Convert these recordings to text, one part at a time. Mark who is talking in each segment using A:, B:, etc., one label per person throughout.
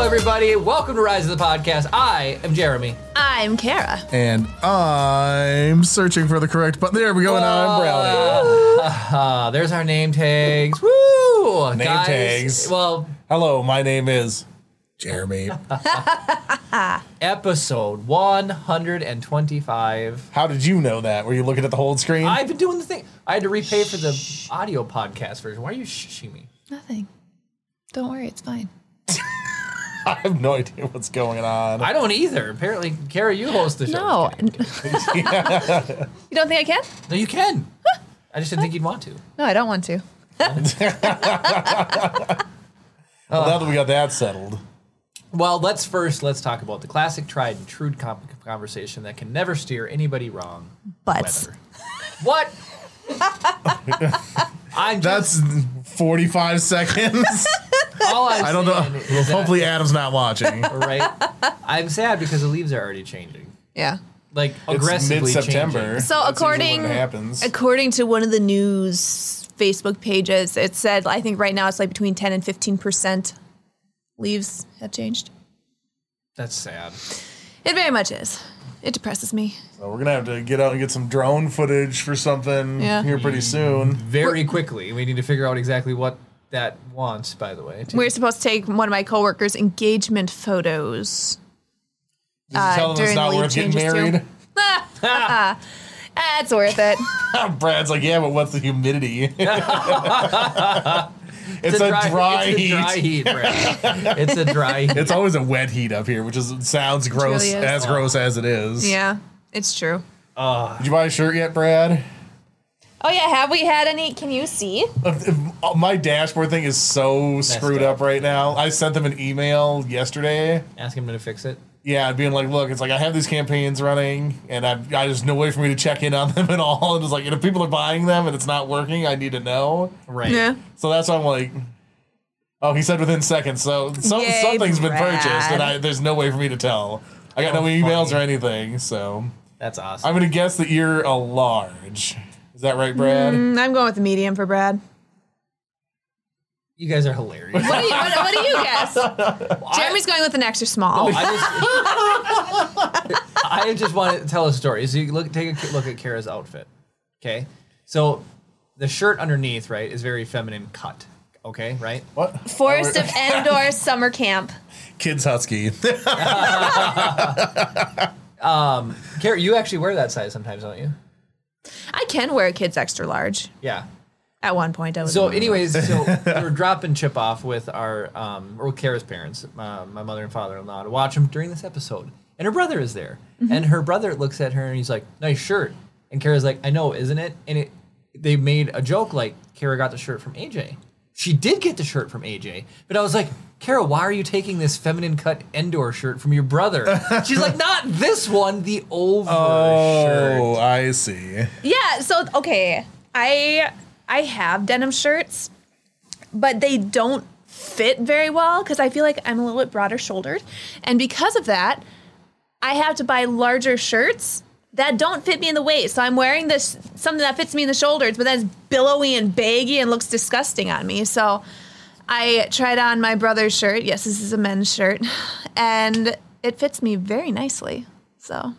A: everybody. Welcome to Rise of the Podcast. I am Jeremy.
B: I'm Kara.
C: And I'm searching for the correct button. There we go. And I'm Brownie.
A: Uh, there's our name tags. Woo!
C: Name
A: Guys,
C: tags.
A: Well,
C: Hello, my name is Jeremy.
A: episode 125.
C: How did you know that? Were you looking at the whole screen?
A: I've been doing the thing. I had to repay for the audio podcast version. Why are you shushing me?
B: Nothing. Don't worry, it's fine.
C: I have no idea what's going on.
A: I don't either. Apparently, Kara, you host the show.
B: No.
A: Just kidding.
B: you don't think I can?
A: No, you can. I just didn't think you'd want to.
B: No, I don't want to.
C: Well, now that we got that settled,
A: Well, let's first let's talk about the classic, tried and true com- conversation that can never steer anybody wrong.
B: But
A: Weather. what? I'm just
C: that's 45 seconds.
A: all I'm
C: I don't know.
A: saying
C: Well,
A: is that-
C: hopefully, Adam's not watching.
A: right. I'm sad because the leaves are already changing,
B: yeah.
A: like
C: It's
A: aggressively
C: mid
A: changing.
C: September.
B: So according
C: What happens.
B: according to one of the news Facebook pages, it said I think right now it's like between 10 and 15% leaves have changed.
A: That's sad.
B: It very much is. It depresses me.
C: So we're going to have to get out and get some drone footage for something
B: Yeah.
C: here pretty soon.
A: Very quickly, we need to figure out exactly what that wants. By the way,
B: We were supposed to take one of my coworkers' engagement photos.
C: Just tell them it's
B: during
C: not
B: lead
C: worth getting
B: changes, too.
C: married.
B: That's worth it.
C: Brad's like, yeah, but what's the humidity? it's, a, dry,
A: it's
C: heat.
A: A dry heat Brad. it's a dry heat.
C: It's always a wet heat up here, which is sounds gross
B: really is.
C: as gross as it is.
B: yeah, it's true.
C: Did you buy a shirt yet, Brad?
B: Oh yeah, have we had any? Can you see?
C: Uh, My dashboard thing is so screwed
A: up.
C: up right now. I sent them an email yesterday.
A: Ask him to fix it.
C: Yeah, being like, look, it's like I have these campaigns running, and I, I just no way for me to check in on them at all. And it's like, and if people are buying them and it's not working, I need to know.
A: Right.
B: Yeah.
C: So that's why I'm like, oh, he said within seconds. So some,
B: Yay,
C: something's been
B: Brad.
C: purchased, and I, there's no way for me to tell. I got
A: Oh,
C: no emails
A: funny.
C: or anything. So
A: That's awesome.
C: I'm gonna guess that you're a large. Is that right, Brad?
B: Mm, I'm going with the medium for Brad.
A: you guys are hilarious.
B: What do you, what, what do you guess? Jeremy's going with an extra small.
A: Oh, I just, I just want to tell a story. So you look, take a look at Kara's outfit. Okay, so the shirt underneath, right, is very feminine cut. Okay, right.
C: What?
B: Forest
C: Oh,
B: of Endor summer camp.
C: kids husky.
A: Kara, you actually wear that size sometimes, don't you?
B: I can wear a kid's extra large.
A: Yeah.
B: At one point, I was.
A: So, anyways, so we we're dropping Chip off with our um, or with Kara's parents, uh, my mother and father-in-law, to watch him during this episode. And her brother is there, and her brother looks at her and he's like, "Nice shirt." And Kara's like, "I know, isn't it?" And it, they made a joke like Kara got the shirt from AJ. She did get the shirt from AJ, but I was like, Kara, why are you taking this feminine cut Endor shirt from your brother? She's like, not this one, the over
C: oh,
A: shirt.
C: I see.
B: yeah. So okay, I I have denim shirts, but they don't fit very well because I feel like I'm a little bit broader shouldered, and because of that, I have to buy larger shirts that don't fit me in the waist. So I'm wearing this something that fits me in the shoulders, but that's billowy and baggy and looks disgusting on me. So I tried on my brother's shirt. Yes, this is a men's shirt, and it fits me very nicely. So,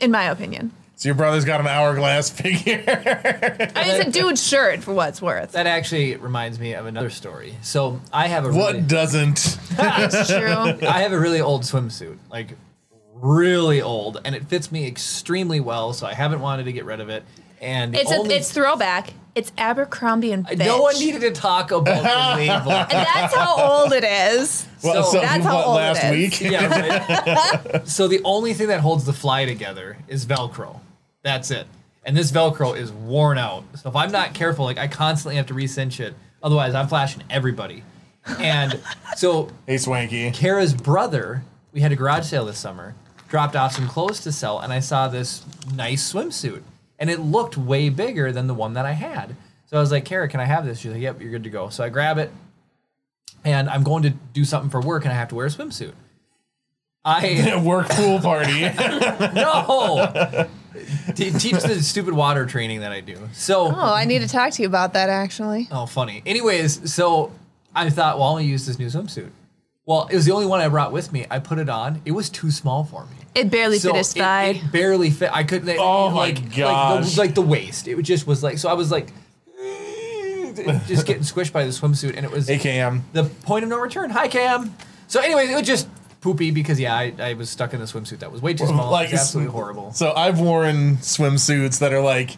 B: in my opinion.
C: So your brother's got an hourglass figure.
B: I mean, it's a dude's shirt for what it's worth.
A: That actually reminds me of another story. So I have a really-
C: what doesn't?
B: That's true.
A: I have a really old swimsuit, like really old, and it fits me extremely well. So I haven't wanted to get rid of it. And the
B: It's a,
A: only,
B: it's throwback. It's Abercrombie and Fitch.
A: no one needed to talk about the label.
B: And that's how old it is.
C: Well,
A: So-
C: so
B: That's how
C: what,
B: old it
C: last
B: is.
C: week?
A: yeah, right? So the only thing that holds the fly together is Velcro. That's it. And this Velcro is worn out. So if I'm not careful, like I constantly have to recinch it. Otherwise, I'm flashing everybody. And so
C: Hey, Swanky.
A: Kara's brother, we had a garage sale this summer, dropped off some clothes to sell, and I saw this nice swimsuit. And it looked way bigger than the one that I had. So I was like, Kara, can I have this? She's like, Yep, you're good to go. So I grab it, and I'm going to do something for work, and I have to wear a swimsuit. I
C: Work pool party.
A: no Te- teach the stupid water training that I do. So
B: Oh, I need to talk to you about that actually.
A: Oh, funny. Anyways, so I thought, well, I'm gonna use this new swimsuit. Well, it was the only one I brought with me. I put it on. It was too small for me.
B: It barely
A: So
B: fit his
A: it-
B: thigh.
A: It, barely fit. I couldn't. it-
C: Oh my
A: like, Like
C: gosh.
A: the, like the waist. It just was like. So I was like, just getting squished by the swimsuit, and it was
C: Hey, Cam.
A: the point of no return. Hi, Cam. So, anyways, it was just poopy because yeah, I, I was stuck in a swimsuit that was way too small.
C: Like,
A: it was absolutely horrible.
C: So I've worn swimsuits that are like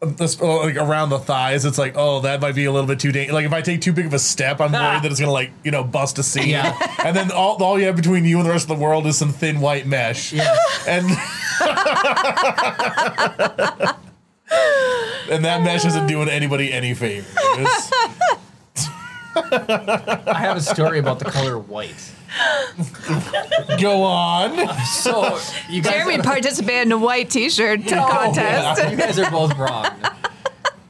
C: this like around the thighs. It's like, oh, that might be a little bit too dangerous. Like if I take too big of a step, I'm worried that it's gonna like you know bust a seam.
A: Yeah.
C: and then all all you have between you and the rest of the world is some thin white mesh.
A: Yeah.
C: And and that mesh isn't doing anybody any favors.
A: I have a story about the color white.
C: Go on.
A: So you guys, Oh,
B: Jeremy participated in a white
C: Oh,
B: T-shirt contest.
A: you guys are both wrong.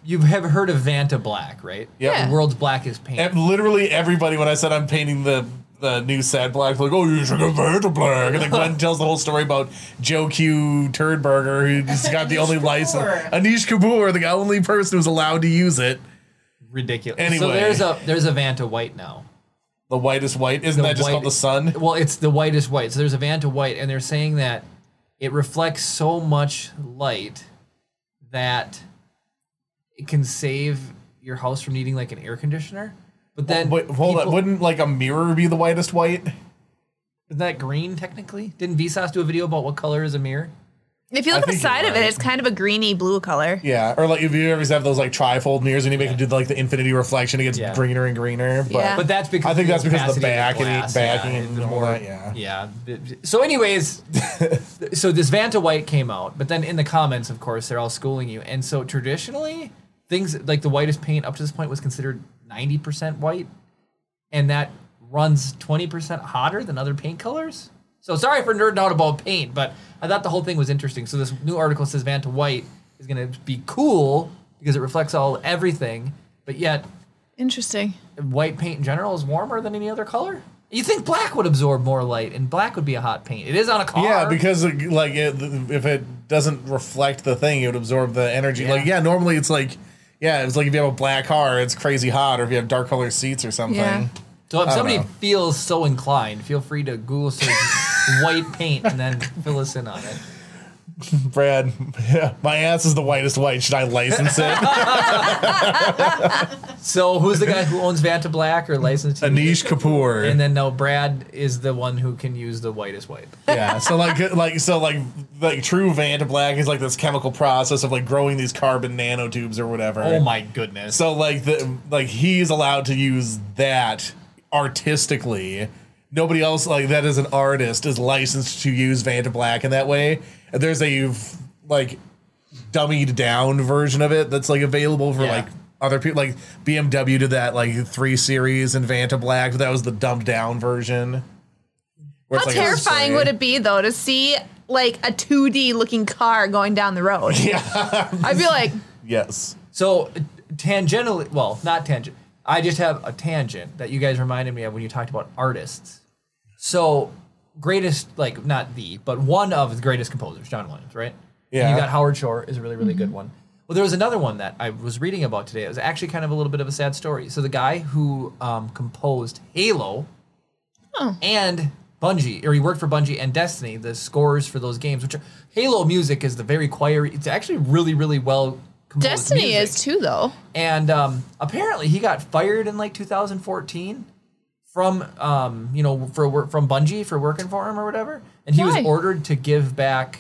A: You have heard of Vanta Black, right?
C: Yeah.
A: The world's blackest paint.
C: And literally everybody, when I said I'm painting the the new sad black, like, oh, you should go back to black. And then Glenn tells the whole story about Joe Q. Turdberger, who's got the only license. Anish Kapoor, the only person who's allowed to use it.
A: Ridiculous. So
C: Anyway.
A: there's a there's a Vanta White now.
C: The whitest white. Isn't that just
A: white-
C: called the sun?
A: Well, it's the whitest white. So there's a Vanta white, and they're saying that it reflects so much light that it can save your house from needing like an air conditioner. But then,
C: Wait, hold
A: people-
C: on. Wouldn't like a mirror be the whitest white?
A: isn't that green technically? Didn't Vsauce do a video about what color is a mirror?
B: If you
C: I
B: look at the
C: think you're
B: side of it,
C: right.
B: it's kind of a greeny blue color.
C: Yeah. Or like if you ever have those like trifold mirrors and you make it do like the infinity reflection, it gets
A: Yeah.
C: greener and greener. But
B: Yeah.
A: But that's because
C: I think that's because of the back
A: opacity
C: and
A: of the
C: the back
A: glass,
C: and
A: the
C: all
A: more-
C: that, yeah.
A: yeah. So, anyways, so this Vanta White came out, but then in the comments, of course, they're all schooling you. And so traditionally, things like the whitest paint up to this point was considered ninety percent white, and that runs twenty percent hotter than other paint colors. So sorry for nerding out about paint, but I thought the whole thing was interesting. So this new article says Vanta White is going to be cool because it reflects all everything, but yet
B: Interesting.
A: white paint in general is warmer than any other color. You think black would absorb more light, and black would be a hot paint. It is on a car.
C: Yeah, because like like, it, if it doesn't reflect the thing, it would absorb the energy. Like yeah, normally it's like yeah, it's like if you have a black car, it's crazy hot, or if you have dark colored seats or something.
B: Yeah.
A: so if
C: don't
A: somebody
C: know.
A: feels so inclined, feel free to Google search white paint and then fill us in on it.
C: Brad, my ass is the whitest white. Should I license it?
A: So who's the guy who owns Vanta Black or licensed? to use
C: Anish
A: it?
C: Kapoor.
A: And then no, Brad is the one who can use the whitest white.
C: yeah. So like like so like like true Vanta Black is like this chemical process of like growing these carbon nanotubes or whatever.
A: Oh my goodness!
C: So like the like he's allowed to use that artistically. Nobody else like that is an artist is licensed to use Vanta Black in that way. And there's a f- like dummied down version of it that's like available for
A: Yeah.
C: like other people. Like BMW did that like three series and Vanta Black, but that was the dumbed down version. Where
B: How
C: it's, like, a
B: terrifying
C: spray.
B: would it be though to see like a 2D looking car going down the road? Yeah. I'd be like,
C: Yes.
A: So tangentially, well, not tangent. I just have a tangent that you guys reminded me of when you talked about artists. So greatest, like not the, but one of the greatest composers, John Williams, right? And
C: Yeah.
A: you got Howard Shore is a really, really
B: Mm-hmm.
A: good one. Well, there was another one that I was reading about today. It was actually kind of a little bit of a sad story. So the guy who um, composed Halo and Bungie, or he worked for Bungie and Destiny, the scores for those games, which are, Halo music is the very choir. It's actually really, really well composed.
B: Destiny
A: music.
B: is too though.
A: And um, apparently, he got fired in like 2014 from um, you know for wor- from Bungie for working for him or whatever. And he
B: Why?
A: was ordered to give back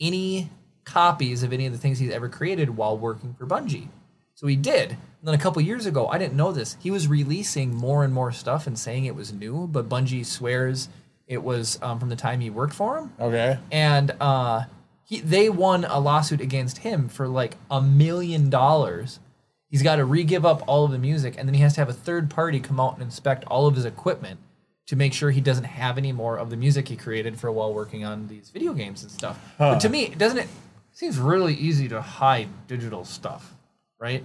A: any copies of any of the things he's ever created while working for Bungie. So he did. And then a couple years ago, I didn't know this. He was releasing more and more stuff and saying it was new, but Bungie swears it was um, from the time he worked for him
C: Okay.
A: and uh, he, they won a lawsuit against him for like a million dollars. He's got to re give up all of the music, and then he has to have a third party come out and inspect all of his equipment to make sure he doesn't have any more of the music he created for while working on these video games and stuff. But to me, doesn't it seems really easy to hide digital stuff, right?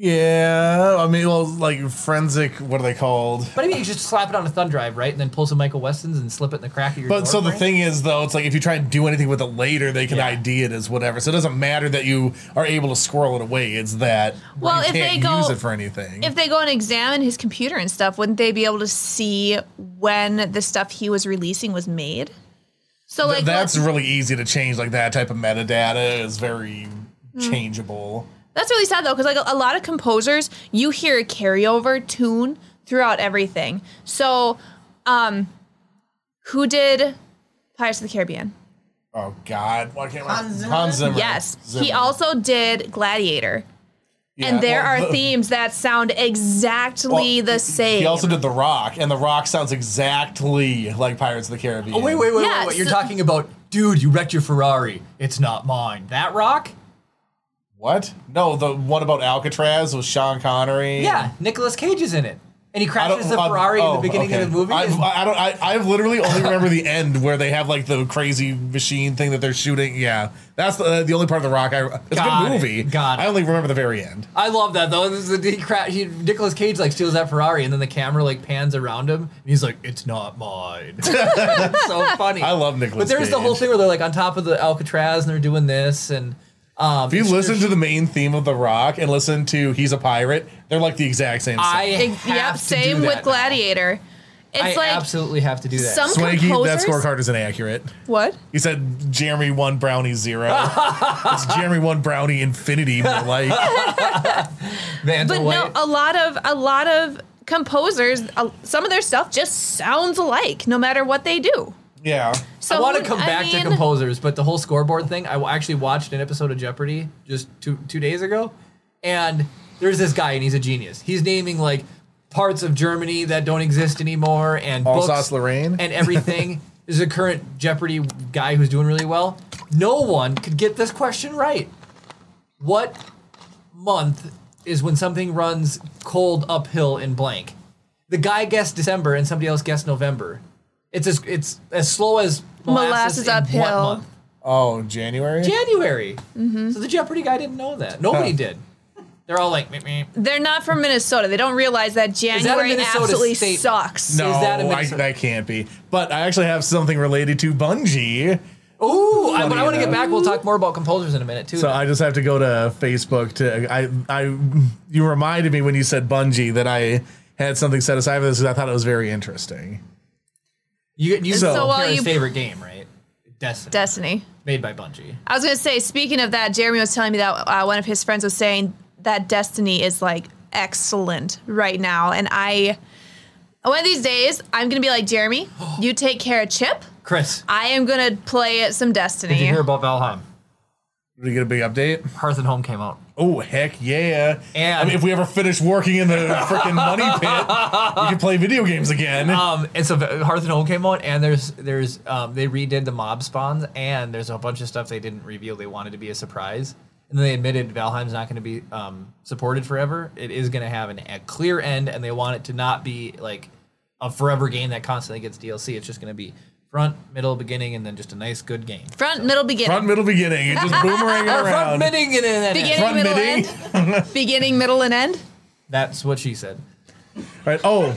C: Yeah, I mean, well, like forensic. What are they called?
A: But I mean, you just slap it on a thumb drive, right? And then pull some Michael Westons and slip it in the crack of your.
C: But so the
A: doorframe?
C: thing is, though, it's like if you try and do anything with it later, they can
A: Yeah.
C: ID it as whatever. So it doesn't matter that you are able to squirrel it away. It's that
B: Well,
C: you
B: if
C: can't
B: they go-
C: use it for anything.
B: If they go and examine his computer and stuff, wouldn't they be able to see when the stuff he was releasing was made? So like
C: Th- that's
B: let's-
C: really easy to change. Like that type of metadata is very changeable.
B: That's really sad though, because like a, a lot of composers, you hear a carryover tune throughout everything. So, um, who did Pirates of the Caribbean?
C: Oh God, why can't I?
D: Hans Zimmer?
B: Yes, he
C: Zimmer.
B: also did Gladiator,
C: Yeah,
B: and there
C: well,
B: are
C: the-
B: themes that sound exactly
C: well,
B: the same.
C: He also did The Rock, and The Rock sounds exactly like Pirates of the Caribbean.
A: Oh, wait, wait, wait,
B: Yeah,
A: wait, wait. You're
B: so-
A: talking about, dude, you wrecked your Ferrari. It's not mine. That rock?
C: What? No, the one about Alcatraz with Sean Connery.
A: Yeah, Nicolas Cage is in it. And he
C: I don't-
A: crashes the
C: I'm-
A: Ferrari in
C: oh,
A: the beginning
C: okay.
A: of the movie.
C: I've,
A: It's-
C: I I don't. I, I've literally only remember the end where they have like the crazy machine thing that they're shooting. Yeah, that's the, the only part of the rock. I it's a
A: Got
C: good
A: it,
C: movie.
A: got it.
C: I only remember the very end.
A: I love that though. This is the, he cra- he, Nicolas Cage like steals that Ferrari, and then the camera like pans around him, and he's like, "It's not mine." It's so funny.
C: I love Nicolas
A: But there's the whole
C: Cage.
A: thing where they're like on top of the Alcatraz, and they're doing this, and um,
C: If you listen to the main theme of The Rock and listen to He's a Pirate, they're like the exact same.
A: I
C: song.
B: Ex-
A: have
B: yep,
A: to
B: same
A: do
B: with
A: that
B: Gladiator.
A: Now. I
B: It's like
A: absolutely have to do that.
B: some
C: Swanky, that
B: composers.
C: scorecard is inaccurate.
B: what?
C: He said Jeremy one brownie zero. it's Jeremy one brownie infinity. More like
A: Vanna
B: But no,
A: White.
B: a lot of a lot of composers, uh, some of their stuff just sounds alike, no matter what they do.
C: yeah.
B: So
A: I want to
B: when-
A: come
B: I
A: back
B: mean,
A: to composers, but the whole scoreboard thing. I w- actually watched an episode of Jeopardy just two two days ago, and there's this guy, and he's a genius. He's naming like parts of Germany that don't exist anymore, and books
C: Alsace-Lorraine?
A: and everything. there's a current Jeopardy guy who's doing really well. No one could get this question right. What month is when something runs cold uphill in blank? The guy guessed December, and somebody else guessed November. It's as it's as slow as molasses,
B: Molasses
A: in
B: uphill.
A: What month?
C: Oh, January.
A: January. So the Jeopardy guy didn't know that. Nobody
C: Huh.
A: did. They're all like, meh, meh.
B: They're not from Minnesota. They don't realize that January
A: Minnesota
B: absolutely
A: state?
B: sucks.
C: No,
A: Is that a
C: I,
A: Minnesota-
C: that can't be. But I actually have something related to Bungie,
A: Ooh, I, but I
C: Funny
A: want to get
C: enough.
A: back. We'll talk more about composers in a minute too.
C: so
A: though.
C: I just have to go to Facebook to. I, I, you reminded me when you said Bungie that I had something set aside for this because I thought it was very interesting.
A: you you
C: so
A: know
B: while
A: Kara's
B: you-
A: favorite game, right? Destiny,
B: Destiny.
A: made by Bungie.
B: I was gonna say. Speaking of that, Jeremy was telling me that uh, one of his friends was saying that Destiny is like excellent right now, and I. One of these days, I'm gonna be like Jeremy. You take care of Chip.
A: Chris,
B: I am gonna play some Destiny.
A: did you hear about Valheim?
C: Did we get a big update?
A: Hearth and Home came out.
C: Oh heck yeah!
A: And-
C: I mean, if we ever finish working in the freaking money pit, we can play video games again.
A: Um, and so Hearth and Home came out, and there's there's um, they redid the mob spawns, and there's a bunch of stuff they didn't reveal. They wanted to be a surprise, and then they admitted Valheim's not going to be um, supported forever. It is going to have an, a clear end, and they want it to not be like a forever game that constantly gets DLC. It's just going to be front, middle, beginning, and then just a nice good game.
B: Front, middle, beginning.
C: Front, middle, beginning, and just boomerang it
A: Uh, front,
C: around.
A: middling, and then end.
B: beginning,
C: Front
B: middle,
C: midding.
B: end. beginning, middle, and end.
A: That's what she said.
C: Right. Oh,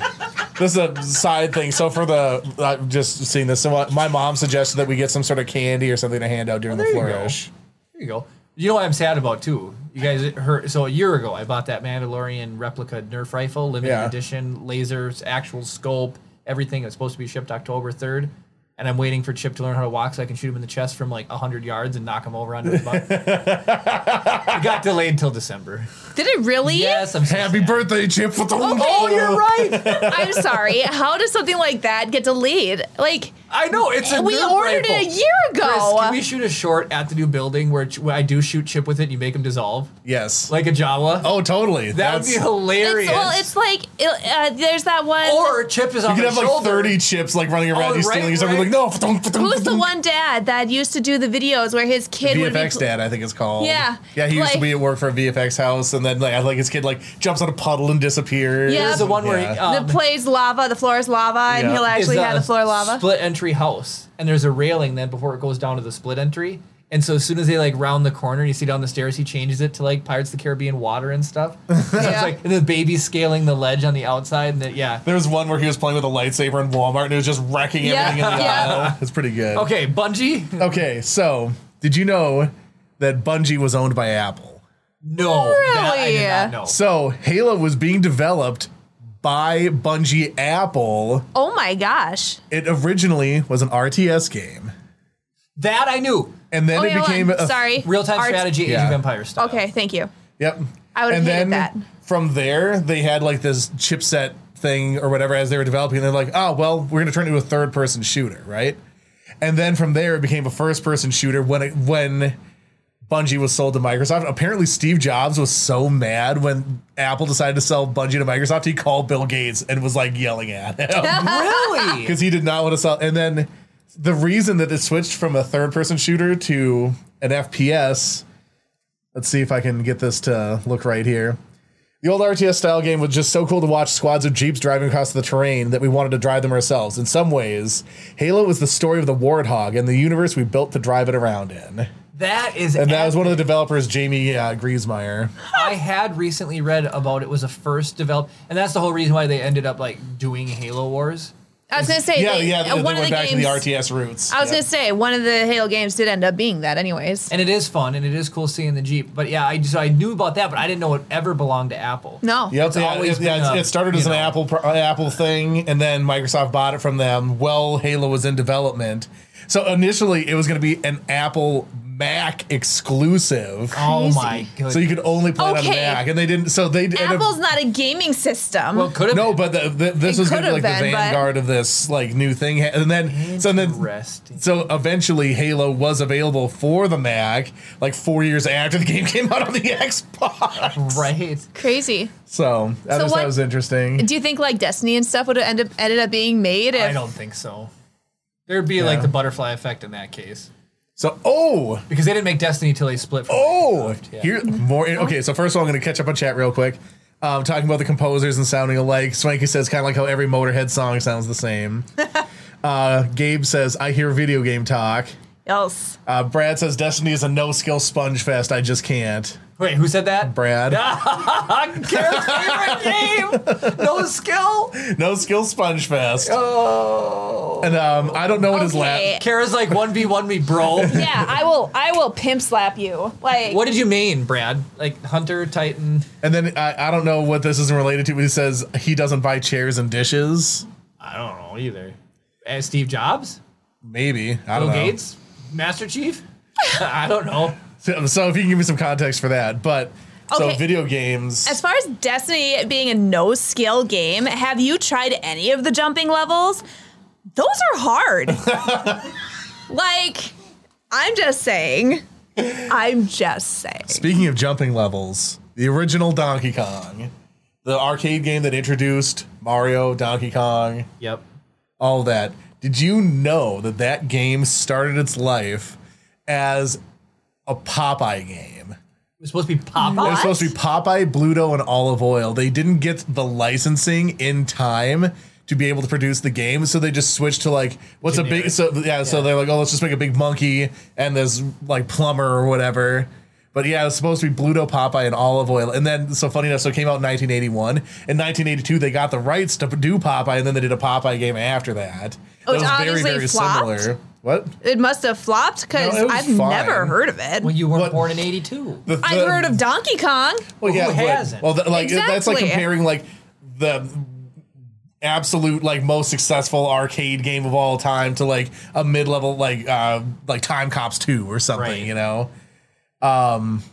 C: this is a side thing. So for the I've just seen this. So my mom suggested that we get some sort of candy or something to hand out during the
A: Oh, there you go.
C: flourish.
A: There you go. You know what I'm sad about too. You guys heard so a year ago I bought that Mandalorian replica Nerf rifle, limited
C: Yeah.
A: edition, lasers, actual scope, everything. It's supposed to be shipped October third, and I'm waiting for Chip to learn how to walk so I can shoot him in the chest from like hundred yards and knock him over onto his butt. it got delayed till December.
B: Did it really?
A: Yes, I'm so
C: Happy
A: sad.
C: birthday, Chip! With the
A: Oh, you're right.
B: I'm sorry. How does something like that get delayed? Like
A: I know it's a
B: we
A: Nerf
B: ordered it a
A: rifle.
B: year ago.
A: Chris, can we shoot a short at the new building where, ch- where I do shoot Chip with it? and You make him dissolve
C: Yes.
A: like a Jawa.
C: oh, totally.
A: that would be hilarious.
B: it's, well, it's like it, uh, there's that one.
A: or Chip is on
C: you could
A: my
C: have like
A: shoulder.
C: 30 chips like running around,
A: Oh,
C: you
A: right,
C: stealing something.
A: right.
C: Like no,
B: who's the one dad that used to do the videos where his kid would be
C: VFX dad, I think it's called.
B: Yeah.
C: yeah. He used to
B: Like-
C: be at work for a VFX house, and then like I like his kid like jumps on a puddle and disappears.
B: Yeah.
A: There's the one where he,
C: Yeah.
A: um,
B: that plays lava. The floor is lava, and
C: Yeah.
B: he'll
A: is
B: actually
A: a
B: have the floor lava.
A: Split entry house, and there's a railing then before it goes down to the split entry, And so as soon as they like round the corner and you see down the stairs, he changes it to like Pirates of the Caribbean water and stuff. So it's
B: Yeah.
A: like and the baby scaling the ledge on the outside and that yeah.
C: There was one where he was playing with a lightsaber in Walmart and it was just wrecking
B: Yeah,
C: everything in the
B: yeah.
C: aisle. It's pretty good.
A: Okay, Bungie.
C: Okay, so did you know that Bungie was owned by Apple?
A: No, that I did not
B: Really?
A: know.
C: So Halo was being developed by Bungie Apple.
B: Oh my gosh.
C: It originally was an RTS game,
A: That I knew.
C: and then
B: oh,
C: it
B: yeah,
C: became
B: hold on.
C: a
B: sorry.
A: Real time
B: Art-
A: strategy, Age
C: Yeah.
A: of Empires stuff.
B: Okay, thank you.
C: Yep.
B: I would've
C: And
B: hated
C: then
B: that.
C: From there, they had like this chipset thing or whatever as they were developing. They're like, oh, well, we're going to turn it into a third person shooter, right? And then from there, it became a first person shooter when it, when Bungie was sold to Microsoft. Apparently, Steve Jobs was so mad when Apple decided to sell Bungie to Microsoft, he called Bill Gates and was like yelling at him
A: Really?
C: because he did not want to sell. And then the reason that it switched from a third person shooter to an FPS, let's see if I can get this to look right here. The old RTS style game was just so cool to watch squads of jeeps driving across the terrain that we wanted to drive them ourselves. In some ways, Halo was the story of the Warthog and the universe we built to drive it around in.
A: That is
C: And that was one of the developers, Jamie uh, Griesmeyer.
A: I had recently read about it was a first developed, and that's the whole reason why they ended up like doing Halo Wars.
B: I was gonna say
C: Yeah,
B: they-
C: yeah,
B: uh,
C: they, they
B: one
C: went
B: of the
C: back
B: games.
C: to the RTS roots.
B: I was
C: Yep.
B: gonna say one of the Halo games did end up being that, anyways.
A: And it is fun, and it is cool seeing the Jeep. But yeah, I just I knew about that, but I didn't know it ever belonged to Apple.
B: no.
C: Yep,
A: It's
C: yeah,
A: always
C: it, yeah,
A: been
C: it's-
A: a,
C: it started as
A: you
C: an
A: know.
C: Apple pro- Apple thing, and then Microsoft bought it from them. Well, Halo was in development, so initially it was going to be an Apple Mac exclusive,
A: Oh my goodness.
C: so you could only play it on
B: Okay.
C: Mac, and they didn't. So they ended up-
B: Apple's not a gaming system.
A: well, could have
C: no, but the, the, this
B: It
C: was going to be like
B: could have
C: the
B: been, but-
C: vanguard of this like new thing, and then so then.
A: Interesting.
C: So eventually, Halo was available for the Mac, like four years after the game came out on the Xbox.
A: right.
B: Crazy.
C: So I just thought
B: what-
C: it was interesting.
B: Do you think like Destiny and stuff would have ended up ended up being made? If,
A: I don't think so. There'd be like
C: Yeah.
A: the butterfly effect in that case
C: So oh,
A: because they didn't make Destiny till they split. From
C: Oh,
A: Microsoft, yeah.
C: here more. Okay, so first of all, I'm going to catch up on chat real quick. Um, talking about the composers and sounding alike. Swanky says kind of like how every Motorhead song sounds the same. uh, Gabe says I hear video game talk.
B: Else.
C: Uh, Brad says Destiny is a no skill sponge fest. I just can't.
A: Wait, who said that?
C: Brad,
A: Garrett's favorite game. No skill.
C: no skill sponge fest.
A: Oh.
C: And um, I don't know what his
B: Okay.
C: last.
A: Kara's like one v one me, bro.
B: Yeah, I will. I will pimp slap you. Like
A: What did you mean, Brad? Like Hunter Titan?
C: And then uh, I, I don't know what this isn't related to. But he says he doesn't buy chairs and dishes.
A: I don't know either. Eh, Steve Jobs?
C: Maybe I
A: Bill
C: don't know.
A: Gates? Master Chief? I don't know.
C: So, so if you can give me some context for that, but so
B: Okay.
C: video games.
B: As far as Destiny being a no skill game, have you tried any of the jumping levels? Those are hard. like, I'm just saying. I'm just saying.
C: Speaking of jumping levels, the original Donkey Kong, the arcade game that introduced Mario, Donkey Kong,
A: Yep.
C: all that. Did you know that that game started its life as a Popeye game?
A: It was supposed to be Popeye.
C: It
B: Mm.
C: was supposed to be Popeye, Bluto, and Olive Oil. They didn't get the licensing in time to be able to produce the game, so they just switched to like what's a big
A: Generic.
C: so yeah, so
A: Yeah.
C: they're like, oh, let's just make a big monkey and this like plumber or whatever. But yeah, it was supposed to be Bluto, Popeye, and Olive Oil. And then, so funny enough, so it came out in 1981. In 1982, they got the rights to do Popeye, and then they did a Popeye game after that.
B: Which
C: that
B: Oh, obviously flopped.
C: What?
B: It must have flopped because
C: No, it was
B: I've
C: fine.
B: never heard of it.
A: Well, you weren't
C: What-
A: born in 82.
C: The-
B: I've
C: the-
B: heard of Donkey Kong.
C: Well,
A: Who
C: yeah, but-
A: hasn't?
C: Well, th- like that's like
B: Exactly.
C: comparing like the absolute like most successful arcade game of all time to like a mid level like uh like Time Cops Two or something,
A: Right.
C: you know. Um,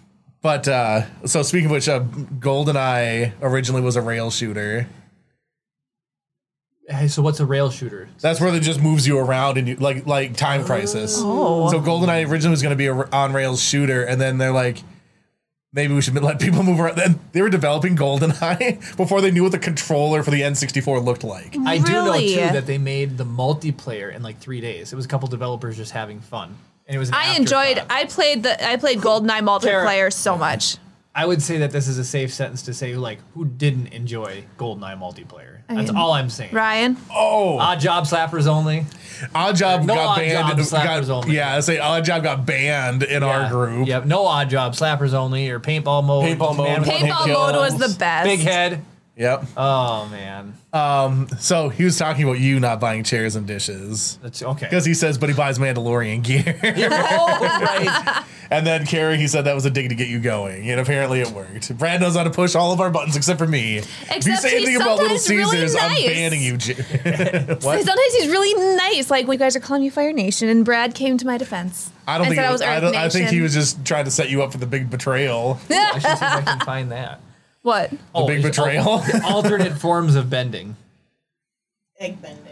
C: but uh, so speaking of which, uh, GoldenEye originally was a rail shooter.
A: Hey, so what's a rail shooter?
C: That's where it just moves you around and you like like Time Crisis.
B: Oh.
C: So GoldenEye originally was going to be a on rails shooter, and then they're like, maybe we should let people move around. Then they were developing GoldenEye before they knew what the controller for the N64 looked like.
A: I do know
B: Really?
A: too that they made the multiplayer in like three days. It was a couple developers just having fun, and it was. An
B: I enjoyed.
A: afterthought.
B: I played the. I played GoldenEye multiplayer so much.
A: I would say that this is a safe sentence to say like who didn't enjoy GoldenEye multiplayer.
B: I
A: That's
B: mean-
A: all I'm saying.
B: Ryan,
C: Oh,
A: Odd job slappers only.
C: Odd Job
A: No
C: got
A: Odd
C: banned.
A: Job, Slappers
C: got-
A: only.
C: yeah, I say Odd Job got banned in our
A: Yeah.
C: group.
A: Yep. No odd job slappers only or paintball mode.
C: Paintball mode,
A: Man with
C: one-hit
B: paintball
C: kill.
B: mode was the best.
A: Big head.
C: Yep.
A: Oh man.
C: So he was talking about you not buying chairs and dishes
A: That's okay.
C: because he says, but he buys Mandalorian gear.
A: Oh, right.
C: and then Carrie, he said that was a dig to get you going, and apparently it worked. Brad knows how to push all of our buttons except for me. if you
B: Except
C: say anything
B: he's
C: about Little
B: sometimes really
C: Caesars,
B: nice.
C: I'm banning you. Jer-
B: So sometimes he's really nice. Like when you guys are calling me Fire Nation, and Brad came to my defense.
C: I don't
B: and
C: think.
B: said
C: it
B: I
C: was,
B: was Earth
C: I, don't, I think he
B: Nation.
C: was just trying to set you up for the big betrayal. The
A: I should see if I can find that.
B: What?
A: Oh,
C: big
A: it's
C: betrayal.
A: al- alternate forms of bending.
D: Egg bending.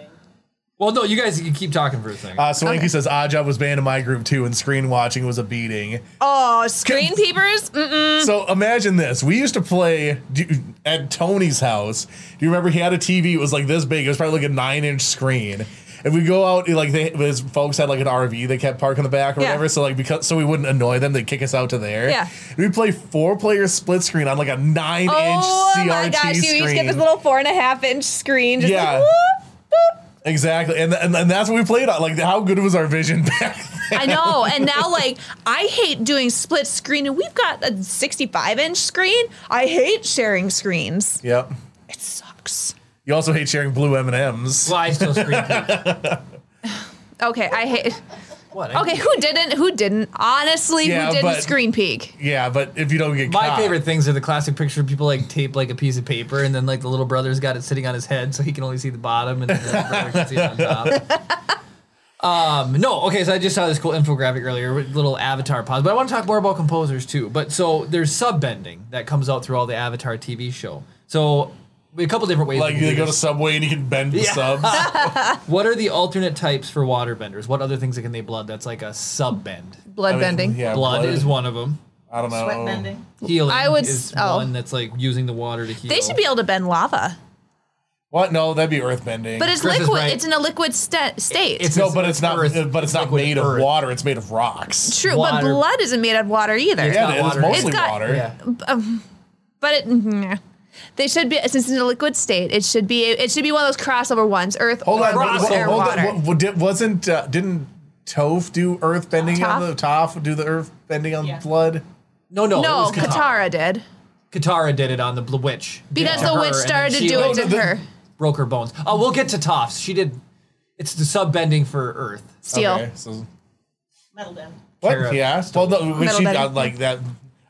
A: Well, no, you guys you keep talking for a second.
C: Uh, Swanky
B: Okay.
C: says Odd Job was banned in my group too, and screen watching was a beating.
B: Oh, screen peepers. Mm-mm.
C: So imagine this. We used to play do you- at Tony's house. Do you remember he had a TV? It was like this big. It was probably like a nine inch screen. And we go out, like they, his folks had like an RV they kept parked in the back or
B: Yeah.
C: whatever. So like because so we wouldn't annoy them, they'd kick us out to there.
B: Yeah.
C: We play four player split screen on like a nine inch
B: Oh
C: CRT
B: my gosh!
C: screen.
B: You each get this little four and a half inch screen. Just
C: Yeah.
B: Like, whoop.
C: exactly, and, and and that's what we played on. Like how good was our vision back then?
B: I know. And now, like, I hate doing split screen, and we've got a 65 inch screen. I hate sharing screens.
C: Yep.
B: It sucks.
C: You also hate sharing blue M and M's.
A: well, I still scream.
B: Okay, I hate.
A: what? I-
B: Okay, who didn't? Who didn't? Honestly,
C: Yeah,
B: who didn't
C: but-
B: screen peek?
C: Yeah, but if you don't get
A: My
C: caught,
A: favorite things are the classic picture of people like tape like a piece of paper, and then like the little brother's got it sitting on his head, so he can only see the bottom, and then the little brother can see it on top. Um, no, okay, so I just saw this cool infographic earlier with little avatar pause, but I want to talk more about composers too. But so there's sub bending that comes out through all the Avatar TV show. So a couple different ways. we
C: Like
A: can do
C: they go to
A: this.
C: Subway and you can bend the
A: Yeah.
C: subs.
A: what are the alternate types for waterbenders? What other things can they blood? That's like a sub bend.
B: Blood
C: I mean,
B: bending.
C: yeah,
A: Blood, is one of them.
C: I don't know.
D: Sweat bending.
A: Healing
B: I would
A: is
B: s- oh.
A: one that's like using the water to heal.
B: They should be able to bend lava,
C: What? No, that'd be earth bending.
B: but it's
A: Chris is
B: liquid.
A: right.
B: It's in a liquid sta- state.
A: it's- uh,
C: no, but it's not.
A: Earth,
C: but it's not
A: liquid
C: made
A: earth.
C: of water. It's made of rocks.
B: true, but
A: water-
B: blood isn't made out of water either.
C: Yeah,
A: not
C: it is.
A: water.
C: It's mostly
B: It's got-
C: water.
A: Yeah.
B: But it, mm, they should be since it's in a liquid state. It should be it should be one of those crossover ones. Earth,
C: Hold on.
A: Rocks
C: what-
A: or
B: air,
C: hold
B: water.
C: on. What, what did, wasn't uh, didn't Toph do earth bending on
B: Toph?
C: the Toph do the earth bending on
D: Yeah.
C: blood?
A: No, no, it
B: no,
A: was Katara.
B: Katara did
A: Katara did it on the Bl- witch
B: because
A: To
B: the
A: her,
B: witch
A: and then
B: started to
A: she,
B: do
A: like,
B: it to
C: No, the-
B: her.
A: Broke her bones. Oh, we'll get to Tophs. She did. It's the sub bending for Earth.
B: Steel.
C: Okay, so
D: Metal bend.
C: what?
A: Kara-
C: Yeah. Well, no, when
B: Metal
C: she
B: bending.
C: got like that.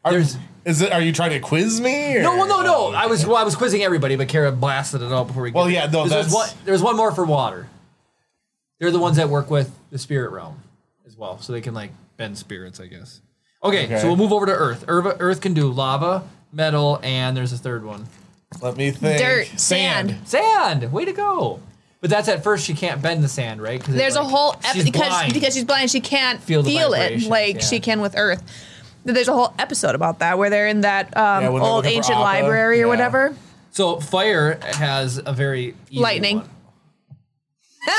C: Are,
A: There's-
C: is it? Are you trying to quiz me? Or?
A: No, well, no, no. I was well, I was quizzing everybody, but Kara blasted it all before we.
C: Well,
A: get-
C: yeah, no,
A: There's-
C: that's-
A: There's one, there's one more for water. They're the ones that work with the spirit realm as well, so they can like bend spirits, I guess. Okay,
C: Okay.
A: so we'll move over to Earth. Earth. Earth can do lava, metal, and there's a third one.
C: Let me think.
B: Dirt, sand.
A: Sand. Way to go. But that's at first she can't bend the sand, right? 'Cause it,
B: There's a
A: like,
B: whole ep-
A: she's
B: because
A: blind.
B: because she's blind, she can't
A: Feel
B: feel,
A: the
B: it
A: vibrations,
B: like
A: yeah.
B: she can with Earth. But There's a whole episode about that where they're in that um,
C: Yeah, when they're
B: old
C: looking for
B: ancient
C: Appa,
B: library or
C: yeah.
B: whatever.
A: So fire has a very easy
B: Lightning.
A: one.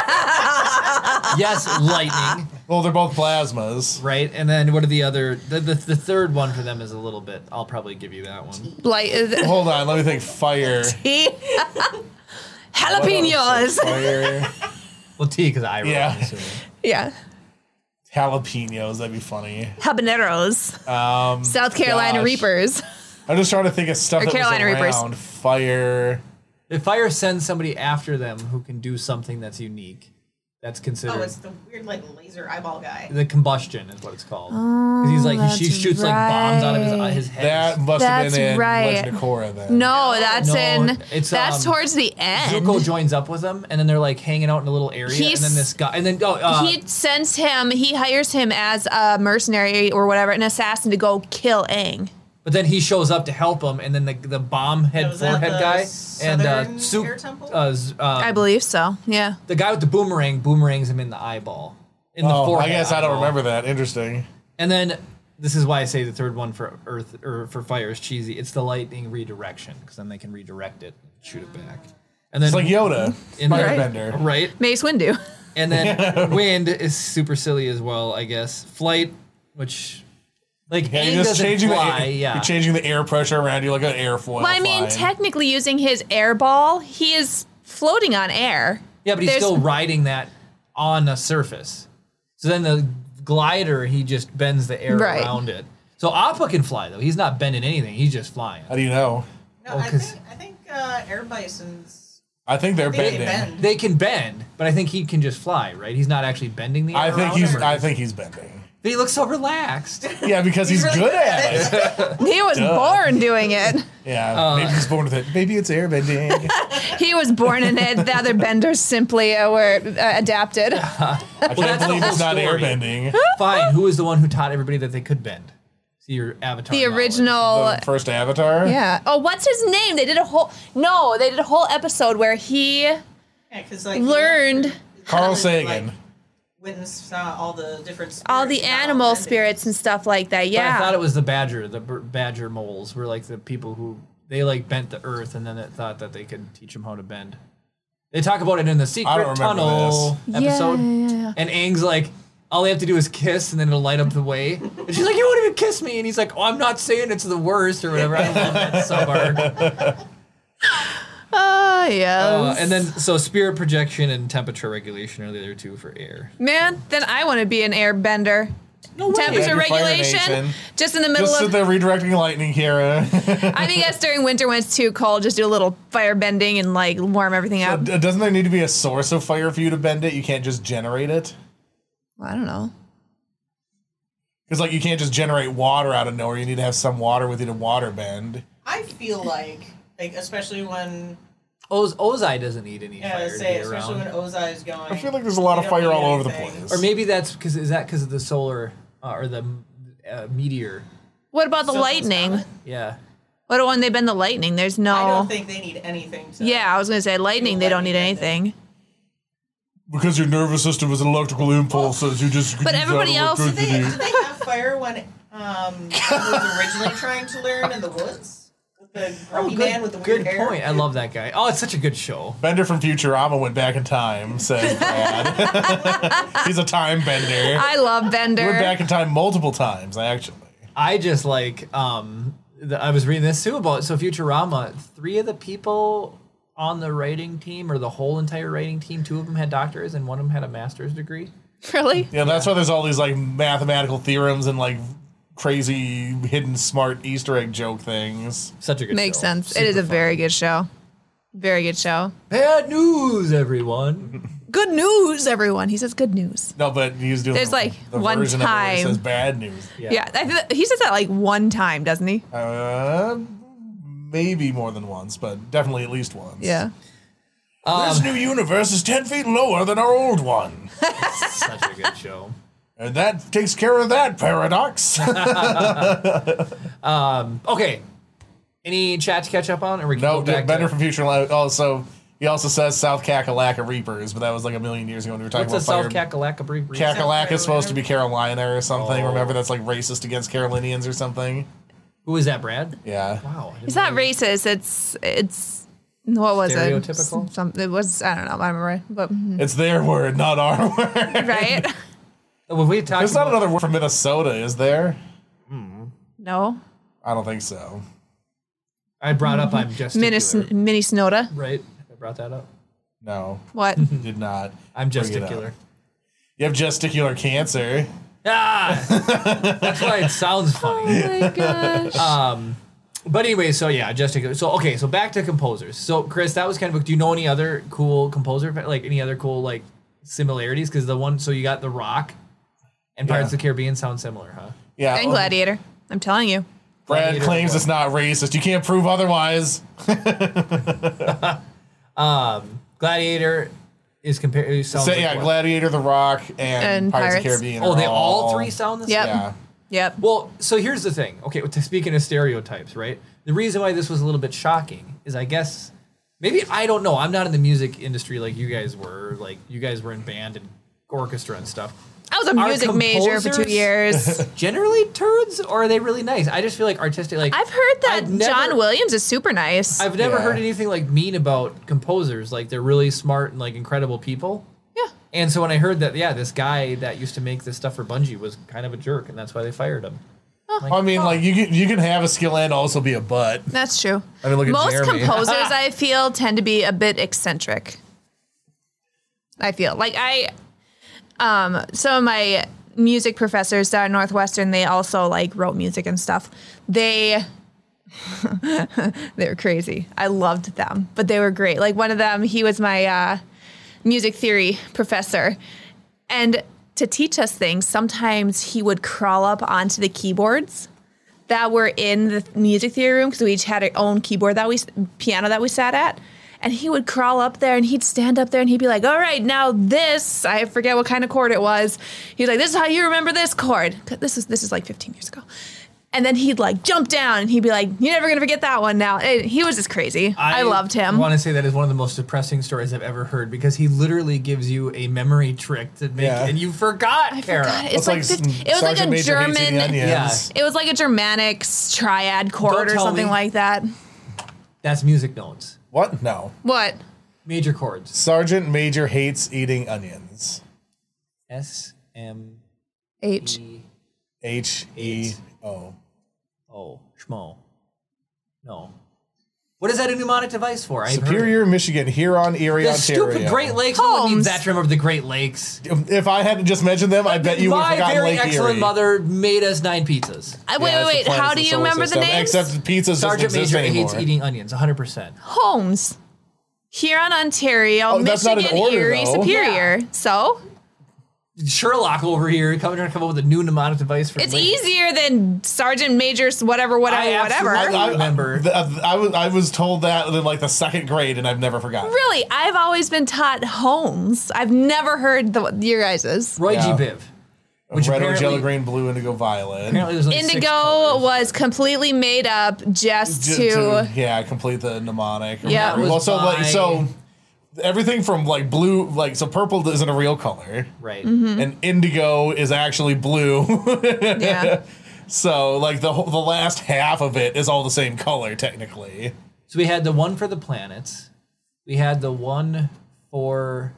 A: yes, lightning,
C: Well, they're both plasmas.
A: right? And then what are the other? The, the, the third one for them is a little bit. I'll probably give you that one.
B: Like uh,
C: Hold on. Let me think. Fire.
B: jalapenos.
C: Fire.
A: Well, T because I roll,
C: Yeah.
A: I'm assuming.
B: yeah,
C: jalapenos. That'd be funny.
B: habaneros. Um, South Carolina
C: gosh.
B: Reapers.
C: I'm just trying to think of stuff
B: Or
C: that
B: Carolina
C: was
B: Reapers.
C: around. Fire.
A: If fire sends somebody after them who can do something that's unique, that's considered
D: Oh, it's the weird like laser eyeball guy.
C: Oh,
A: the combustion is what it's called. 'Cause he's like he, she
B: Oh, that's
A: shoots like bombs out of his,
B: right.
A: his head.
C: That must have
B: That's
C: been in
B: right.
C: Legend of Korra then.
B: No, that's
A: No,
B: in.
A: it's,
B: that's
A: um,
B: towards the end.
A: Zuko joins up with them, and then they're like hanging out in a little area,
B: He's-
A: and then this guy, and then oh, uh,
B: he sends him. He hires him as a mercenary or whatever, an assassin to go kill Aang.
A: but then he shows up to help him, and then the the bomb head
D: Was that
A: forehead
D: the
A: guy and uh,
D: Southern Air Temple?
A: uh, Z-
B: I
A: uh,
B: believe so. Yeah.
A: the guy with the boomerang boomerangs him in the eyeball, in the
C: Oh, I
A: forehead.
C: guess I don't
A: eyeball.
C: remember that. Interesting.
A: And then this is why I say the third one for Earth or for fire is cheesy. It's the lightning redirection because then they can redirect it, and shoot it back, and then
C: It's like Yoda,
A: in the-
C: Firebender.
A: right?
B: Mace Windu.
A: And then wind is super silly as well, I guess. Flight, which Like
C: Yeah,
A: Aang
C: you're just
A: doesn't
C: changing
A: fly,
C: the air,
A: yeah.
C: you're changing the air pressure around you like an airfoil.
B: Well, I mean,
C: flying.
B: technically, using his air ball, he is floating on air.
A: yeah, but he's
B: There's-
A: still riding that on a surface. So then the glider, he just bends the air
B: Right.
A: around it. So Appa can fly though. He's not bending anything. He's just flying.
C: How do you know?
D: No,
A: Well,
D: I
A: 'cause-
D: think I think uh, air bison's.
C: I think they're
D: I think they
C: bending.
D: bend.
A: They can bend, but I think he can just fly, right? He's not actually bending the air.
C: I think
A: around
C: he's.
A: him, or-
C: I think he's bending.
A: But he looks so relaxed.
C: Yeah, because he's,
D: He's really
C: good at it.
B: He was born doing it.
C: Yeah,
A: Uh.
C: maybe he's born with it. Maybe it's airbending.
B: He was born in it. The other benders simply uh, were uh, adapted.
C: I can't
A: that's the
C: believe it's
A: whole
C: not
A: story.
C: airbending.
A: Fine. Who is the one who taught everybody that they could bend? See your avatar.
B: The
A: knowledge.
B: original.
C: The first Avatar.
B: Yeah. Oh, what's his name? They did a whole. No, they did a whole episode where he
D: Yeah, because like
B: learned
C: Carl
D: Like,
C: Sagan.
D: when saw all the different
B: all
D: spirits
B: the
D: and all
B: animal
D: bending.
B: spirits and stuff like that.
A: But
B: Yeah.
A: I thought it was the badger. The b- badger moles were like the people who they like bent the earth, and then it thought that they could teach them how to bend. They talk about it in the secret
C: remember
A: tunnel
B: this. Yeah,
A: episode,
B: yeah, yeah.
A: and Aang's like. All they have to do is kiss, and then it'll light up the way. And she's like, "You won't even kiss me," and he's like, "Oh, I'm not saying it's the worst or whatever." I love that sub arc.
B: Ah, yes.
A: Uh, and then, so spirit projection and temperature regulation are the other two for air.
B: Man, then I want to be an airbender. No Temperature
C: You're Fire
B: regulation.
C: Nation.
B: Just in the middle
C: Just
B: of.
C: sit there redirecting lightning, Kira.
B: I mean, I guess during winter when it's too cold, just do a little fire bending and like warm everything up.
C: D- Uh, Doesn't there need to be a source of fire for you to bend it? You can't just generate it.
B: I don't know.
C: Because like you can't just generate water out of nowhere. You need to have some water with you to water bend.
D: I feel like, like especially when
A: Oz- Ozai doesn't need any
D: yeah,
A: fire to
D: say
A: be
D: especially
A: around.
D: when Ozai is going.
C: I feel like there's a lot
D: they
C: of
D: don't
C: fire
D: need
C: all over the
D: anything.
C: place.
A: Or maybe that's because is that because of the solar uh, or the uh, meteor?
B: What about the
D: Something's
B: lightning?
D: coming.
A: Yeah.
B: What when they bend the lightning? There's no.
D: I don't think they need anything. To
B: yeah, I was gonna say lightning. They don't need
D: lightning bending.
B: anything.
C: because your nervous system is an electrical impulses. You just
B: But
C: use
B: everybody
C: that
B: else-
D: Did they,
C: electricity.
D: did they have fire when um, he was originally trying to learn in the woods? With the
C: Oh,
D: grumpy man with the weird
A: good
D: hair.
A: point. I love that guy. Oh, it's such a good show.
C: Bender from Futurama went back in time, says Brad. He's a time bender.
B: I love
C: He
B: Bender.
C: went back in time multiple times, actually.
A: I just like um the, I was reading this too about so Futurama, three of the people on the writing team or the whole entire writing team, two of them had doctors and one of them had a master's degree.
B: Really?
C: Yeah, that's why there's all these like mathematical theorems and like crazy hidden smart Easter egg joke things.
A: Such a good
B: Makes
A: show.
B: sense. it is a very good show. Very good show.
A: Bad news, everyone.
B: Good news, everyone. He says good news.
C: No, but he was doing
B: There's, like, one
C: version of it where he
B: time-
C: says bad news.
B: Yeah, I feel- he says that like one time, doesn't he?
C: Uh, maybe more than once, but definitely at least once.
B: Yeah. Um,
C: this new universe is ten feet lower than our old one.
A: Such a good show.
C: And that takes care of that paradox.
A: Okay. Any chat to catch up on? Or we can
C: No,
A: go back
C: Bender
A: to,
C: from Future Life. Also, he also says South Kakalaka Reapers, but that was like a million years ago when we were talking
A: What's a
C: about
A: South
C: fire.
A: Kakalaka brief
C: Kakalaka is supposed to be Carolina or something.
A: Oh.
C: Remember, that's like racist against Carolinians or something.
A: Who is that, Brad?
C: Yeah.
A: Wow. I didn't
B: It's not
A: really-
B: racist. It's it's what was
A: Stereotypical?
B: it? Some, it was I don't know. I remember, but
A: Mm.
C: It's their word, not our word.
B: right?
A: Well, we talked
C: There's not
A: about-
C: another word for Minnesota, is there?
B: no,
C: I don't think so.
A: I brought up I'm just
B: mini mini Snowda.
A: right? I brought that up.
C: No,
B: What?
C: you did not.
A: I'm
C: bring it up.
A: gesticular.
C: You have gesticular cancer.
A: Ah, that's why it sounds funny. Um,
B: oh my gosh.
A: But anyway, so yeah, gesticular. So okay, so back to composers. So Chris, that was kind of. Do you know any other cool composer? Like any other cool like similarities? Because the one, so you got The Rock, and Pirates of the Caribbean sound similar, huh?
C: Yeah.
B: and
C: well,
B: Gladiator. I'm telling you.
C: Brad
A: Gladiator
C: claims
A: was-
C: it's not racist. You can't prove otherwise.
A: Gladiator is compared. Sounds
C: So,
A: like
C: yeah,
A: what?
C: Gladiator, The Rock, and,
B: And
C: Pirates, of the
B: Pirates.
C: Caribbean.
A: Oh,
C: are
A: they all three sound the same.
B: Yep.
C: Yeah.
B: Yep.
A: Well, so here's the thing. Okay, with- speaking of stereotypes, right? The reason why this was a little bit shocking is I guess maybe I don't know. I'm not in the music industry like you guys were. Like you guys were in band and orchestra and stuff.
B: I was a
A: Our
B: music major for two
A: composers-
B: years.
A: Generally turds or are they really nice? I just feel like artistic like
B: I've heard that
A: I've never-
B: John Williams is super nice.
A: I've never
C: Yeah.
A: heard anything like mean about composers. Like they're really smart and like incredible people.
B: yeah.
A: And so when I heard that, yeah, this guy that used to make this stuff for Bungie was kind of a jerk, and that's why they fired him.
C: I mean, like you can, you can have a skill and also be a butt.
B: That's true.
C: I mean, look at
B: Most
C: Jeremy.
B: composers, I feel, tend to be a bit eccentric. I feel like I, um, some of my music professors down at Northwestern, they also like wrote music and stuff. They, they were crazy. I loved them, but they were great. Like one of them, he was my uh, music theory professor, and to teach us things, sometimes he would crawl up onto the keyboards that were in the music theory room because we each had our own keyboard that we piano that we sat at and he would crawl up there and he'd stand up there and he'd be like all right now this i forget what kind of chord it was he's like this is how you remember this chord 'Cause this is this is like 15 years ago and then he'd like jump down and he'd be like you're never gonna forget that one now And he was just crazy i, loved him
A: want to say that is one of the most depressing stories I've ever heard because he literally gives you a memory trick to make,
C: Yeah.
A: and you forgot,
B: I
A: Kara.
B: forgot.
C: That's
B: it's like,
C: S-
B: 15 it was like
C: Sergeant
B: a
C: Major Hazy and the
B: german
C: Onions.
B: it was like a germanic s- triad chord
A: Don't
B: or
A: tell
B: something
A: me.
B: like that
A: That's music notes,
C: What? No.
B: what
A: major chords.
C: Sergeant Major hates eating onions.
A: S M
B: h
A: E
C: H E O.
A: O schmo. No. What is that a mnemonic device for? I've heard it.
C: Superior, Michigan, Huron, Erie,
A: The
C: Ontario.
A: stupid Great Lakes. No one needs
B: Holmes.
A: that to remember the Great Lakes.
C: If I hadn't just mentioned them, I bet you would have
A: My
C: forgotten
A: very
C: Lake
A: excellent
C: Erie.
A: mother made us nine pizzas.
B: I-
C: Yeah,
B: Uh, wait,
C: it's the
B: wait, wait.
C: planets
B: How
C: of
B: do you
C: solar
B: remember
C: system,
B: the names?
C: Except pizza doesn't
A: Sergeant
C: exist
A: Major
C: anymore.
A: hates eating onions, 100%.
B: Holmes, Huron, Ontario,
C: Oh,
B: Michigan,
C: that's not an order,
B: Erie,
C: though.
B: Superior. So
A: Sherlock over here coming to come up with a new mnemonic device for
B: it's
A: Lake.
B: easier than Sergeant Major's whatever, whatever,
A: I
B: whatever.
A: absolutely-
C: I,
A: Remember.
C: th- I, was, I was told that in like the second grade, and I've never forgotten.
B: really, I've always been taught Holmes. I've never heard the your guys's.
A: Roy
C: Yeah.
A: G. Biv. Which
C: Red, orange, yellow,
A: apparently,
C: green, blue, indigo, violet.
A: apparently there's only six
B: Indigo
A: colors.
B: was completely made up just
C: J-
B: to.
C: yeah complete the mnemonic.
B: Yeah. That was
C: Well, so like
A: by-
C: so everything from like blue like so purple isn't a real color,
A: Right.
B: Mm-hmm.
C: and indigo is actually blue.
B: Yeah.
C: so like the whole, the last half of it is all the same color technically.
A: So we had the one for the planets. We had the one for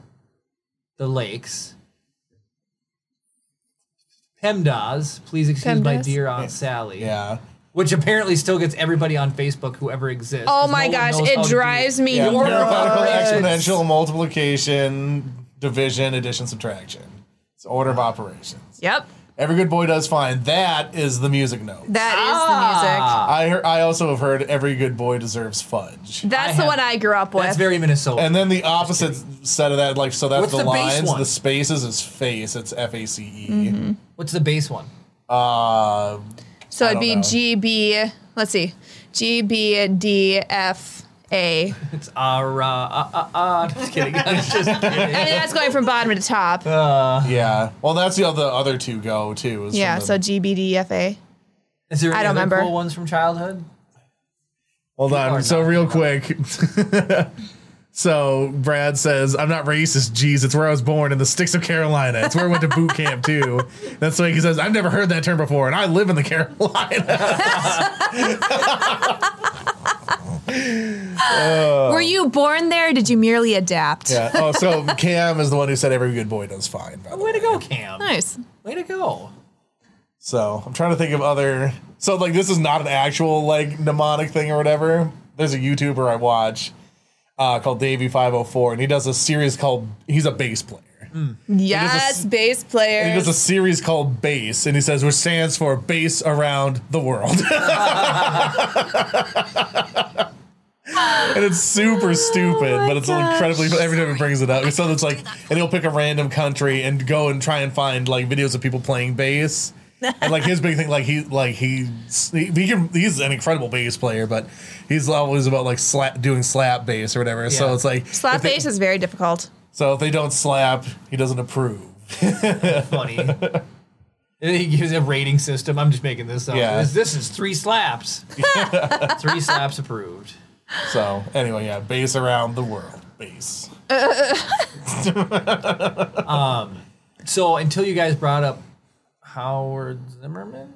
A: the lakes. PEMDAS, please excuse my
B: PEMDAS?
A: dear Aunt Sally.
C: Yeah.
A: Which apparently still gets everybody on Facebook who ever exists.
B: Oh
A: 'cause
B: my
A: no one
B: gosh,
A: knows how
B: it
A: to do
B: drives me
C: Yeah. Parenthetical,
A: Alright.
C: exponential, multiplication, division, addition, subtraction. It's order of operations.
B: Yep.
C: Every good boy does fine. That is the music note.
B: that is
A: Ah.
C: I hear, I also have heard every good boy deserves fudge.
B: the music. That's
A: I
B: the
A: have-
B: one I grew up with.
A: That's very Minnesota.
C: And then the opposite set of that, like so that's
A: What's
C: the,
A: the base
C: lines,
A: one? Mm-hmm.
C: the spaces is face, it's F A C E.
A: What's the base one?
C: Uh
B: So
C: I
B: it'd
C: don't
B: be
C: know.
B: G B. Let's see, G B D F A.
A: It's ara ah ah ah. Just kidding. I was just kidding.
B: I mean, that's going from bottom to top.
C: yeah. Well that's the other other two go too. is
B: yeah.
C: from the-
B: So G B D F A.
A: Is there
B: I
A: any
B: don't
A: other
B: remember.
A: cool ones from childhood?
C: Hold
A: Or
C: on. So
A: not.
C: real quick. so Brad says, "I'm not racist. Geez, it's where I was born in the sticks of Carolina. It's where I went to boot camp too." That's like he says, "I've never heard that term before, and I live in the Carolinas."
B: Were you born there? Or did you merely adapt?
C: Oh. yeah. Oh, so Cam is the one who said every good boy does fine. By the way.
A: Way to go, Cam.
B: Nice.
A: Way to go.
C: So I'm trying to think of other. So like this is not an actual like mnemonic thing or whatever. There's a YouTuber I watch uh, called Davey504, and he does a series called he's a bass player.
B: Yes, bass
C: And he
B: player.
C: does a series called Bass, and he says which stands for Bass Around the World. and it's super stupid, but it's incredibly. Every time he brings it up, so it's like, and he'll pick a random country and go and try and find like videos of people playing bass. and like his big thing, like he, like he, he, he can, he's an incredible bass player, but he's always about like slap doing slap bass or whatever. So
A: Yeah.
C: it's like
B: Slap
C: if they-
B: bass is very difficult.
C: So if they don't slap, he doesn't approve.
A: Funny. And he gives a rating system. I'm just making this up.
C: Yeah.
A: This, this is three slaps. three slaps approved.
C: So anyway, yeah, base around the world, base.
A: So until you guys brought up Howard Zimmerman?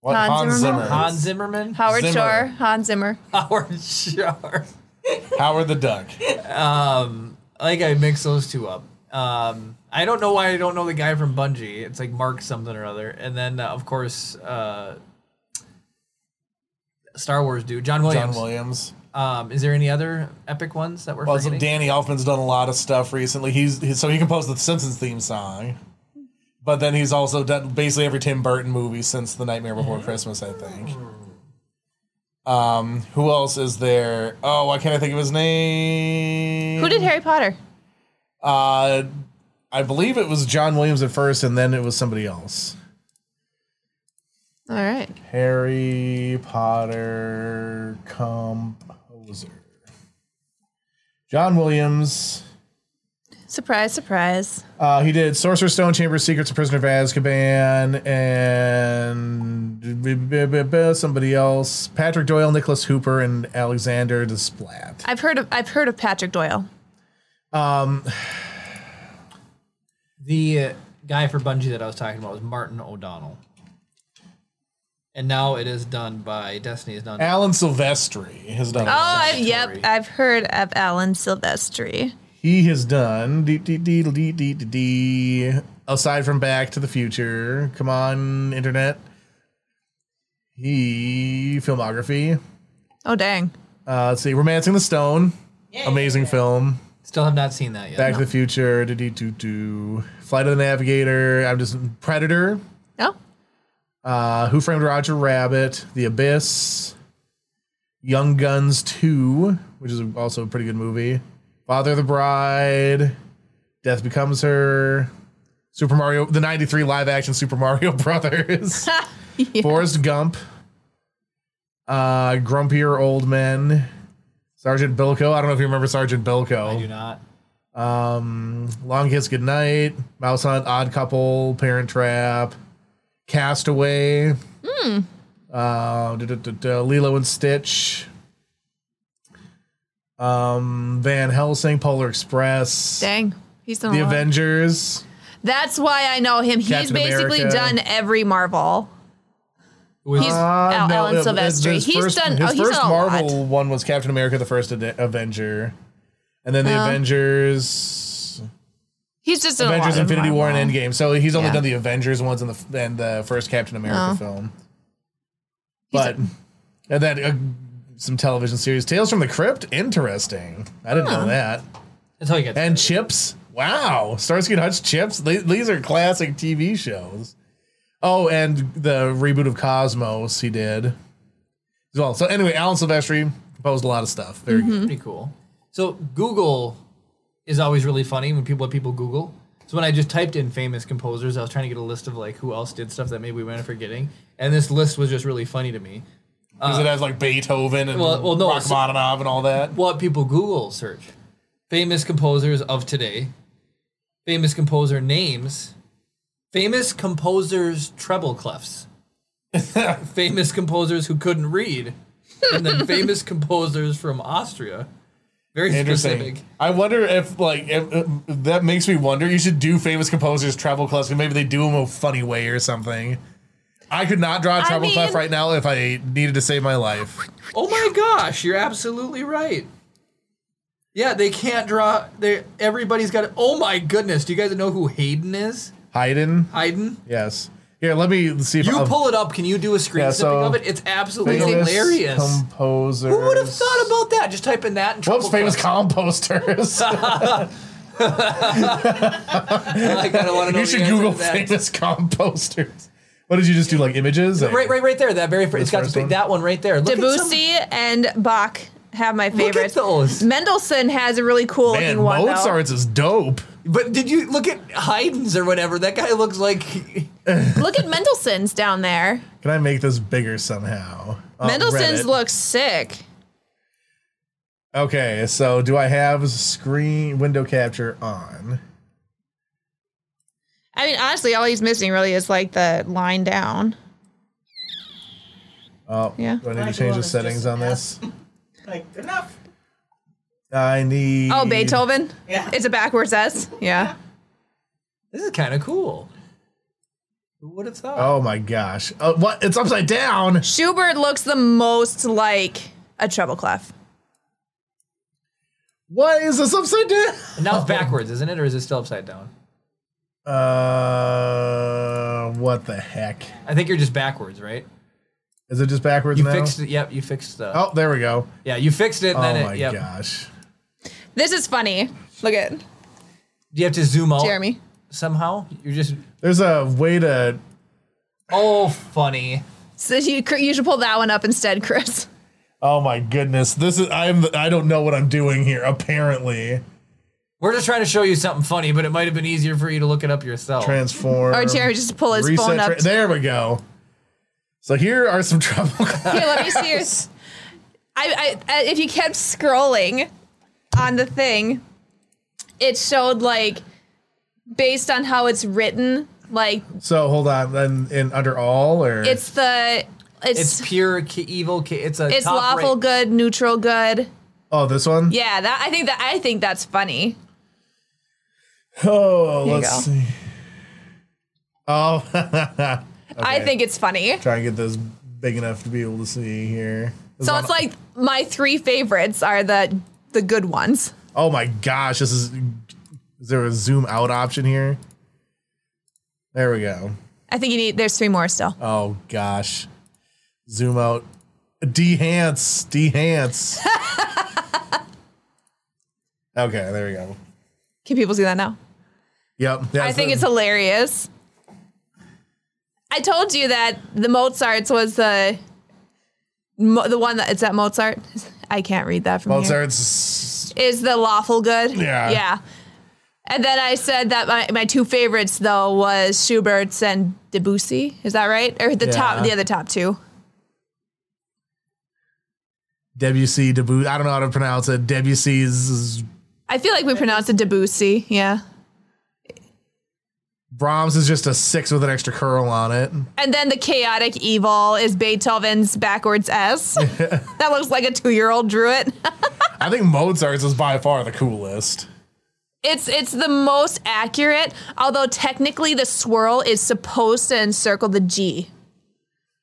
C: What
B: Hans
C: Hans Zimmer?
B: Zimmer.
A: Hans Zimmerman?
B: Howard
C: Zimmer.
B: Shore, Hans Zimmer.
A: Howard Shore.
C: Howard the Duck.
A: I think I mixed those two up. Um, I don't know why I don't know the guy from Bungie. It's like Mark something or other. And then, uh, of course, uh, Star Wars dude, John Williams.
C: John Williams.
A: Um, is there any other epic ones that we're
C: Well, so
A: forgetting?
C: Danny Elfman's done a lot of stuff recently. He's, he's so he composed the Simpsons theme song, but then he's also done basically every Tim Burton movie since The Nightmare Before Christmas, I think. Um, who else is there? Oh, why can't I think of his name?
B: Who did Harry Potter?
C: Uh, I believe it was John Williams at first, and then it was somebody else.
B: All right.
C: Harry Potter composer. John Williams.
B: Surprise, surprise.
C: Uh, he did Sorcerer's Stone, Chamber of Secrets, The Prisoner of Azkaban, and somebody else. Patrick Doyle, Nicholas Hooper, and Alexander Desplat.
B: I've heard of I've heard of Patrick Doyle.
A: the uh, guy for Bungie that I was talking about was Martin O'Donnell. And now it is done by Destiny's done.
C: Alan Silvestri has done. a
B: Oh,
C: lot.
B: I've, yep, I've heard of Alan Silvestri.
C: He has done. Dee, dee, dee, dee, dee, dee, dee. Aside from Back to the Future, come on, internet. He filmography.
B: Oh dang.
C: Uh, let's see, Romancing the Stone,
D: Yeah,
C: amazing film.
A: Still have not seen that yet.
C: Back to the Future, do, do, do, do. Flight of the Navigator. I'm just Predator.
B: No.
C: Uh, Who Framed Roger Rabbit? The Abyss. Young Guns Two, which is also a pretty good movie. Father of the Bride. Death Becomes Her. Super Mario, the '93 live-action Super Mario Brothers. Forrest Gump. Uh, Grumpier Old Men. Sergeant Bilko. I don't know if you remember Sergeant Bilko.
A: I do not.
C: Um, Long Kiss Goodnight, Mouse Hunt, Odd Couple, Parent Trap, Castaway, uh, duh, duh, duh, duh, Lilo and Stitch, um, Van Helsing, Polar Express,
B: Dang. He's done
C: The
B: a lot.
C: Avengers.
B: That's why I know him. He's
C: Captain
B: basically
C: America.
B: done every Marvel.
A: It was-
B: He's
C: Uh,
B: Al-
C: no,
B: Alan
C: it- it-
B: Silvestri.
C: his
B: He's
C: first-
B: done.
C: His
B: oh, he's
C: first
B: done a
C: Marvel
B: lot.
C: one was Captain America: The First Ad- Avenger, and then the
B: Oh.
C: Avengers.
B: He's just done
C: Avengers
B: a lot of
C: Infinity War and
B: Marvel.
C: Endgame. So he's only
B: Yeah.
C: done the Avengers ones and the and the first Captain America
B: Oh.
C: film.
B: He's
C: But and then uh, some television series, Tales from the Crypt. Interesting. I didn't know that.
A: that's how you get.
C: And Chips. Wow, Starsky and Hutch Chips. Th- These are classic TV shows. Oh, and the reboot of Cosmos he did as well. So anyway, Alan Silvestri composed a lot of stuff. Very
B: Mm-hmm.
C: good.
A: pretty cool. So Google is always really funny when people what people Google. So when I just typed in famous composers, I was trying to get a list of like who else did stuff that maybe we went forgetting, and this list was just really funny to me.
C: Because it has like Beethoven and
A: well- well, no, it's-
C: Rachmaninoff and all that.
A: What people Google search: famous composers of today, famous composer names, famous composers treble clefs, famous composers who couldn't read, and then famous composers from Austria. Very
C: Interesting.
A: specific.
C: I wonder if like if, uh, that makes me wonder. You should do famous composers travel clefs. Maybe they do them a funny way or something. I could not draw a
B: I
C: treble clef
B: mean-
C: right now if I needed to save my life.
A: Oh my gosh, you're absolutely right. Yeah, they can't draw. They everybody's got. Oh my goodness, do you guys know who Hayden is?
C: Haydn,
A: Hayden.
C: yes. Here, let me see if
A: You
C: I'll-
A: pull it up. Can you do a screen
C: Yeah,
A: snipping
C: so-
A: of it? It's absolutely
C: famous
A: hilarious.
C: composers.
A: Who would have thought about that? Just type in that and
C: Whoops,
A: trouble
C: famous
A: clefs.
C: composters.
A: I kind of want to know.
C: you
A: the
C: should
A: answer
C: Google
A: to that.
C: famous composters. What did you just do? Like images?
A: Right, right, right there. That very. First, it's got
C: first
A: the, big-
C: one?
A: that one right there. Look at some-
B: Debussy and Bach have my
A: Look at
B: favorites.
A: those.
B: Mendelssohn has a really cool
C: Man,
B: looking one. though.
C: Mozart's is dope.
A: But did you look at Haydn's or whatever? That guy looks like.
B: Look at Mendelssohn's down there.
C: Can I make this bigger somehow? Oh,
B: Mendelssohn's
C: Reddit.
B: looks sick.
C: Okay, so do I have screen window capture on?
B: I mean, honestly, all he's missing really is like the line down.
C: Oh,
B: Yeah.
C: Do I need
D: Michael
C: to change the
D: is
C: settings
D: just
C: on this?
D: Like, good enough.
C: I need.
B: Oh, Beethoven.
D: Yeah.
B: It's a backwards S. Yeah.
A: this is kind of cool. Who would have thought?
C: Oh my gosh! Oh, what? It's upside down.
B: Schubert looks the most like a treble clef.
C: Why is this upside down?
A: And now it's backwards, isn't it? Or is it still upside down?
C: Uh, what the heck? Uh,
A: I think you're just backwards, right?
C: Is it just backwards
A: You
C: now?
A: fixed it. Yep, you fixed the.
C: Oh, there we go.
A: Yeah, you fixed it. And
C: Oh
A: then it,
C: my
A: yep.
C: gosh.
B: This is funny. Look at
A: Do you have to zoom out
B: Jeremy.
A: somehow? You're just
C: There's a way to.
A: oh funny.
B: So you you should pull that one up instead, Chris.
C: Oh my goodness. This is. I'm. I don't know what I'm doing here. Apparently,
A: We're just trying to show you something funny, but it might have been easier for you to look it up yourself.
C: transform.
A: Um,
B: Or Jerry just pull his phone up.
C: tra- there we go. So here are some trouble.
B: Here, let me see yours. I, I, I if you kept scrolling on the thing, it showed like based on how it's written, like
C: so hold on. Then in under all or
B: it's the it's
A: it's
B: it's,
A: pure ki- evil. Ki- it's a top
B: lawful
A: rate.
B: good, neutral good.
C: oh this one.
B: Yeah, that I think that I think that's funny.
C: Oh,
B: Here you
C: let's
B: go.
C: see. Oh,
B: I think it's funny.
C: try and get this big enough to be able to see here. This
B: So
C: is
B: it's
C: on-
B: like my three favorites are the the good ones.
C: oh my gosh, this is. Is there a zoom out option here? There we go.
B: I think you need there's three more still.
C: Oh gosh, zoom out. Dehance, dehance. okay, there we go.
B: Can people see that now?
C: Yep.
B: I think it's hilarious. I told you that the Mozart's was the mo- the one that it's at Mozart. I can't read that from Mozart
C: Mozart's.
B: is the lawful good.
C: Yeah.
B: yeah. And then I said that my, my two favorites though was Schubert's and Debussy. Is that right? Or the
A: Yeah.
B: top the other top two?
C: WC Debu. I don't know how to pronounce it. WC's
B: I feel like we pronounce it Debussy. Yeah.
C: Brahms is just a six with an extra curl on it.
B: And then the chaotic evil is Beethoven's backwards S. that looks like a two year old drew it.
C: I think Mozart's is by far the coolest.
B: It's it's the most accurate, although technically the swirl is supposed to encircle the G.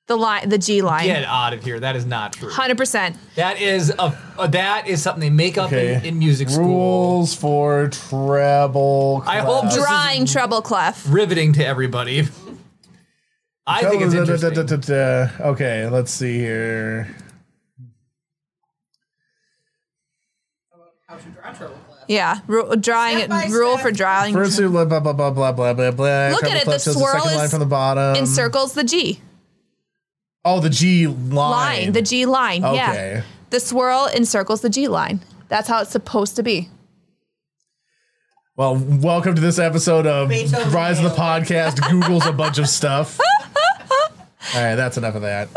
B: The line the G line.
A: Get out of here. That is not true.
B: Hundred percent.
A: That is a, a that is something they make up in, in music school.
C: Rules for treble.
A: I hope
C: class.
A: This is-
B: Drawing treble clef.
A: Riveting to everybody. I think it's interesting.
C: Okay, let's see here.
D: How to draw trouble class.
B: Yeah. Ru- drawing
D: Step by
B: rule
D: step.
B: for drawing
C: First, we blah blah blah blah blah blah blah. blah.
B: Look at
C: Treble
B: it, the
C: clef shows
B: swirl
C: second line
B: is
C: from the bottom.
B: encircles the G.
C: Oh, the G line.
B: Line. The G line.
C: Okay.
B: Yeah. The swirl encircles the G line. That's how it's supposed to be.
C: Well, welcome to this episode of
D: Beethoven
C: Rise of the
D: Halo.
C: Podcast. Google's a bunch of stuff. All right, that's enough of that.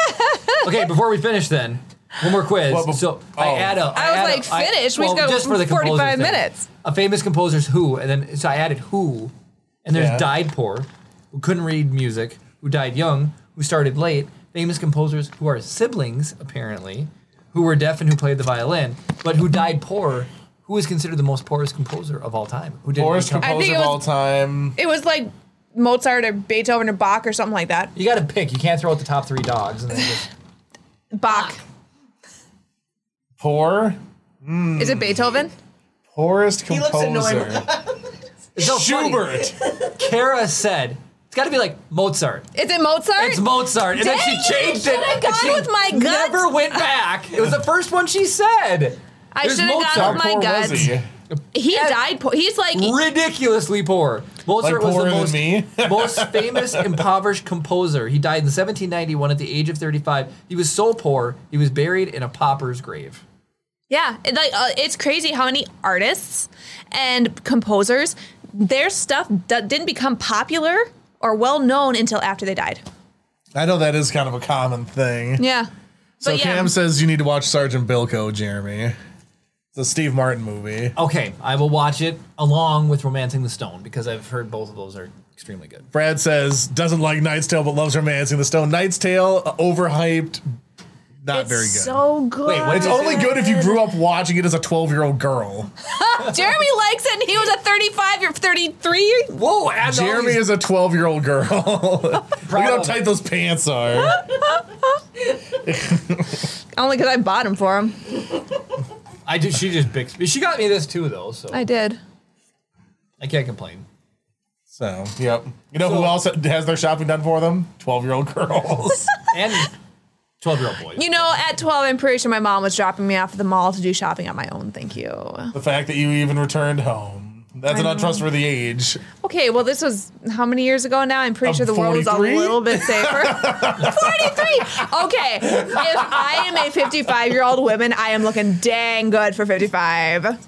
A: okay, before we finish, then one more quiz.
C: Well, bef-
A: so I
C: oh.
A: add up.
B: I was like, finish? We just got 45
A: composer thing.
B: minutes.
A: A famous composer's who, and then so I added who, and there's
C: Yeah.
A: died poor, who couldn't read music, who died young, who started late. Famous composers who are siblings apparently, who were deaf and who played the violin, but who died poor. Who is considered the most poorest composer of all time? Who didn't
C: Poorest
A: become-
B: I think
C: composer
B: it
C: of
B: was-
C: all time.
B: It was like Mozart or Beethoven or Bach or something like that.
A: You got to pick. You can't throw out the top three dogs. And then just,
B: Bach.
C: Poor.
B: Is it Beethoven?
C: Poorest
D: looks
C: composer.
D: annoyed.
A: it's so funny.
C: Schubert.
A: Kara said it's got to be like Mozart.
B: Is it Mozart?
A: It's Mozart, and then
B: Dang
A: she
B: it,
A: changed it.
B: should've
A: and
B: gone
A: she
B: with my gut.
A: Never went back. It was the first one she said.
B: I
A: There's
B: should have
A: Mozart.
B: gone with my
C: Poor
B: guts.
C: was he?
B: He died. Po- he's like
A: Ridiculously poor. Mozart was
C: poorer
A: the
C: than
A: most,
C: me?
A: most famous impoverished composer. He died in 1791 at the age of 35. He was so poor, he was buried in a pauper's grave.
B: yeah. it, like uh, it's crazy how many artists and composers their stuff d- didn't become popular or well known until after they died.
C: I know that is kind of a common thing.
B: Yeah.
C: So
B: but yeah,
C: Cam says you need to watch Sergeant Bilko, Jeremy. It's a Steve Martin movie.
A: Okay, I will watch it along with Romancing the Stone because I've heard both of those are extremely good.
C: Brad says doesn't like Knight's Tale but loves Romancing the Stone. Knight's Tale uh, overhyped, not
B: it's
C: very good.
B: so good.
A: Wait, what
C: it's only good if you grew up watching it as a twelve-year-old girl.
B: Jeremy likes it, and he was a thirty-five or thirty-three.
A: Whoa, add all
C: Jeremy
A: these-
C: is a twelve-year-old girl. Look at how
A: Probably.
C: tight those pants are.
B: Only because I bought him for him.
A: I did. She just bixby. She got me this too, though, so
B: I did.
A: I can't complain.
C: So, yep. You know
A: So-
C: who else has their shopping done for them? Twelve-year-old girls.
A: and Twelve year old boy.
B: You know, at 12, I'm pretty sure my mom was dropping me off at the mall to do shopping on my own. Thank you.
C: The fact that you even returned home. That's an untrustworthy age.
B: Okay, well, this was how many years ago now? I'm pretty
C: Um,
B: sure the world was a
C: 43?
B: little bit safer. 43! Okay, if I am a 55 year old woman, I am looking dang good for 55.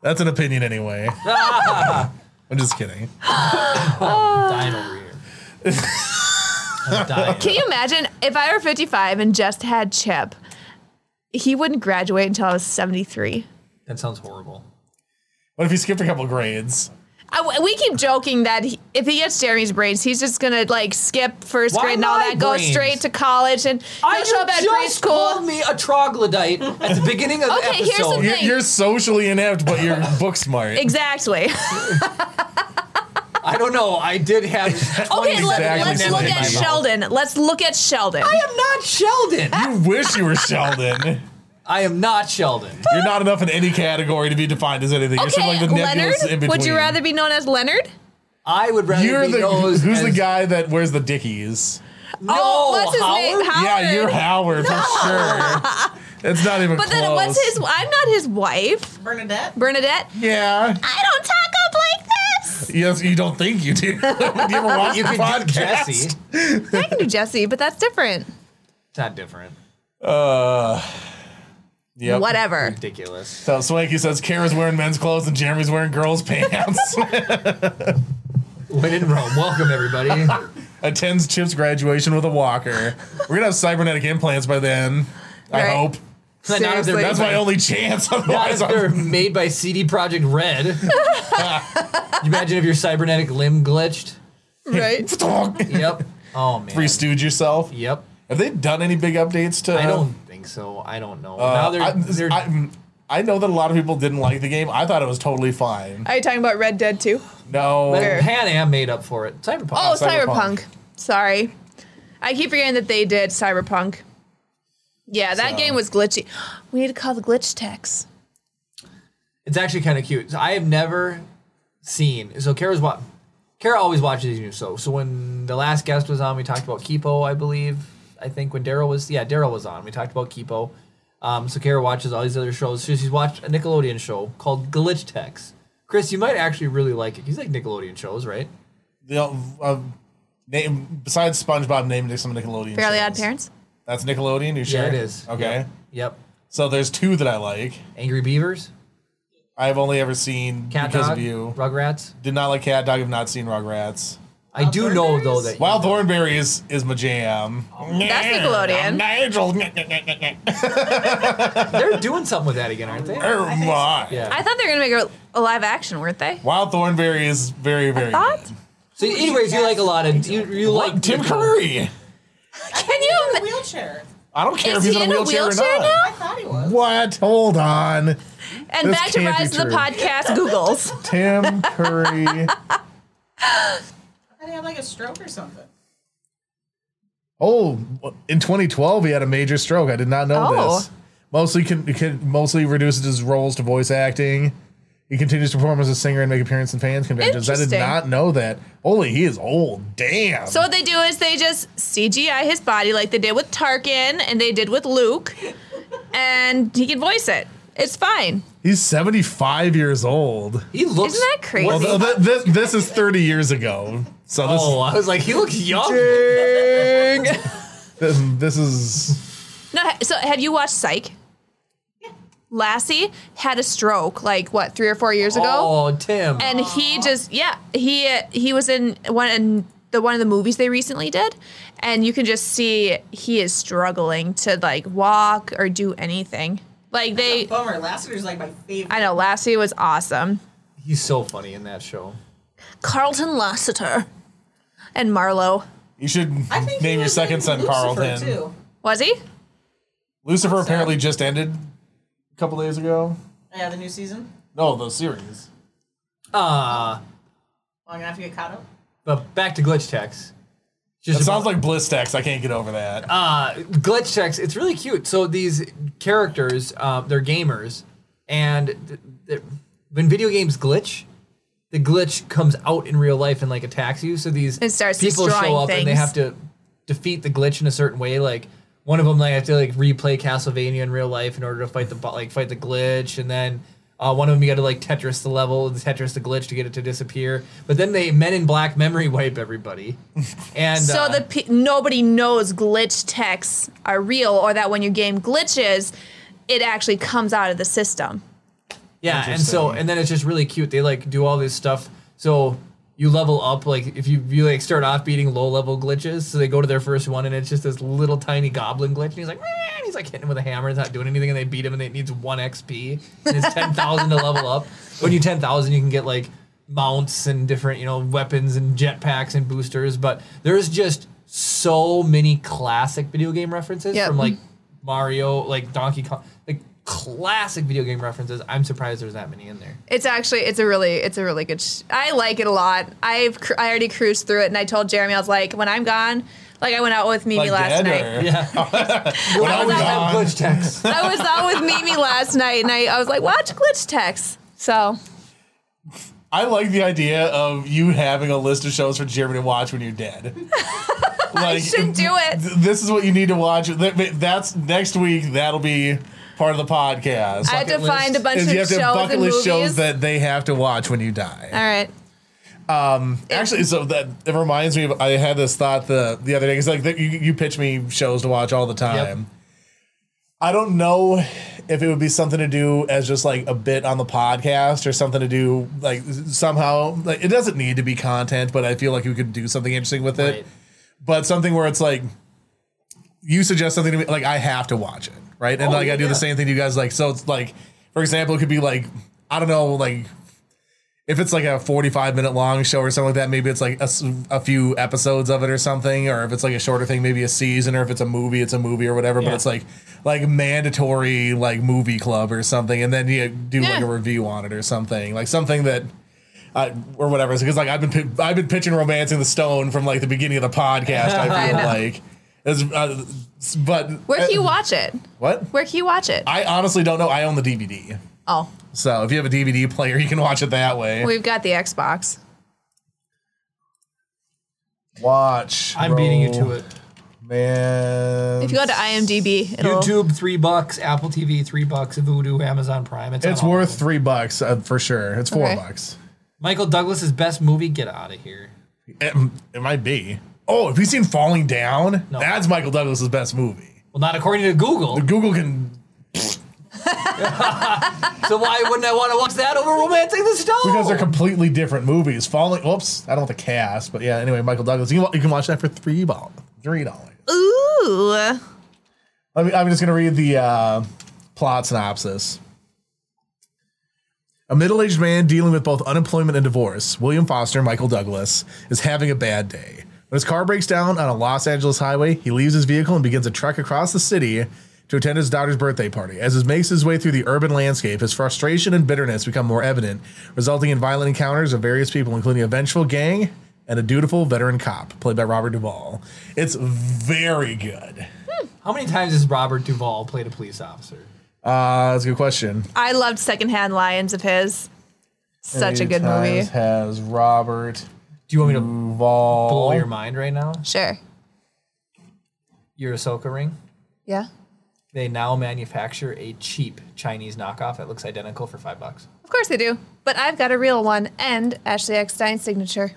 C: That's an opinion anyway.
A: Ah,
C: I'm just kidding.
A: dying over here. I'm dying.
B: Can you imagine if I were 55 and just had Chip? He wouldn't graduate until I was 73.
A: That sounds horrible.
C: What if you skipped a couple grades?
B: I, we keep joking that he, if he gets Jeremy's brains, he's just gonna like skip first
A: Why
B: grade and all
A: my
B: that, go
A: brains?
B: straight to college, and he'll show up at
A: called
B: preschool.
A: me a troglodyte at the beginning of
B: Okay,
A: the
B: here's the
A: episode.
B: thing.
C: You're, you're socially inept, but you're book smart.
B: Exactly.
A: I don't know. I did have.
B: okay, let,
C: Exactly
B: let's
C: what
B: look
C: I
B: at
C: meant.
B: Sheldon. Let's look at Sheldon.
A: I am not Sheldon.
C: You wish you were Sheldon.
A: I am not Sheldon.
C: You're not enough in any category to be defined as anything. You're sort
B: okay,
C: of like the nebulous in
B: Leonard.
C: between.
B: Would you rather be known as Leonard?
A: I would rather
C: You're
A: be
C: the
A: known as-
C: who's the guy that wears the dickies?
A: No,
B: oh, what's his
A: Howard?
B: name? Howard.
C: Yeah, you're Howard for sure. That's not even
B: But
C: close.
B: then what's his? I'm not his wife,
D: Bernadette?
B: Bernadette.
C: Yeah.
B: I don't talk up like this.
C: Yes, you don't think you do. you ever watch
A: You
C: the
A: could do
C: podcast?
A: Jesse.
B: I can do Jesse, but that's different.
A: It's not different.
C: Uh, yep.
B: Whatever.
A: Ridiculous.
C: So Swanky says Kara's wearing men's clothes and Jeremy's wearing girls' pants.
A: When in Rome, welcome everybody.
C: Attends Chip's graduation with a walker. We're gonna have cybernetic implants by then. I
B: Right.
C: hope.
A: Not if they're-
B: Seriously.
C: That's my only chance.
A: Not if
C: Otherwise,
A: they're
C: I'm,
A: made by CD Project Red. Can you imagine if your cybernetic limb glitched?
B: Right.
A: Yep. Oh man.
C: free stooge yourself.
A: Yep.
C: Have they done any big updates to?
A: I don't think so. I don't know.
C: Uh,
A: now they're,
C: I,
A: they're
C: I, I know that a lot of people didn't like the game. I thought it was totally fine.
B: Are you talking about Red Dead 2?
C: No.
B: Where?
A: Pan Am made up for it. Cyberpunk.
B: Oh,
C: Cyberpunk.
B: Cyberpunk. Sorry. I keep forgetting that they did Cyberpunk. Yeah, that
C: So-
B: game was glitchy. We need to call the glitch techs.
A: It's actually kind of cute. So I have never seen. So Kara's what? Kara always watches these new shows. So when the last guest was on, we talked about Kipo, I believe. I think when Daryl was, yeah, Daryl was on. We talked about Kipo. Um, so Kara watches all these other shows. So she's watched a Nickelodeon show called Glitch Tex. Chris, you might actually really like it. He's like Nickelodeon shows, right?
C: The, uh, name besides SpongeBob, named some Nickelodeon.
B: Fairly Odd
C: shows.
B: Parents?
C: That's Nickelodeon. You sure?
A: Yeah, it is.
C: Okay.
A: Yep. Yep.
C: So there's two that I like.
A: Angry Beavers,
C: I've only ever seen
A: Cat
C: because
A: Dog,
C: of you.
A: Rugrats.
C: Did not like Cat Dog. I've not seen Rugrats.
A: I do know though
D: Thornberrys?
A: that
C: Wild Thornberry is is my jam.
B: That's Nickelodeon.
C: Nigel.
A: they're doing something with that again, aren't they?
C: Oh my.
A: Yeah.
B: I thought they were going to make a, a live action, weren't they?
C: Wild Thornberry is very very.
B: Thought?
C: good.
A: So, anyways, you like a lot of you. You like
C: Tim
A: Nickel-
C: Curry.
B: Can you?
D: In a
B: ima-
D: wheelchair.
C: I don't care
B: Is
C: if he's
B: he
C: in a wheelchair, or not.
B: now?
D: I thought he was.
C: What? Hold on.
B: And
C: This
B: back to
C: can't be
B: Rise of the
C: true.
B: Podcast Googles.
C: Tim Curry.
D: I thought he had like a stroke or something.
C: Oh, in 2012 he had a major stroke. I did not know
B: Oh.
C: this. Mostly can, can mostly reduces his roles to voice acting. He continues to perform as a singer and make appearances in fans conventions. I did
B: Interesting.
C: not know that. Holy, he is old. Damn.
B: So what they do is they just CGI his body like they did with Tarkin and they did with Luke, and he can voice it. It's fine.
C: He's 75 years old.
A: He looks.
B: Isn't that crazy?
A: Well,
C: Well, th- th- this, this is 30 years ago. So this
A: Oh, I was like, he looks young.
C: this, this is
B: No, ha- so have you watched Psych? Lassie had a stroke like what three or four years ago,
A: Oh, Tim.
B: and he just yeah he he was in one in the one of the movies they recently did, and you can just see he is struggling to like walk or do anything. Like they,
D: Bummer. Lassiter's like my favorite.
B: I know Lassie was awesome.
A: He's so funny in that show.
B: Carlton Lassiter and Marlowe
C: you should
D: I think he
C: name your
D: was
C: second
D: in
C: son
D: Lucifer,
C: Carlton.
D: Too.
B: was he?
C: Lucifer apparently just ended a couple days ago.
D: Yeah, the new season.
C: No, the series.
A: Uh,
D: Long enough to get caught up.
A: but back to glitch text. Just
C: It sounds
A: about-
C: like Bliss Text. I can't get over that.
B: Oh,
A: uh, glitch text. It's really cute. So these characters, uh, they're gamers, and th- th- when video games glitch, the glitch comes out in real life and like attacks you. So these
B: It starts
A: people show
B: destroying
A: up and they
B: things.
A: have to defeat the glitch in a certain way. Like one of them like I have to like replay Castlevania in real life in order to fight the bo- like fight the glitch, and then uh, one of them you got to like Tetris the level, and Tetris the glitch to get it to disappear. But then they Men in Black memory wipe everybody, and
B: So
A: uh,
B: the pe- nobody knows glitch texts are real, or that when your game glitches, it actually comes out of the system.
A: Yeah, and so
C: Interesting.
A: and then it's just really cute. They like do all this stuff. So you level up like if you you like start off beating low level glitches. So they go to their first one and it's just this little tiny goblin glitch and he's like "Meh," and he's like hitting him with a hammer. It's not doing anything and they beat him and it needs one XP and it's ten thousand to level up. When you ten thousand, you can get like mounts and different you know weapons and jetpacks and boosters. But there's just so many classic video game references
B: Yep.
A: from like Mario, like Donkey Kong, like classic video game references. I'm surprised there's that many in there.
B: It's actually it's a really it's a really good. Sh- I like it a lot. I've cr- I already cruised through it, and I told Jeremy I was like, when I'm gone, like I went out with Mimi
C: Like
B: last
C: dead
B: night.
C: or-
A: Yeah,
C: When I was
A: That
C: gone.
A: glitch text.
B: I was out with Mimi last night, and I, I was like, watch glitch texts. So
C: I like the idea of you having a list of shows for Jeremy to watch when you're dead. like,
B: should do it.
C: th- This is what you need to watch. Th- That's next week. That'll be part of the podcast.
B: I had to
A: Bucket list.
B: find a bunch
C: Is
B: of
C: you have
B: shows
C: to bucket
B: and
C: list
B: movies.
C: shows that they have to watch when you die.
B: All right.
C: Actually, so that it reminds me. Of, I had this thought the the other day. It's like that you you pitch me shows to watch all the time. I don't know if it would be something to do as just like a bit on the podcast or something to do like somehow. Like it doesn't need to be content, but I feel like we could do something interesting with it.
A: Right.
C: But something where it's like you suggest something to me, like I have to watch it, right? And
A: Oh,
C: like I
A: yeah,
C: do the
A: yeah.
C: same thing to you guys. Like so, it's like for example, it could be like I don't know, like if it's like a 45 minute long show or something like that, maybe it's like a, s- a few episodes of it or something, or if it's like a shorter thing, maybe a season, or if it's a movie, it's a movie or whatever, but
A: Yeah.
C: it's like like mandatory like movie club or something, and then you do like
B: Yeah.
C: a review on it or something, like something that. I, or whatever, because like I've been pi- I've been pitching romancing the stone from like the beginning of the podcast. I
B: I
C: feel
B: know.
C: like, It's, uh, s- but
B: Where can you
C: uh,
B: watch it?
C: What?
B: Where can you watch it?
C: I honestly don't know. I own the DVD,
B: oh,
C: so if you have a DVD player, you can watch it that way.
B: we've got the Xbox.
C: Watch.
A: I'm beating you to it.
C: Man.
B: If you go to IMDb, it'll
A: YouTube three bucks, Apple TV three bucks, Vudu, Amazon Prime. It's, on
C: it's
A: all of
C: worth
A: them.
C: three bucks uh, for sure. It's four
B: Okay.
C: bucks.
A: Michael Douglas's best movie. Get out of here.
C: It, it might be. Oh, have you seen Falling Down?
A: No.
C: That's Michael Douglas's best movie.
A: Well, not according to Google.
C: Google can
A: so why wouldn't I want to watch that over Romancing the Stone?
C: because they're completely different movies. Falling. Oops, I don't have the cast, but yeah. Anyway, Michael Douglas. You can, wa- you can watch that for three dollars. Three dollars.
B: Ooh.
C: I mean, I'm just going to read the uh, plot synopsis. A middle aged man dealing with both unemployment and divorce, William Foster, Michael Douglas, is having a bad day. When his car breaks down on a Los Angeles highway, he leaves his vehicle and begins a trek across the city to attend his daughter's birthday party. As he makes his way through the urban landscape, his frustration and bitterness become more evident, resulting in violent encounters of various people, including a vengeful gang and a dutiful veteran cop, played by Robert Duvall. It's very good.
A: How many times has Robert Duvall played a police officer?
C: Uh, that's a good question.
B: I loved Secondhand Lions of his. Such a good movie.
C: Has Robert
A: Do you want me to
C: Duvall?
A: blow your mind right now?
B: Sure.
A: Your Ahsoka ring.
B: Yeah.
A: They now manufacture a cheap Chinese knockoff that looks identical for five bucks.
B: Of course they do. But I've got a real one and Ashley Eckstein's signature.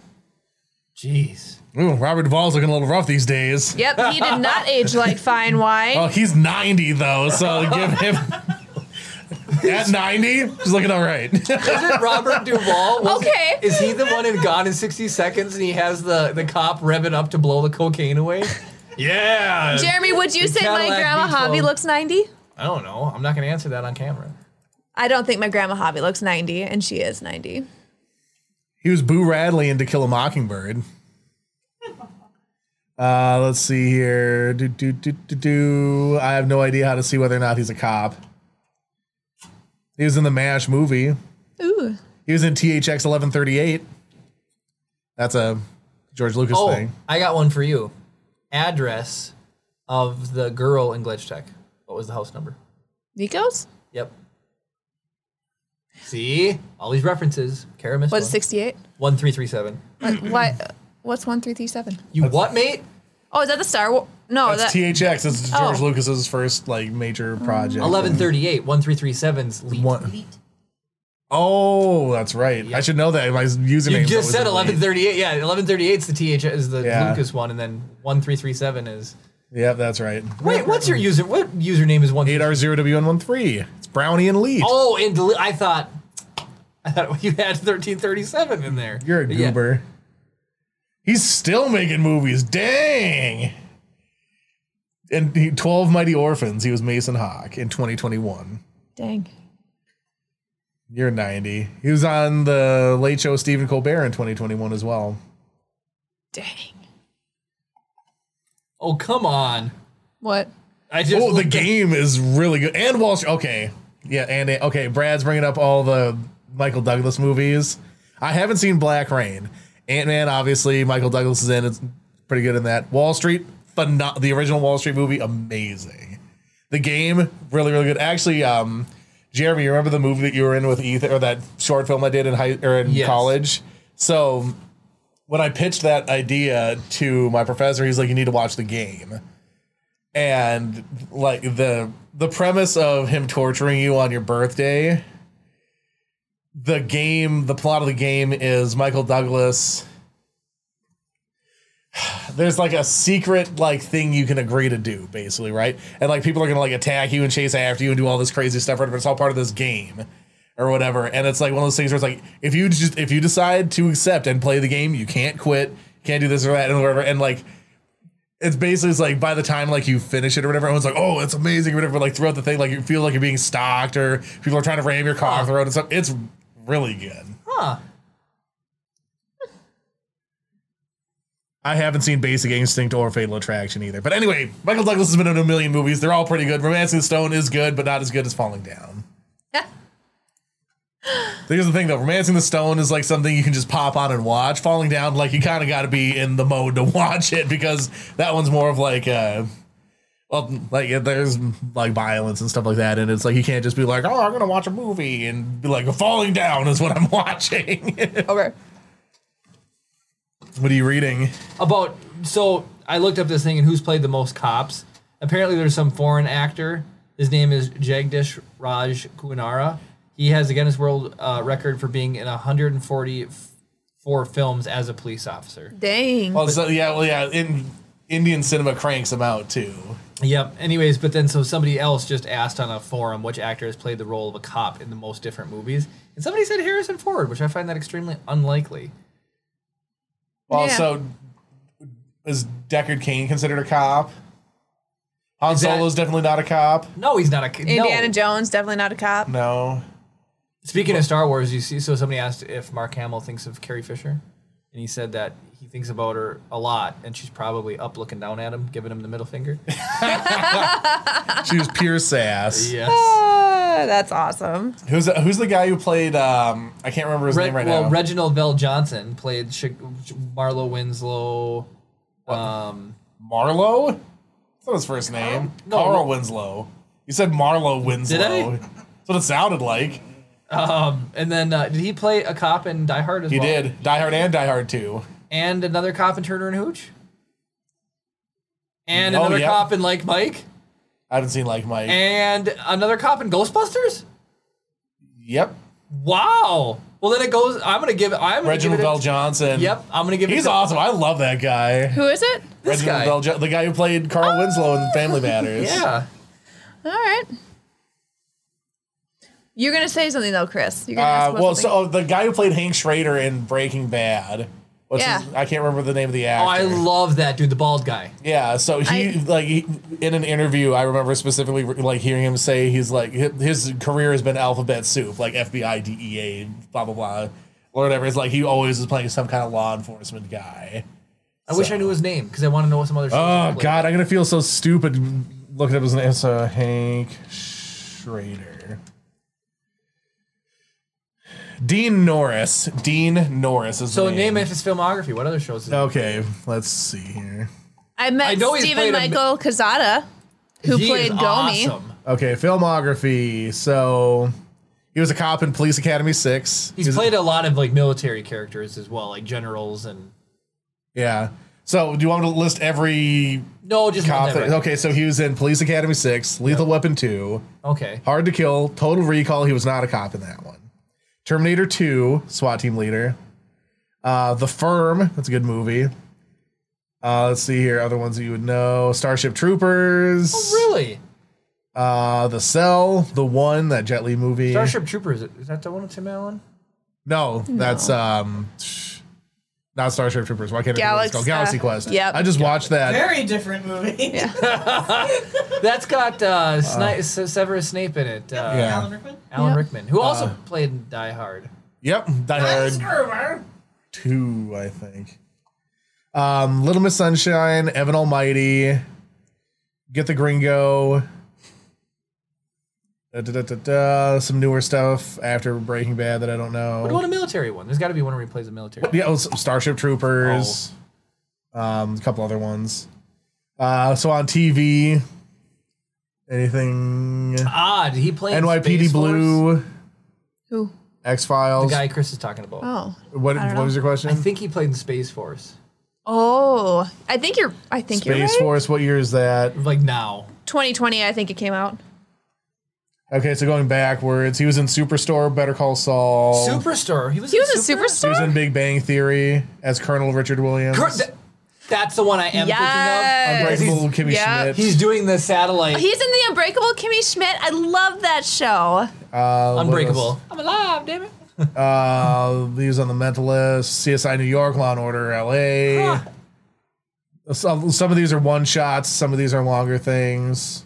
A: Jeez.
C: Ooh, Robert Duvall's looking a little rough these days.
B: Yep, he did not age like fine wine.
C: Oh, he's ninety though, so give him at ninety. He's looking all right.
A: Isn't Robert Duvall? was-
B: Okay.
A: Is he the one in Gone in 60 Seconds and he has the, the cop revving up to blow the cocaine away?
C: yeah.
B: Jeremy, would you
A: The
B: say my
A: Cadillac
B: grandma
A: V12.
B: Hobby looks 90?
A: I don't know. I'm not going to answer that on camera.
B: I don't think my grandma Hobby looks 90, and she is 90.
C: He was Boo Radley in To Kill a Mockingbird. Uh, let's see here. Do, do, do, do, do. I have no idea how to see whether or not he's a cop. He was in the MASH movie.
B: Ooh.
C: He was in THX 1138. That's a George Lucas
A: Oh,
C: thing.
A: I got one for you. Address of the girl in Glitch Tech. What was the house number?
B: Nico's?
A: Yep. See? All these references. Kara missed
B: What's
A: one.
B: 68?
A: 1337.
B: What, what, what's 1337?
A: You what, mate?
B: Oh, is that the Star Wars? No,
C: That's
B: that,
C: THX. It's
B: Oh.
C: George Lucas's first like major
A: Mm.
C: project.
A: Eleven thirty eight, one three three seven's lead.
C: One- Oh, that's right. I should know that. My username.
A: You just said eleven thirty eight. Yeah, eleven thirty eight's the TH is the
C: Yeah.
A: Lucas one, and then one three three seven is.
C: Yep, that's right.
A: Wait, what's your user? What username is one?
C: Eight R zero W N one three. It's Brownie and Lee.
A: Oh, and deli- I thought, I thought you had thirteen thirty seven in there.
C: You're a
A: But yeah.
C: goober. He's still making movies. Dang. And he, 12 Mighty Orphans. He was Mason Hawk in 2021.
B: dang.
C: You're 90. He was on the Late Show Stephen Colbert in 2021 as well.
B: Dang.
A: Oh come on!
B: What?
A: I just
C: Oh, the
A: looked at-
C: game is really good. And Wall Street. Okay. Yeah. And it- okay. Brad's bringing up all the Michael Douglas movies. I haven't seen Black Rain. Ant Man, obviously, Michael Douglas is in. It's pretty good in that. Wall Street, pheno- the original Wall Street movie, amazing. The game, really, really good. Actually, um, Jeremy, you remember the movie that you were in with Ethan, or that short film I did in high or in
A: Yes.
C: college? So when I pitched that idea to my professor, he's like, "You need to watch the game." and like the the premise of him torturing you on your birthday the game the plot of the game is michael douglas there's like a secret like thing you can agree to do basically right and like people are gonna like attack you and chase after you and do all this crazy stuff right but it's all part of this game or whatever and it's like one of those things where it's like if you just if you decide to accept and play the game you can't quit can't do this or that and whatever and like it's basically it's like by the time like you finish it or whatever, everyone's like, oh, it's amazing or whatever. Like throughout the thing, like you feel like you're being stalked or people are trying to ram your car off the road and stuff. It's really good.
A: Huh.
C: I haven't seen Basic Instinct or Fatal Attraction either. But anyway, Michael Douglas has been in a million movies. They're all pretty good. Romancing the Stone is good, but not as good as Falling Down. Here's the thing though, Romancing the Stone is like something you can just pop on and watch. Falling Down, like you kind of got to be in the mode to watch it because that one's more of like, uh, well, like yeah, there's like violence and stuff like that, and it's like you can't just be like, oh, I'm gonna watch a movie and be like, Falling Down is what I'm watching.
B: Okay.
C: what are you reading?
A: about so I looked up this thing and who's played the most cops. Apparently, there's some foreign actor. His name is Jagdish Raj Kunara. He has the Guinness World uh, Record for being in 144 films as a police officer.
B: Dang.
C: Well, Oh, so, yeah, well, yeah, in Indian cinema cranks them out too.
A: Yep. Anyways, but then so somebody else just asked on a forum which actor has played the role of a cop in the most different movies, and somebody said Harrison Ford, which I find that extremely unlikely.
C: Well,
B: Yeah.
C: so is Deckard Kane considered a cop? Han
A: that-
C: Solo's definitely not a cop.
A: No, he's not a c- no.
B: Indiana Jones definitely not a cop.
C: No.
A: Speaking of Star Wars, you see, so somebody asked if Mark Hamill thinks of Carrie Fisher, and he said that he thinks about her a lot, and she's probably up looking down at him, giving him the middle finger.
C: She was pure sass.
A: yes.
B: Ah, that's awesome.
C: Who's who's the guy who played? Um, I can't remember his
A: Re-
C: name right
A: well,
C: now.
A: Reginald Bell Johnson played Sh- Marlo Winslow. Um,
C: Marlowe. That's not his first name.
A: No.
C: Carl Winslow. You said Marlo Winslow.
A: I?
C: That's what it sounded like.
A: and then uh, did he play a cop in Die Hard as
C: He
A: well?
C: did. Die Hard and Die Hard Two.
A: And another cop in Turner and Hooch. And
C: Oh,
A: another
C: yeah.
A: cop in Like Mike.
C: I haven't seen like Mike.
A: And another cop in Ghostbusters.
C: yep.
A: Wow. Well, then it goes. I'm gonna give. I'm gonna
C: Reginald
A: give it a-
C: Bell Johnson.
A: Yep, I'm gonna give. it
C: He's
A: to-
C: awesome. I love that guy.
B: Who is it?
A: This
C: Reginald
A: guy.
C: Bell Jo- the guy who played Carl Winslow in Family Matters.
A: Yeah.
B: All right. You're gonna say something though, Chris. You're gonna ask
C: Uh,
B: about
C: well, so
B: something.
C: oh, the guy who played Hank Schrader in Breaking Bad. What's
B: Yeah.
C: his- I can't remember the name of the
A: Oh,
C: actor.
A: I love that dude, the bald guy.
C: Yeah, so he
B: I-
C: like he, in an interview, I remember specifically like hearing him say he's like hi- his career has been alphabet soup, like FBI, DEA, E blah blah blah, or whatever. It's like he always is playing some kind of law enforcement guy.
A: I wish I knew his name because I want to know what some other. shows
C: Oh
A: he played.
C: God, I'm gonna feel so stupid looking up his name. So uh, Hank Schrader, Dean Norris, Dean Norris is
A: So
C: the
A: name of his filmography. What other shows? Is
C: Okay, let's see here.
B: I met
A: I know he's
B: Stephen
A: played a mi-
B: Michael Casada, who
A: He is
B: played Gomi.
A: awesome.
C: Okay, filmography. So he was a cop in Police Academy Six.
A: He's
C: He was-
A: played a lot of like military characters as well, like generals and
C: Yeah. So, do you want me to list every
A: No, just
C: cop?
A: one
C: That,
A: that-
C: okay, so he was in Police Academy Six, Lethal Weapon Two,
A: Okay.
C: Hard to Kill, Total Recall. He was not a cop in that one. Terminator Two, SWAT team leader. Uh, the Firm. That's a good movie. Uh, let's see here. Other ones that you would know: Starship Troopers.
A: Oh, Really?
C: Uh, the Cell, the One, that Jet Li movie.
A: Starship Troopers. Is that the one with Tim Allen?
C: No, that's um, not Starship Troopers. Why can't I remember what it's called?
B: Galax-
C: Galaxy
B: uh,
C: Quest?
B: yep.
C: I just watched that.
D: Very different movie. Yeah.
A: That's got uh, Sni- Se- Severus Snape in it. Uh,
C: Yeah. Uh,
D: Alan Rickman.
A: Alan
B: Yeah.
A: Rickman, who also played in Die Hard.
C: Yep, Die Hard
D: Screw
C: Two, I think. Um, Little Miss Sunshine, Evan Almighty, Get the Gringo. Da, da, da, da, da, some newer stuff after Breaking Bad that I don't know.
A: What about a military one? There's got to be one where he plays a military.
C: Yeah, it was Starship Troopers.
A: Oh.
C: Um, a couple other ones. Uh, so on TV, anything?
A: Ah, did he play in
C: NYPD
A: Space Force?
C: Blue,
B: Who?
C: X
A: The
C: Files.
A: guy Chris is talking about.
B: Oh.
C: What,
B: I don't
C: what
B: know.
C: was your question?
A: I think he played in Space Force.
B: Oh, I think you're. I think you're
C: Space
B: right.
C: Force. What year is that?
A: Like now.
B: 2020, I think it came out.
C: Okay, so going backwards, he was in Superstore, Better Call Saul.
A: Superstore. He was.
B: He
A: in
B: was a
C: He was
B: superstar.
C: in Big Bang Theory as Colonel Richard Williams.
A: Cur- th- that's the one I am
B: Yes. Oh,
A: thinking of.
C: Unbreakable
A: He's-
C: Kimmy
B: yeah.
C: Schmidt.
A: He's, doing the satellite.
B: He's in the Unbreakable Kimmy Schmidt. I love that show.
C: Uh, what
A: Unbreakable.
C: else?
A: I'm alive, damn it.
C: Uh, he was on The Mentalist, CSI New York, Law and Order L.A.
A: Huh.
C: Some, some of these are one shots, some of these are longer things.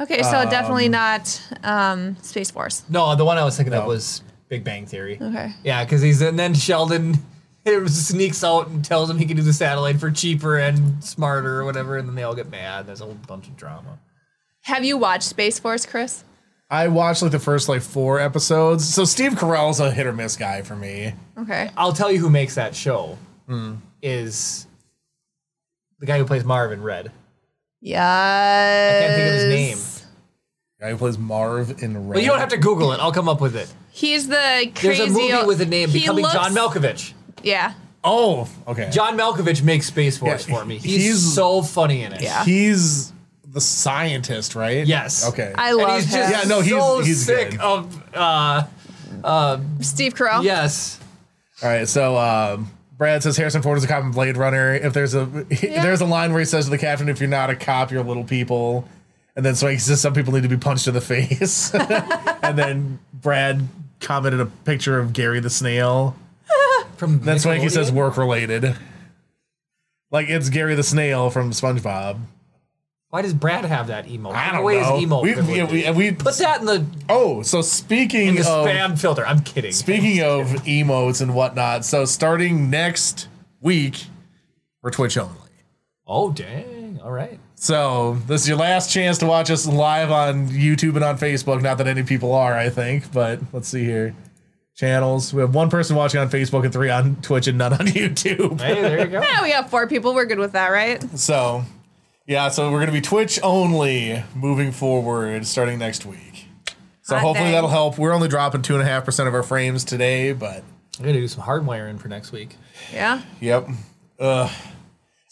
B: Okay, so definitely not um, Space Force.
A: No, the one I was thinking
C: No.
A: of was Big Bang Theory.
B: Okay.
A: Yeah, because he's and then Sheldon sneaks out and tells him he can do the satellite for cheaper and smarter or whatever, and then they all get mad. There's a whole bunch of drama.
B: Have you watched Space Force, Chris?
C: I watched like the first like four episodes. So Steve Carell's a hit or miss guy for me.
B: Okay.
A: I'll tell you who makes that show is the guy who plays Marvin Red.
B: Yes.
A: I can't think of his name.
C: Guy who plays Marv in Red.
A: But you don't have to Google it. I'll come up with it.
B: He's the
A: There's
B: crazy.
A: a movie with a name
B: he
A: becoming
B: looks-
A: John Malkovich.
B: Yeah.
C: Oh, okay.
A: John Malkovich makes Space Force
C: Yeah,
A: for me.
C: he-
A: He's,
C: he's-
A: so funny in it.
B: Yeah.
C: He's the scientist, right?
A: Yes.
C: Okay.
B: I
A: And
B: love
A: he's just
B: him.
C: Yeah, no, he's-
A: so
C: he's
A: sick
C: good.
A: of uh,
B: Steve Carell.
A: yes.
C: All right. So um, Brad says Harrison Ford is a cop in Blade Runner. If there's a there's a line where he says to the captain, "If you're not a cop, you're little people." And then so he says some people need to be punched in the face. and then Brad commented a picture of Gary the snail.
A: From
C: That's why he
A: Nickelodeon.
C: says work related. Like it's Gary the Snail from SpongeBob.
A: Why does Brad have that emo?
C: I
A: Take
C: don't
A: away his
C: know.
A: emo
C: we, we,
A: privileges.
C: we, we-
A: Put that in the
C: oh, so speaking
A: in the
C: of
A: spam filter. I'm kidding.
C: speaking of emotes and whatnot, so starting next week, we're Twitch only.
A: oh dang! All right.
C: So this is your last chance to watch us live on YouTube and on Facebook. Not that any people are, I think, but let's see here. Channels. We have one person watching on Facebook and three on Twitch and none on YouTube.
A: Hey, there you go.
B: Yeah, we have four people. We're good with that, right?
C: So, yeah, so we're going to be Twitch only moving forward starting next week. So,
B: Hot
C: hopefully,
B: dang.
C: that'll help. We're only dropping 2.5% of our frames today, but
A: I'm gonna do some hard wiring for next week.
B: Yeah.
C: yep. Ugh.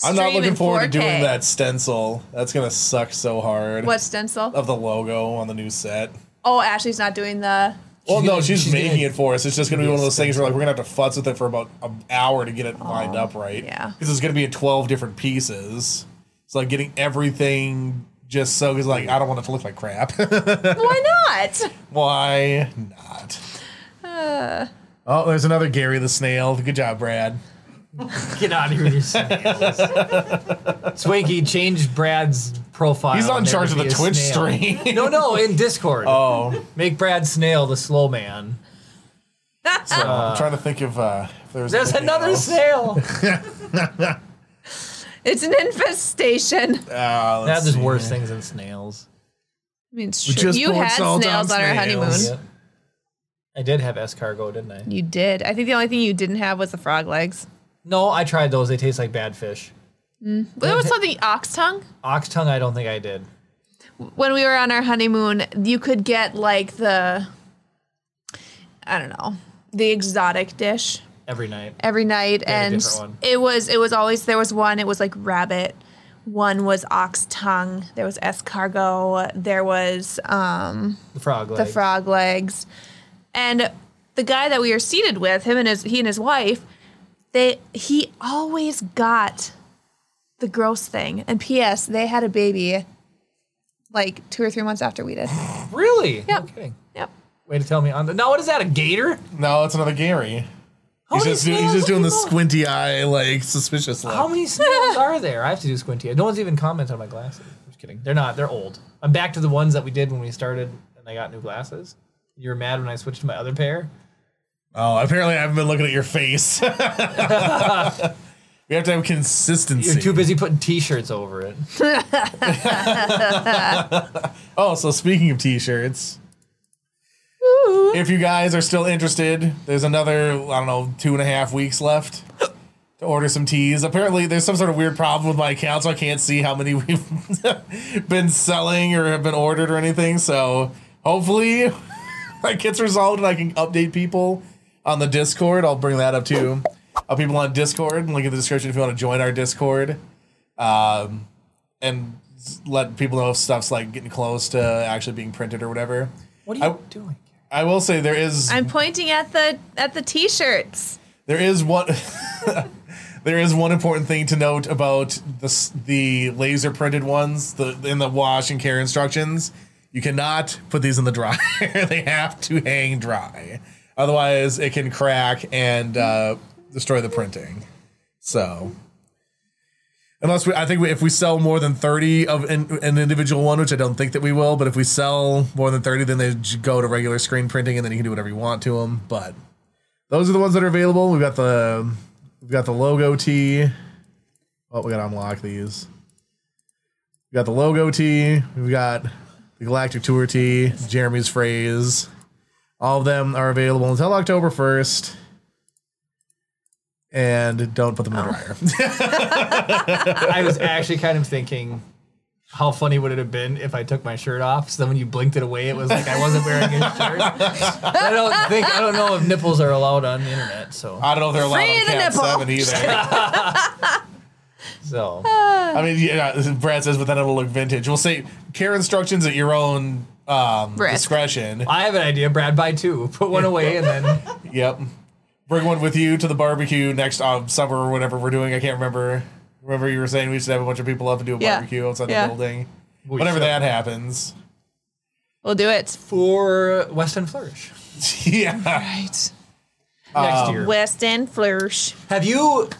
C: I'm not
B: Stream in
C: looking forward to
B: 4K.
C: doing that stencil. That's going to suck so hard.
B: What stencil?
C: Of the logo on the new set.
B: Oh, Ashley's not doing the.
C: Well, no,
A: gonna-
C: she's,
A: she's
C: making
A: gonna-
C: it for us. It's just going to be
A: gonna
C: one of
A: be
C: those things where like we're going to have to futz with it for about an hour to get it lined
A: Oh,
C: up right.
B: yeah.
C: Because it's going to be in 12 different pieces. It's like getting everything just so, because like I don't want it to look like crap.
B: Why not?
C: Why not?
A: Uh.
C: oh, there's another Gary the Snail. Good job, Brad.
A: Get out of here, you snails. Swanky changed Brad's profile.
C: He's not in
A: There
C: charge of
A: to
C: the
A: be a
C: Twitch
A: snail.
C: stream.
A: No, no, in Discord.
C: oh,
A: Make Brad Snail the slow man.
C: I'm trying to think of uh, if there's.
A: There's
C: anything
A: another
C: else.
A: snail.
B: It's an infestation. I
C: Uh, let's
A: Now there's
C: see.
A: worse things than snails.
B: mean, it's true.
C: just
B: you
C: poured
B: had
C: salt on
B: snails on our
C: snails.
B: honeymoon.
C: Yeah.
A: Yep. I did have escargot, didn't I?
B: You did. I think the only thing you didn't have was the frog legs.
A: No, I tried those. They taste like bad fish.
B: But there was something ox tongue.
A: Ox tongue, I don't think I did.
B: When we were on our honeymoon, you could get like the, I don't know, the exotic dish.
A: every night.
B: every night
A: had a
B: and
A: different one.
B: it was it was always there was one it was like rabbit one was ox tongue there was escargot there was um
A: The frog
B: the
A: legs.
B: frog legs and the guy that we were seated with him and his he and his wife they he always got the gross thing and ps they had a baby like two or three months after we did
A: Really?
B: Yep.
A: No kidding.
B: yep
A: Way to tell me on the. No, what is that? A gator?
C: No, it's another Gary.
A: How
C: he's
A: many
C: just, do- he's
A: snails
C: just
A: have
C: doing
A: you
C: the
A: bought?
C: squinty eye, like suspicious look.
A: How many snails are there? I have to do squinty. eye. No one's even commented on my glasses. I'm just kidding. They're not. They're old. I'm back to the ones that we did when we started, and I got new glasses. You were mad when I switched to my other pair.
C: Oh, apparently I haven't been looking at your face. we have to have consistency.
A: You're too busy putting T-shirts over it.
C: Oh, so speaking of t-shirts, if you guys are still interested, there's another I don't know two and a half weeks left to order some teas. Apparently, there's some sort of weird problem with my account, so I can't see how many we've been selling or have been ordered or anything. So hopefully, that gets resolved and I can update people on the Discord. I'll bring that up too. Uh, people on Discord, link in the description if you want to join our Discord. Um, and s- let people know if stuff's like getting close to actually being printed or whatever.
A: What are you
C: I-
A: doing?
C: I will say there is
B: i'm pointing at the at the t-shirts
C: there is one there is one important thing to note about the s- the laser printed ones the in the wash and care instructions. You cannot put these in the dryer. they have to hang dry. Otherwise, it can crack and uh, destroy the printing. So, unless we, I think we, if we sell more than thirty of an, an individual one, which I don't think that we will, but if we sell more than thirty, then they j- go to regular screen printing, and then you can do whatever you want to them. But those are the ones that are available. We've got the we've got the logo tee. Oh, we gotta unlock these. We got the logo tee. We've got the Galactic Tour tee. Jeremy's phrase. All of them are available until October first. And don't put them in the dryer.
A: I was actually kind of thinking, how funny would it have been if I took my shirt off? So then when you blinked it away, it was like I wasn't wearing a shirt. I don't think I don't know if nipples are allowed on the internet. So
C: I don't know if they're allowed
B: Free
C: on
B: the
C: Cat
B: nipple.
C: Seven either.
A: so
C: I mean, yeah, Brad says, but then it'll look vintage. We'll say care instructions at your own um,
B: Risk.
C: discretion.
A: I have an idea. Brad, buy two. Put one away and then
C: Yep. Bring one with you to the barbecue next um, summer or whatever we're doing. I can't remember. Remember you were saying we should have a bunch of people up and do a
B: Yeah.
C: barbecue outside
B: Yeah.
C: the building.
A: We
C: Whenever
A: should.
C: that happens.
B: we'll do it
A: for West End Flourish
C: yeah.
B: right
A: next year.
B: west end flourish
A: Have you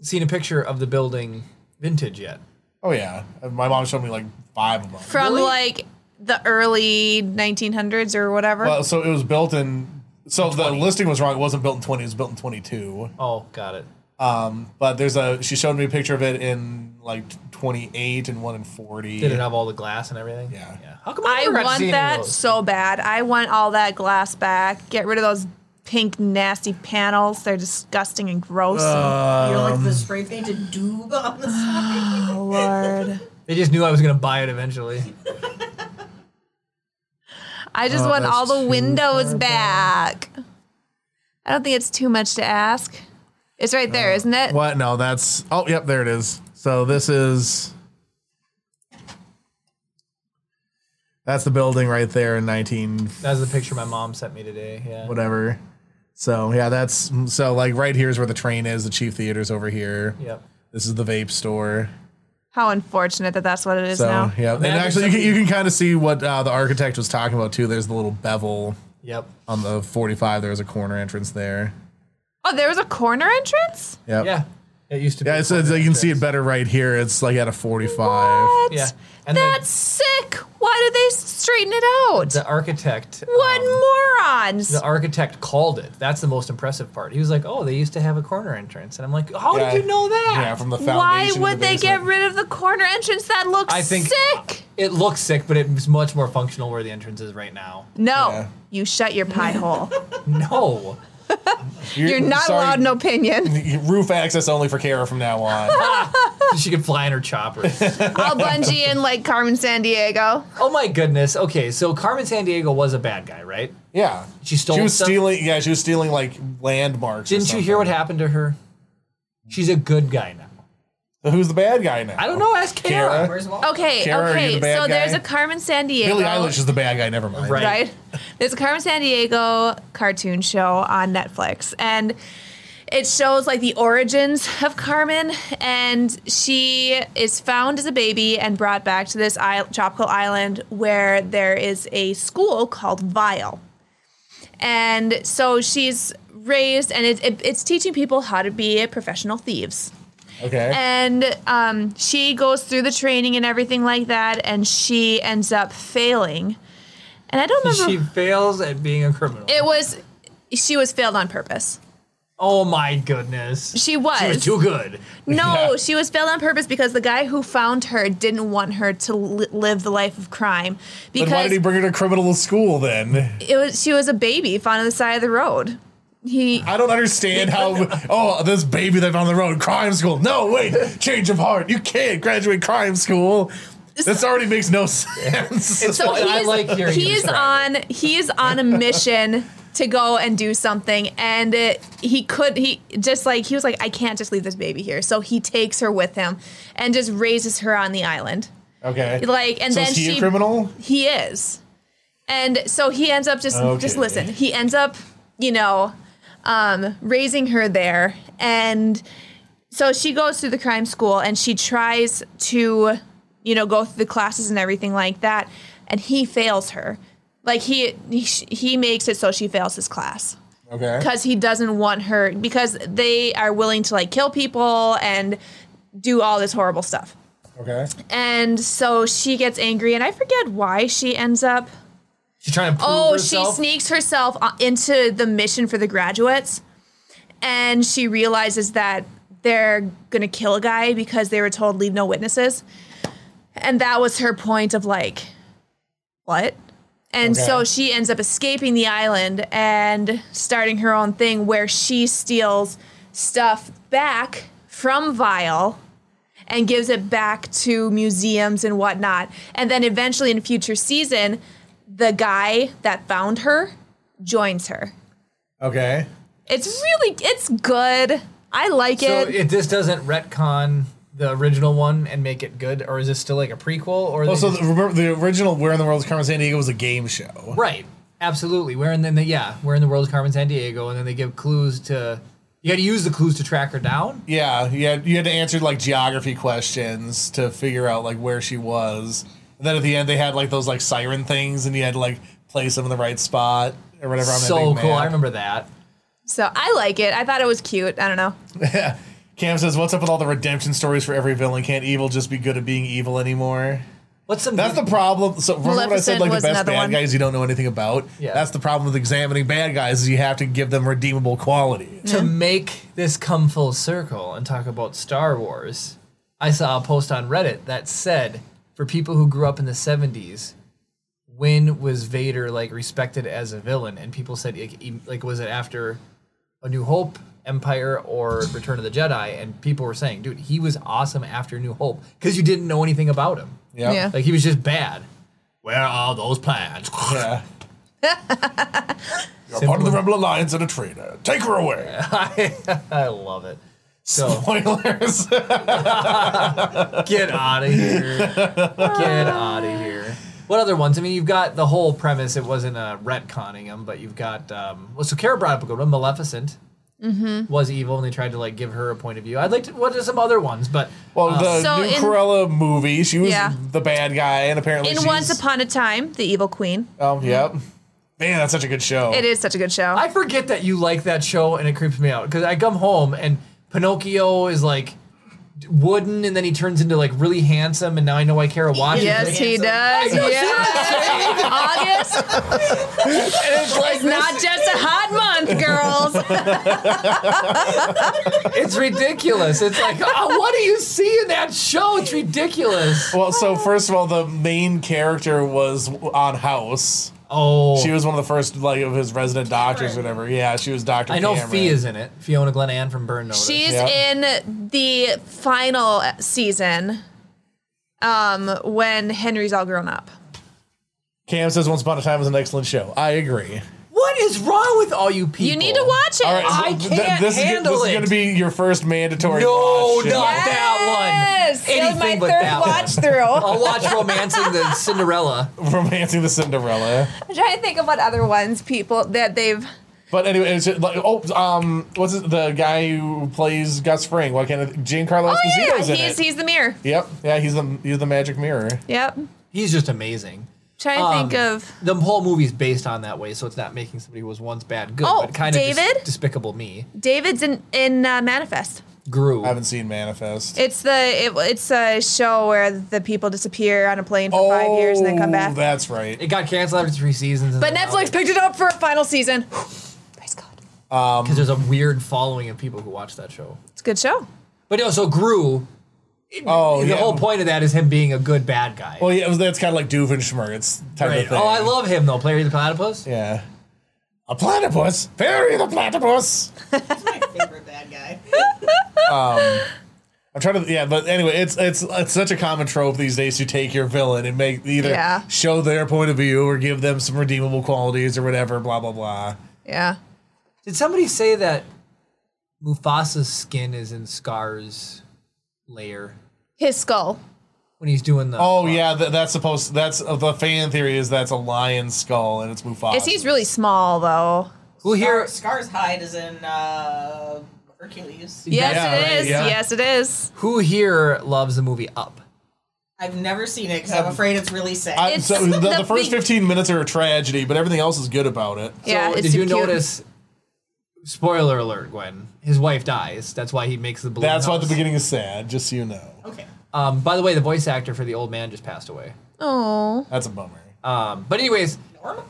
A: seen a picture of the building vintage yet?
C: Oh yeah. My mom showed me like five of them.
B: from
A: Really?
B: like the early 1900s or whatever.
C: well, so it was built in so the
A: 20.
C: listing was wrong. It wasn't built in 20, it was built in 22.
A: Oh, got it.
C: But there's a she showed me a picture of it in like 28 and one in 40.
A: Did it have all the glass and everything?
C: Yeah.
A: yeah. How come I,
B: I
A: never got to see
B: want
A: any of
B: that
A: those?
B: so bad. I want all that glass back. Get rid of those pink nasty panels. They're disgusting and gross.
D: You're like
C: Um,
D: the spray painted doob on the side.
B: oh Lord.
A: They just knew I was gonna buy it eventually.
B: I just want
C: Oh, that's
B: all the
C: too
B: windows
C: far
B: back. I don't think it's too much to ask. It's right there, not it?
C: Uh, What? No, that's oh yep, there it is. So this is that's the building right there in nineteen
A: That's the picture my mom sent me today. Yeah.
C: whatever. So yeah, that's so like right here is where the train is. The Chief Theater's over here.
A: Yep.
C: This is the vape store.
B: How unfortunate that that's what it is
C: So
B: now.
C: yeah, and
A: Imagine
C: actually you can,
A: somebody-
C: you can kind of see what uh, the architect was talking about too. There's the little bevel
A: Yep.
C: on the 45. There was a corner entrance there.
B: Oh, there was a corner entrance.
C: Yep.
A: Yeah. It used to be.
C: Yeah, it's, it's, you can see it better right here. It's like at a 45.
B: What?
A: Yeah. And
B: That's sick. Why did they straighten it out?
A: the, the architect.
B: What
A: um,
B: morons!
A: the architect called it. That's the most impressive part. He was like, "Oh, they used to have a corner entrance," and I'm like, "How
C: Yeah.
A: did you know that?"
C: Yeah, from the foundation.
B: Why
C: to the
B: would they get
C: basement.
B: rid of the corner entrance? That looks
A: I think-
B: sick.
A: It looks sick, but it's much more functional where the entrance is right now.
B: No,
C: Yeah.
B: you shut your pie hole.
A: No,
B: You're not
C: sorry,
B: allowed an opinion.
C: Roof access only for Kara from now on.
A: she could fly in her chopper.
B: I'll bungee in like Carmen San Diego.
A: Oh my goodness. Okay, so Carmen San Diego was a bad guy, right?
C: Yeah,
A: She stole
C: She was
A: stuff?
C: stealing. Yeah, she was stealing like landmarks. or
A: Didn't you hear what
C: something.
A: happened to her? She's a good guy now.
C: So who's the bad guy now?
A: I don't know. Ask Kara.
C: Kara.
D: Where's Walt?
B: Okay,
C: Kara, are you
B: okay. So
C: the bad guy?
B: there's a Carmen San Diego.
C: Billie Eilish is the bad guy. Never mind.
A: Right.
B: right? There's a Carmen San Diego cartoon show on Netflix, and it shows like the origins of Carmen, and she is found as a baby and brought back to this isle, tropical island where there is a school called Vile, and so she's raised, and it, it, it's teaching people how to be professional thieves
C: Okay.
B: and um, she goes through the training and everything like that, and she ends up failing. And I don't remember.
A: She fails at being a criminal.
B: it was she was failed on purpose.
A: oh my goodness.
B: She was.
A: She was too good.
B: no,
C: Yeah.
B: she was failed on purpose because the guy who found her didn't want her to li- live the life of crime
C: then why
B: because
C: did he bring her to criminal school then?
B: it was she was a baby found on the side of the road. He
C: I don't understand how. Oh, this baby that's on the road, crime school. No, wait, change of heart. You can't graduate crime school. This already makes no sense.
B: so
A: And I
B: he's,
A: like hearing you
B: he is
A: describe
B: on he is on a mission to go and do something and it, he could he just like he was like i can't just leave this baby here so he takes her with him and just raises her on the island
C: okay.
B: like and
C: so
B: then
C: is he
B: she
C: a criminal?
B: he is and so he ends up just just
C: Okay.
B: listen he ends up you know um, raising her there and so she goes through the crime school and she tries to you know go through the classes and everything like that and he fails her like he he, he makes it so she fails his class
C: Okay.
B: because he doesn't want her because they are willing to like kill people and do all this horrible stuff
C: Okay.
B: and so she gets angry, and I forget why she ends up.
A: She's trying to prove
B: Oh,
A: herself.
B: she sneaks herself uh, into the mission for the graduates, and she realizes that they're gonna kill a guy because they were told leave no witnesses, and that was her point of like, what? And so
C: Okay.
B: she ends up escaping the island and starting her own thing where she steals stuff back from Vile and gives it back to museums and whatnot. And then eventually in a future season, the guy that found her joins her.
C: Okay.
B: It's really it's good. I like
A: So
B: it.
A: if this doesn't retcon the original one and make it good, or is this still like a prequel? Or they
C: Also,
A: just-
C: the, remember the original "Where in the World is Carmen San Diego" was a game show.
A: right? Absolutely. We're in the yeah, we're in the world of Carmen San Diego, and then they give clues to. You got to use the clues to track her down.
C: Yeah, you had, you had to answer like geography questions to figure out like where she was. And then at the end, they had like those like siren things, and you had to like place them in the right spot or whatever. On that
A: so
C: big
A: cool.
C: map.
A: I remember that.
B: so I like it. I thought it was cute. I don't know.
C: Cam says, "What's up with all the redemption stories for every villain? Can't evil just be good at being evil anymore?"
A: What's some
C: That's the problem. So remember what I said,
B: Maleficent
C: like the
B: was
C: best
B: another
C: bad
B: one.
C: guys you don't know anything about.
A: Yeah.
C: That's the problem with examining bad guys is you have to give them redeemable quality.
A: to make this come full circle and talk about Star Wars, I saw a post on Reddit that said for people who grew up in the 70s, when was Vader like respected as a villain? And people said like, em- like was it after A New Hope, Empire, or Return of the Jedi? And people were saying, dude, he was awesome after New Hope because you didn't know anything about him.
C: Yep.
B: Yeah.
A: Like he was just bad. Where are those plans?
C: Yeah. You're part of the Rebel Alliance and a traitor. Take her away.
A: I love it. So
C: Spoilers.
A: Get out of here. Get out of here. What other ones? I mean, you've got the whole premise. It wasn't uh, retconning them, but you've got. Um, well, so Kara brought up a good one. Maleficent was evil, and they tried to like give her a point of view. I'd like to. What are some other ones? But
C: well, the
B: So
C: new
B: in-
C: Cruella movie, she was
B: Yeah.
C: the bad guy, and apparently
B: In
C: she's,
B: Once Upon a Time, The Evil Queen.
C: Um, yep. Man, that's such a good show.
B: It is such a good show.
A: I forget that you like that show, and it creeps me out because I come home and Pinocchio is like wooden, and then he turns into like really handsome, and now I know why Kara watches
D: Yes,
A: it.
B: yes, he
D: handsome.
B: does.
A: I know,
B: Yeah. August,
C: It's like
B: it's not just a hot month, girls.
A: It's ridiculous. It's like, oh, what do you see in that show? It's ridiculous.
C: Well, so first of all, the main character was on House.
A: Oh,
C: She was one of the first like of his resident doctors or whatever. Yeah, she was Doctor.
A: I know
C: Cameron.
A: Fee is in it. Fiona Glenann from Burn Notice.
B: She's
C: Yeah.
B: in the final season um, when Henry's all grown up.
C: Cam says Once Upon a Time is an excellent show. I agree.
A: what is wrong with all you people?
B: You need to watch it.
C: All right,
A: I
C: th-
A: can't
C: this
A: handle
C: is,
A: it.
C: This is going to be your first mandatory.
A: No,
C: watch.
A: not that
B: Yes,
A: one. Anything
B: that was my
A: but
B: third
A: that
B: watch
A: one. Oh.
B: through.
A: I'll watch Romancing the Cinderella.
C: romancing the Cinderella.
B: I'm trying to think of what other ones people that they've.
C: But anyway, it's just like oh, um, what's his, the guy who plays Gus Fring? Why can't it, Giancarlo
B: Oh yeah,
C: Esposito's in
B: he's
C: it?
B: he's the mirror.
C: yep, yeah, he's the he's the magic mirror.
B: Yep.
A: He's just amazing.
B: Trying to
A: Um,
B: think of.
A: the whole movie's based on that way, so it's not making somebody who was once bad good,
B: Oh,
A: but kind of
B: David?
A: despicable me.
B: David's in in uh, Manifest.
A: Grew.
C: I haven't seen Manifest.
B: It's the it, it's a show where the people disappear on a plane for five years and then come
A: Oh,
B: back.
C: Oh, That's right.
A: It got canceled after three seasons. and
B: but
A: then
B: Netflix picked it up for a final season. Praise God.
A: because there's a weird following of people who watch that show.
B: It's a good show.
A: But no, so Gru.
C: oh,
A: the
C: yeah.
A: whole point of that is him being a good bad guy.
C: Well, Oh, yeah, it was- that's kind of like Doofenshmirtz type
A: Right.
C: of thing.
A: Oh, I love him though. Player of the Platypus.
C: Yeah, a platypus. Fairy the platypus.
D: He's my favorite bad guy.
C: I'm trying to, yeah, but anyway, it's it's it's such a common trope these days to take your villain and make either
B: Yeah.
C: show their point of view or give them some redeemable qualities or whatever, blah blah blah.
B: Yeah.
A: Did somebody say that Mufasa's skin is in Scar's layer
B: His skull.
A: when he's doing the?
C: Oh yeah, th- that's supposed. That's uh, the fan theory is that's a lion skull and it's Mufasa.
B: Is he's really small though?
A: who here?
D: Scar, Scar's hide is in uh, Hercules.
B: Yes,
C: Yeah,
B: it
C: right,
B: is.
C: yeah.
B: Yes, it is.
A: Who here loves the movie Up?
D: I've never seen it because I'm afraid it's really sad.
C: Um, I,
B: It's
C: Uh, so the,
B: the
C: the first
B: big-
C: 15 minutes are a tragedy, but everything else is good about it.
B: yeah.
A: So
B: It's
A: did you
B: super cute.
A: notice? Spoiler alert, Gwen. His wife dies. That's why he makes the balloon.
C: That's why the
A: house.
C: beginning is sad, just so you know.
D: okay.
C: Uh,
A: Um, by the way, the voice actor for the old man just passed away.
B: Oh.
C: That's a bummer.
A: Um, but anyways,
D: Norma?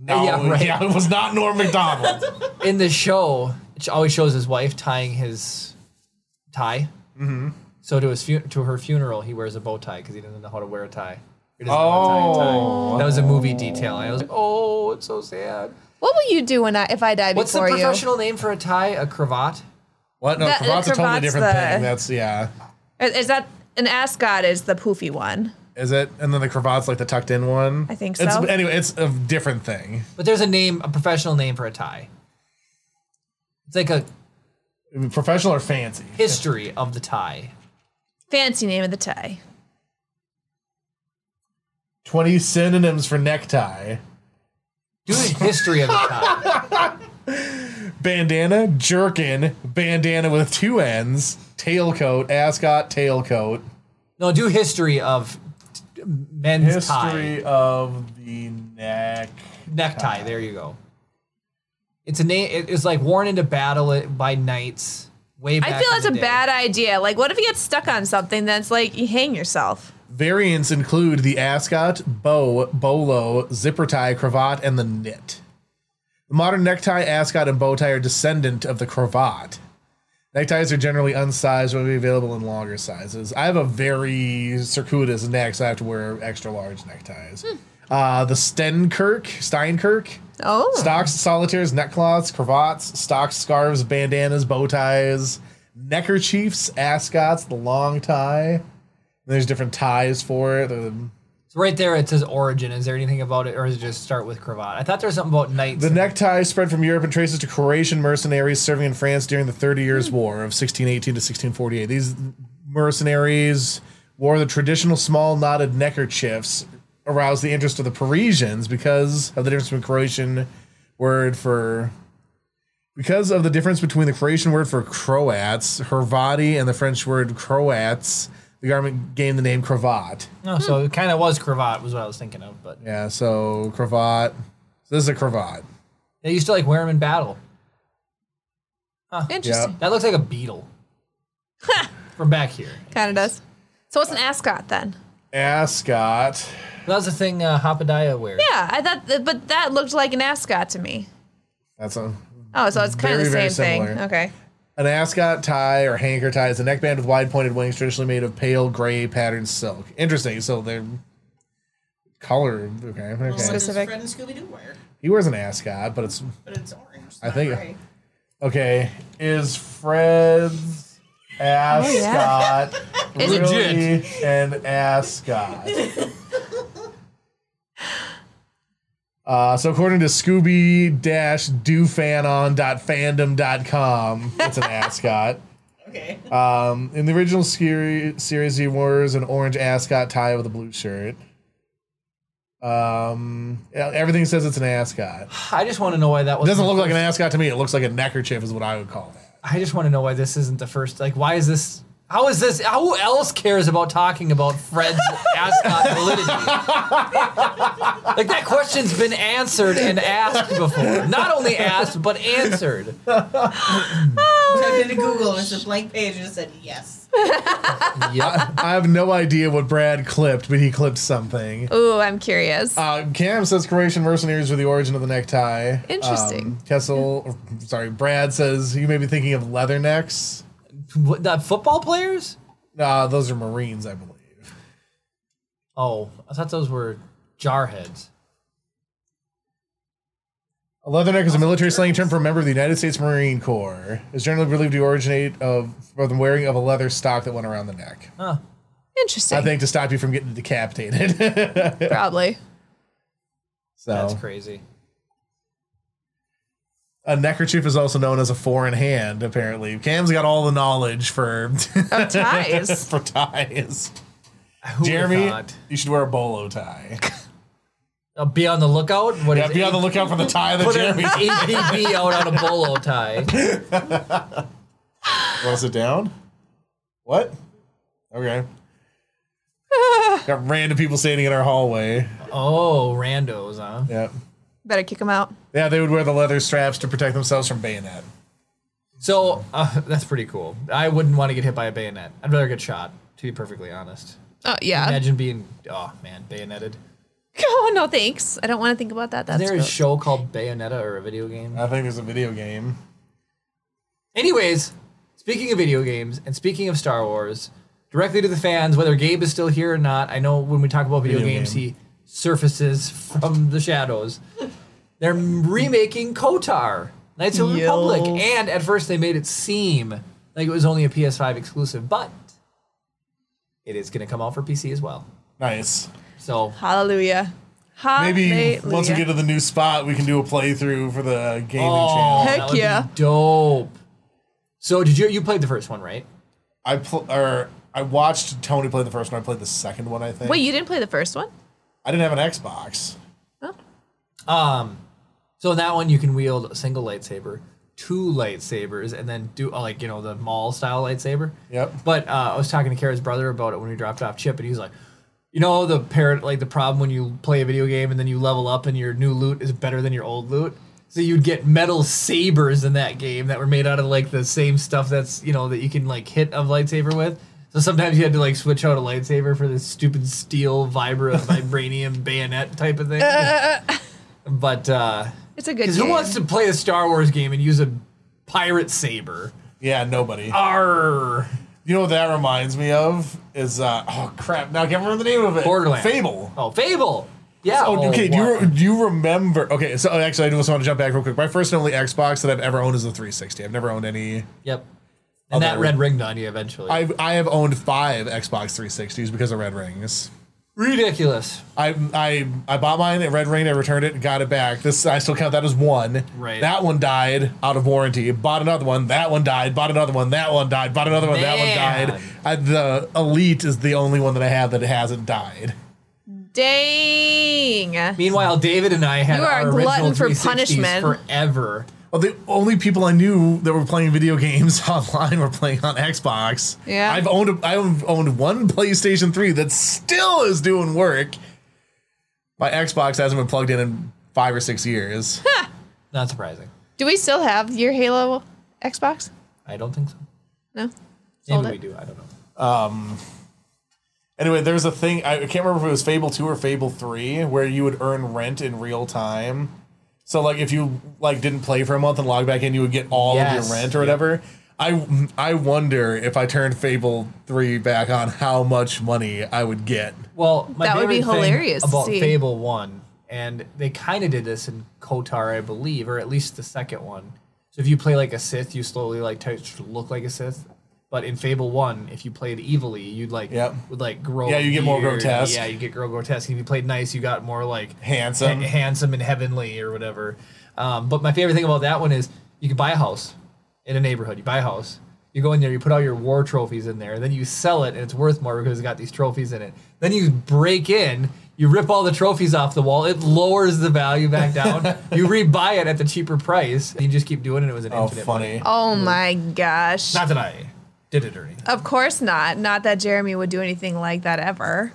C: No,
A: yeah,
C: yeah,
A: right.
C: it was not Norm McDonald.
A: in the show, it always shows his wife tying his tie. Mm-hmm. So to his fu- to her funeral, he wears a bow tie because he doesn't know how to wear a tie. He doesn't know how to tie a tie.
C: Oh.
A: That was a movie detail. And I was like, oh, it's so sad.
B: What will you do when I if I die
A: What's the
B: before you?
A: professional name for a tie? A cravat?
C: What? No,
B: That-
C: cravat's a totally
B: cravat's
C: different
B: the-
C: thing. That's yeah.
B: Is, is that an ascot? Is the poofy one?
C: Is it? And then the cravat's like the tucked in one.
B: I think
C: It's,
B: so.
C: anyway, it's a different thing.
A: But there's a name, a professional name for a tie. It's like a
C: I mean, Professional or fancy?
A: history of the tie.
B: Fancy name of the tie.
C: 20 synonyms for necktie.
A: Do the history of the tie.
C: Bandana, jerkin, bandana with two ends, tailcoat, ascot, tailcoat.
A: No, do history of t- men's tie.
C: History of the neck.
A: Necktie. There you go. It's a name. It is like worn into battle i- by knights way back.
B: I feel
A: in
B: that's
A: the
B: a
A: day.
B: bad idea. Like, what if you get stuck on something that's like you hang yourself?
C: Variants include the ascot, bow, bolo, zipper tie, cravat, and the knit. The modern necktie, ascot, and bow tie are descendant of the cravat. Neckties are generally unsized but will be available in longer sizes. I have a very circuitous neck, so I have to wear extra large neckties. Uh, the Stenkirk, Steinkirk,
B: Oh,
C: Stocks, solitaires, neckcloths, cravats, stocks, scarves, bandanas, bow ties, neckerchiefs, ascots, the long tie. There's different ties for it. The,
A: So right there, it says origin. Is there anything about it, or is it just start with cravat? I thought there was something about knights.
C: the necktie spread from Europe and traces to Croatian mercenaries serving in France during the Thirty Years' War of 1618 to 1648. These mercenaries wore the traditional small knotted neckerchiefs, aroused the interest of the Parisians because of the difference between Croatian word for Because of the difference between the Croatian word for Croats, Hervati, and the French word Croats, the garment gained the name cravat.
A: no, Oh, so it kind of was cravat, was what I was thinking of. But
C: Yeah, so cravat. So this is a cravat.
A: they used to like wear them in battle.
B: interesting.
A: That looks like a beetle from back here.
B: Kind of does. So what's an ascot then?
C: Ascot.
A: That was the thing uh, Hopadiah wears.
B: Yeah, I thought, th- but that looked like an ascot to me.
C: That's a
B: Oh, so it's kind of the
C: Very, very
B: same thing.
C: similar.
B: Okay.
C: an ascot tie or hanker tie is a neckband with wide pointed wings traditionally made of pale gray patterned silk. Interesting. So they're color. Okay, okay.
D: Well, What does
B: Specific.
D: Fred and Scooby Doo wear?
C: He wears an ascot, but it's
D: But it's orange.
C: I think-
D: Gray.
C: okay. Is Fred's ascot
B: Is it-
C: really an ascot? Uh, so according to Scooby Dash Doofanon.fandom.com, it's an ascot.
D: Okay.
C: Um, in the original scary, series, he wears an orange ascot tie with a blue shirt. Um, yeah, everything says it's an ascot.
A: I just want to know why that
C: It
A: was.
C: doesn't look like an ascot to me. It looks like a neckerchief, is what I would call that.
A: I just want to know why this isn't the first. Like, why is this? How is this? Who else cares about talking about Fred's ascot validity? like that question's been answered and asked before. Not only asked, but answered.
D: Typed into Google and it's a blank page and it said yes.
A: Yeah.
C: I have no idea what Brad clipped, but he clipped something.
B: Ooh, I'm curious.
C: Uh, Cam says Croatian mercenaries were the origin of the necktie.
B: Interesting.
C: Um, Kessel, or, sorry, Brad says you may be thinking of leathernecks.
A: What, the football players?
C: Uh, those are Marines, I believe.
A: Oh, I thought those were jarheads.
C: A leatherneck is a military slang term for a member of the United States Marine Corps. It's generally believed to originate of from the wearing of a leather stock that went around the neck.
B: Interesting.
C: I think to stop you from getting decapitated.
B: probably.
C: so
A: That's crazy.
C: a neckerchief is also known as a foreign hand. Apparently, Cam's got all the knowledge for
B: Of Oh, ties.
C: for ties.
A: Who
C: Jeremy,
A: thought?
C: you should wear a bolo tie.
A: Uh, be on the lookout. What
C: Yeah,
A: is
C: be on the lookout for the tie that
A: Put an
C: Jeremy's.
A: APB E out on a bolo tie.
C: Want to sit down? What? Okay. got random people standing in our hallway.
A: Oh, randos, huh?
C: Yep.
B: Better kick him out.
C: Yeah, they would wear the leather straps to protect themselves from bayonet.
A: So uh, that's pretty cool. I wouldn't want to get hit by a bayonet. I'd rather get shot, to be perfectly honest.
B: Oh yeah.
A: Imagine being, oh man, bayoneted.
B: Oh no, thanks. I don't want to think about that. That's
A: There's a
B: gross.
A: show called Bayonetta or a video game.
C: I think there's a video game.
A: Anyways, speaking of video games and speaking of Star Wars, directly to the fans, whether Gabe is still here or not, I know when we talk about video,
C: Video
A: games,
C: game.
A: he surfaces from the shadows. They're remaking Kotar, Knights of the Republic,
B: Yo.
A: and at first they made it seem like it was only a PS5 exclusive, but it is going to come out for PC as well.
C: Nice.
A: So
B: Hallelujah.
C: Maybe
B: Hallelujah.
C: once we get to the new spot, we can do a playthrough for the gaming
A: Oh,
C: channel.
A: that
B: Heck
A: would be
B: yeah.
A: dope. So did you you played the first one, right?
C: I pl- or I watched Tony play the first one. I played the second one. I think.
B: Wait, you didn't play the first one? Oh,
C: I didn't have an Xbox.
A: So in that one you can wield a single lightsaber, two lightsabers, and then do uh, like you know the Maul style lightsaber.
C: Yep.
A: But uh, I was talking to Kara's brother about it when we dropped off Chip, and he was like, you know the parent like the problem when you play a video game and then you level up and your new loot is better than your old loot. So you'd get metal sabers in that game that were made out of like the same stuff that's you know that you can like hit a lightsaber with. So sometimes you had to like switch out a lightsaber for this stupid steel vibra vibranium bayonet type of thing. but uh,
B: It's a good
A: because
B: game.
A: who wants to play a Star Wars game and use a pirate saber?
C: Yeah, nobody.
A: Arr.
C: you know what that reminds me of is uh, oh crap. Now I can't remember the name of it.
A: Borderlands.
C: Fable.
A: Oh, Fable. Yeah.
C: Oh, okay. Do you,
A: wow.
C: re- do you remember? Okay, so actually, I just want to jump back real quick. My first and only Xbox that I've ever owned is the 360. I've never owned any.
A: Yep. And
C: Oh,
A: that
C: that
A: red ringed on you eventually.
C: I've, I have owned five Xbox 360s because of Red Rings.
A: Ridiculous.
C: I I I bought mine at Red Ring. I returned it and got it back. This I still count that as one.
A: Right.
C: That one died out of warranty. Bought another one. That one died. Bought another one. That one died. Bought another one. That one
A: Man.
C: died. I, the Elite is the only one that I have that hasn't died.
B: Dang.
A: Meanwhile, David and I had
B: You are
A: our
B: a glutton
A: original
B: for
A: 360s
B: punishment.
A: forever.
C: Well, the only people I knew that were playing video games online were playing on Xbox.
B: Yeah.
C: I've owned a, I've owned one PlayStation 3 that still is doing work. My Xbox hasn't been plugged in in five or six years.
A: Not surprising.
B: Do we still have your Halo Xbox?
A: I don't think so.
B: No. Sold
A: Maybe
B: it.
A: we do. I don't know.
C: Anyway, there's a thing I I can't remember if it was Fable Two or Fable Three where you would earn rent in real time. So like if you like didn't play for a month and log back in, you would get all of
A: Yes.
C: your rent or whatever. I I wonder if I turned Fable three back on, how much money I would get.
A: Well, my
B: That would be
A: favorite thing
B: hilarious to
A: about
B: see.
A: Fable One, and they kind of did this in Kotar, I believe, or at least the second one. So if you play like a Sith, you slowly like touch, look like a Sith. But in Fable One, if you played evilly, you'd like
C: Yep.
A: would like grow.
C: Yeah, you get more
A: beard.
C: grotesque.
A: Yeah, you get grow grotesque. And if you played nice, you got more like
C: Handsome.
A: ha- handsome and heavenly or whatever. Um, but my favorite thing about that one is you can buy a house in a neighborhood. You buy a house. You go in there, you put all your war trophies in there, then you sell it, and it's worth more because it's got these trophies in it. Then you break in, you rip all the trophies off the wall, it lowers the value back down. you rebuy it at the cheaper price, and you just keep doing it. It was an
C: Oh,
A: infinite. money.
C: funny.
B: Oh my gosh.
A: Not that I did it or anything.
B: Of course not. Not that Jeremy would do anything like that ever.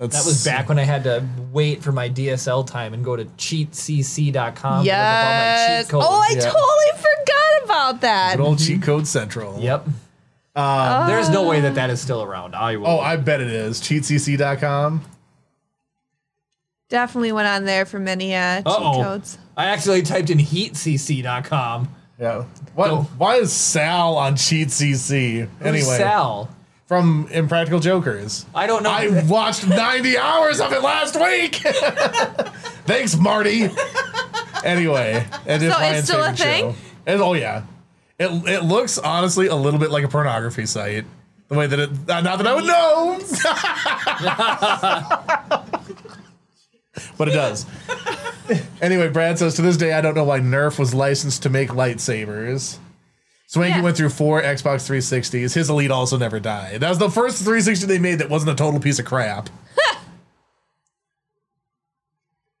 A: That was back when I had to wait for my DSL time and go to cheatcc.com. to look
B: yes.
A: up all my cheat codes.
B: Oh, I
C: yeah.
B: totally forgot about that.
C: Good old cheat code central.
A: Mhm. Yep. There's no way that that is still around. I will.
C: Um, Oh, I bet it is. Cheatcc.com.
B: Definitely went on there for many uh, cheat
A: Uh-oh.
B: codes.
A: I actually typed in heatcc.com.
C: Yeah. What?
A: No.
C: Why is Sal on CheatCC?
A: Who's
C: Anyway,
A: Sal.
C: from Impractical Jokers.
A: I don't know.
C: I watched 90 hours of it last week. Thanks, Marty. Anyway, and
B: So it's still a thing?
C: It, oh yeah, it it looks honestly a little bit like a pornography site. The way that it, uh, not that I would know, but it does. anyway, Brad says to this day I don't know why Nerf was licensed to make lightsabers. Swanky
B: Yeah.
C: went through four Xbox 360s. His Elite also never died. That was the first 360 they made that wasn't a total piece of crap.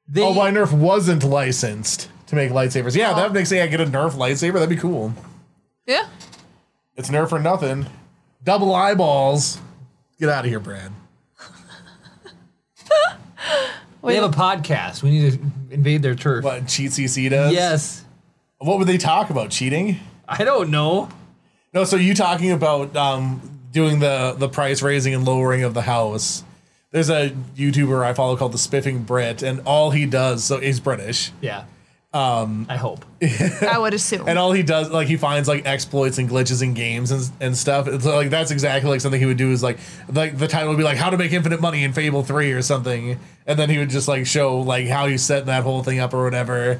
A: They-
C: Oh, why Nerf wasn't licensed to make lightsabers? Yeah, that makes say I get a Nerf lightsaber. That'd be cool.
B: Yeah.
C: It's Nerf for nothing. Double eyeballs. Get out of here, Brad.
A: they have a podcast. We need to invade their turf.
C: What cheat CC does?
A: Yes.
C: What would they talk about? Cheating?
A: I don't know.
C: No. So you talking about um, doing the the price raising and lowering of the house? There's a YouTuber I follow called the Spiffing Brit, and all he does so he's British.
A: Yeah. Um, I hope.
B: I would assume.
C: and all he does like he finds like exploits and glitches in games and, and stuff it's like that's exactly like something he would do is like like the title would be like how to make infinite money in fable 3 or something and then he would just like show like how you set that whole thing up or whatever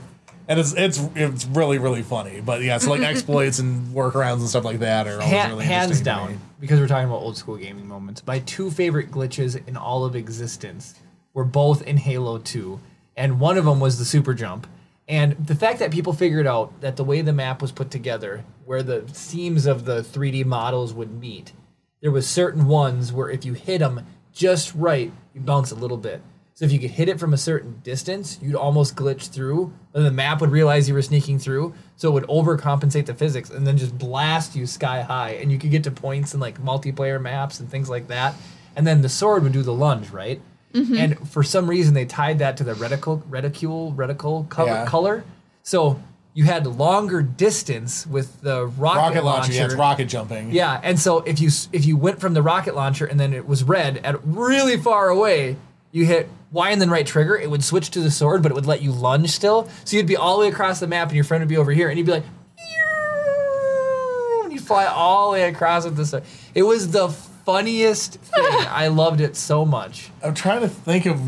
C: and it's it's it's really really funny but yeah it's like exploits and workarounds and stuff like that are always
A: Ha-
C: really
A: hands
C: interesting to me.
A: down, because we're talking about old school gaming moments, my two favorite glitches in all of existence were both in Halo 2, and one of them was the super jump. And the fact that people figured out that the way the map was put together, where the seams of the 3D models would meet, there was certain ones where if you hit them just right, you bounce a little bit. So if you could hit it from a certain distance, you'd almost glitch through, and the map would realize you were sneaking through, so it would overcompensate the physics and then just blast you sky high. And you could get to points in like multiplayer maps and things like that. And then the sword would do the lunge, right? And for some reason, they tied that to the reticle, reticule, reticle color.
C: Yeah.
A: color. So you had longer distance with the rocket,
C: rocket
A: launcher.
C: launcher yeah it's rocket jumping
A: Yeah, and so if you if you went from the rocket launcher and then it was red at really far away, you hit Y and then right trigger, it would switch to the sword, but it would let you lunge still. So you'd be all the way across the map, and your friend would be over here, and you'd be like, "Meow," and you'd fly all the way across with the sword. It was the funniest thing. I loved it so much.
C: i'm trying to think of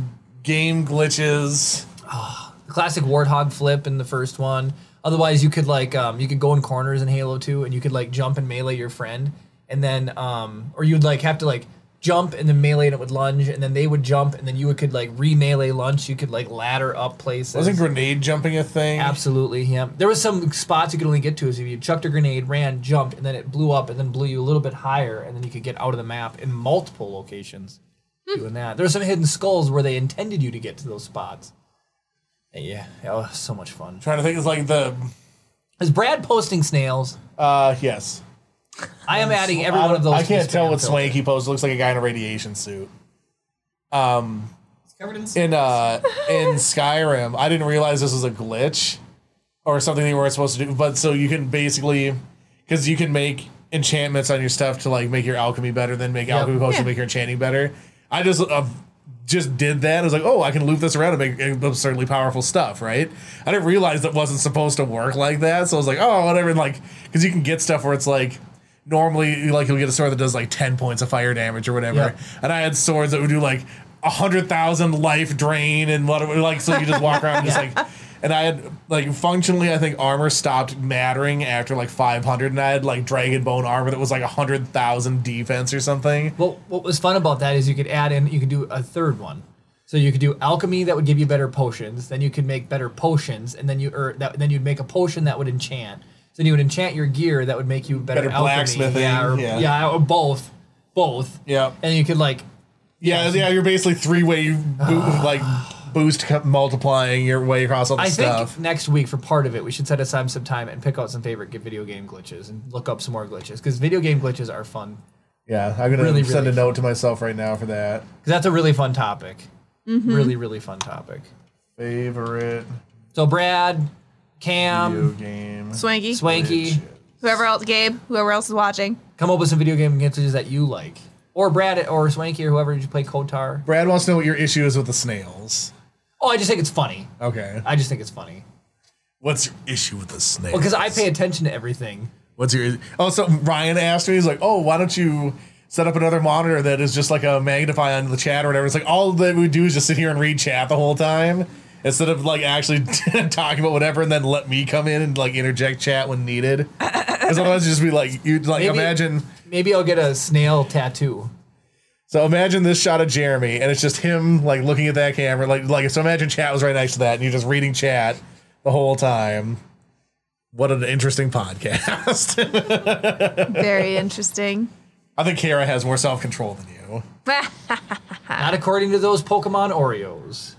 C: game glitches
A: The classic warthog flip in the first one. Otherwise, you could like um, you could go in corners in Halo Two, and you could like jump and melee your friend, and then um, or you'd like have to like jump and then melee, and it would lunge, and then they would jump, and then you would could like re melee lunge. You could like ladder up places.
C: wasn't grenade jumping a thing
A: Absolutely, yeah. There was some spots you could only get to is if you chucked a grenade, ran, jumped, and then it blew up, and then blew you a little bit higher, and then you could get out of the map in multiple locations. Doing that, there were some hidden skulls where they intended you to get to those spots. And yeah, oh, so much fun.
C: trying to think it's like the
A: Is Brad posting snails?
C: uh yes
A: I am adding every one of those.
C: I
A: to
C: can't
A: the
C: tell
A: spam
C: what
A: filter.
C: Swanky post looks like a guy in a radiation suit.
D: It's covered in.
C: In uh in Skyrim, I didn't realize this was a glitch or something they weren't supposed to do. But so you can basically because you can make enchantments on your stuff to like make your alchemy better, then make alchemy potions to
B: Yeah.
C: make your enchanting better. I just uh, just did that. I was like, oh, I can loop this around and make absurdly powerful stuff, right? I didn't realize that wasn't supposed to work like that. So I was like, oh, whatever. And like, because you can get stuff where it's like normally like you'll get a sword that does like 10 points of fire damage or whatever.
A: Yeah.
C: And I had swords that would do like a hundred thousand life drain and what like so you just walk around and just like and I had like functionally I think armor stopped mattering after like five hundred and I had like dragon bone armor that was like a hundred thousand defense or something.
A: Well, what was fun about that is you could add in, you could do a third one. So you could do alchemy that would give you better potions. Then you could make better potions, and then you or that, then you'd make a potion that would enchant. So then you would enchant your gear that would make you better,
C: Better
A: alchemy.
C: blacksmithing,
A: yeah, or,
C: yeah.
A: yeah, or both, both.
C: Yeah.
A: and you could like
C: Yeah, yeah, you're basically three way bo- like boost co- multiplying your way across all the
A: I
C: stuff.
A: think next week for part of it, we should set aside some time and pick out some favorite g- video game glitches and look up some more glitches because video game glitches are fun.
C: yeah, I'm gonna
A: Really,
C: send
A: really
C: a note to myself right now for that.
A: 'Cause that's a really fun topic. Really, really fun topic.
C: Favorite
A: So Brad,
C: video
A: Cam,
C: game.
B: Swanky.
A: Swanky,
C: glitch.
B: Whoever else, Gabe, whoever else is watching.
A: come up with some video game glitches that you like, or Brad or Swanky or whoever you play Kotar.
C: Brad wants to know what your issue is with the snails.
A: Oh, I just think it's funny.
C: Okay.
A: I just think it's funny
C: What's your issue with the snails?
A: because I pay attention to everything.
C: What's your? Oh, so Ryan asked me. He's like, "Oh, why don't you set up another monitor that is just like a magnify on the chat or whatever?" It's like all that we do is just sit here and read chat the whole time instead of like actually talking about whatever, and then let me come in and like interject chat when needed. Because otherwise, it'd just be like you would like
A: Maybe-
C: imagine.
A: Maybe I'll get a snail tattoo.
C: So imagine this shot of Jeremy, and it's just him like looking at that camera, like like so. Imagine chat was right next to that, and you're just reading chat the whole time. What an interesting podcast!
B: Very interesting.
C: I think Kara has more self control than you.
A: Not according to those Pokemon Oreos.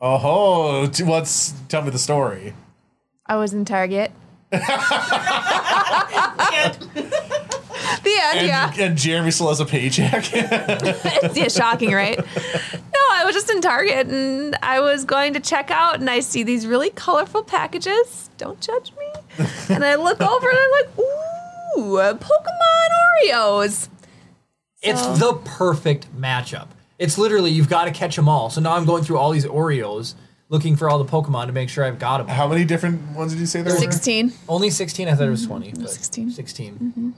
C: Oh, t- what's tell me the story?
B: I was in Target.
D: And
B: The end,
C: And,
B: yeah.
C: and Jeremy still has a paycheck.
B: yeah, shocking, right? No, I was just in Target and I was going to check out and I see these really colorful packages. Don't judge me. And I look over and I'm like, ooh, Pokemon Oreos.
A: It's
B: So-
A: the perfect matchup. It's literally you've got to catch them all. So now I'm going through all these Oreos looking for all the Pokemon to make sure I've got them.
C: How many different ones did you say there were?
B: 16.
A: Only 16. I thought it was 20. but
B: 16.
A: 16.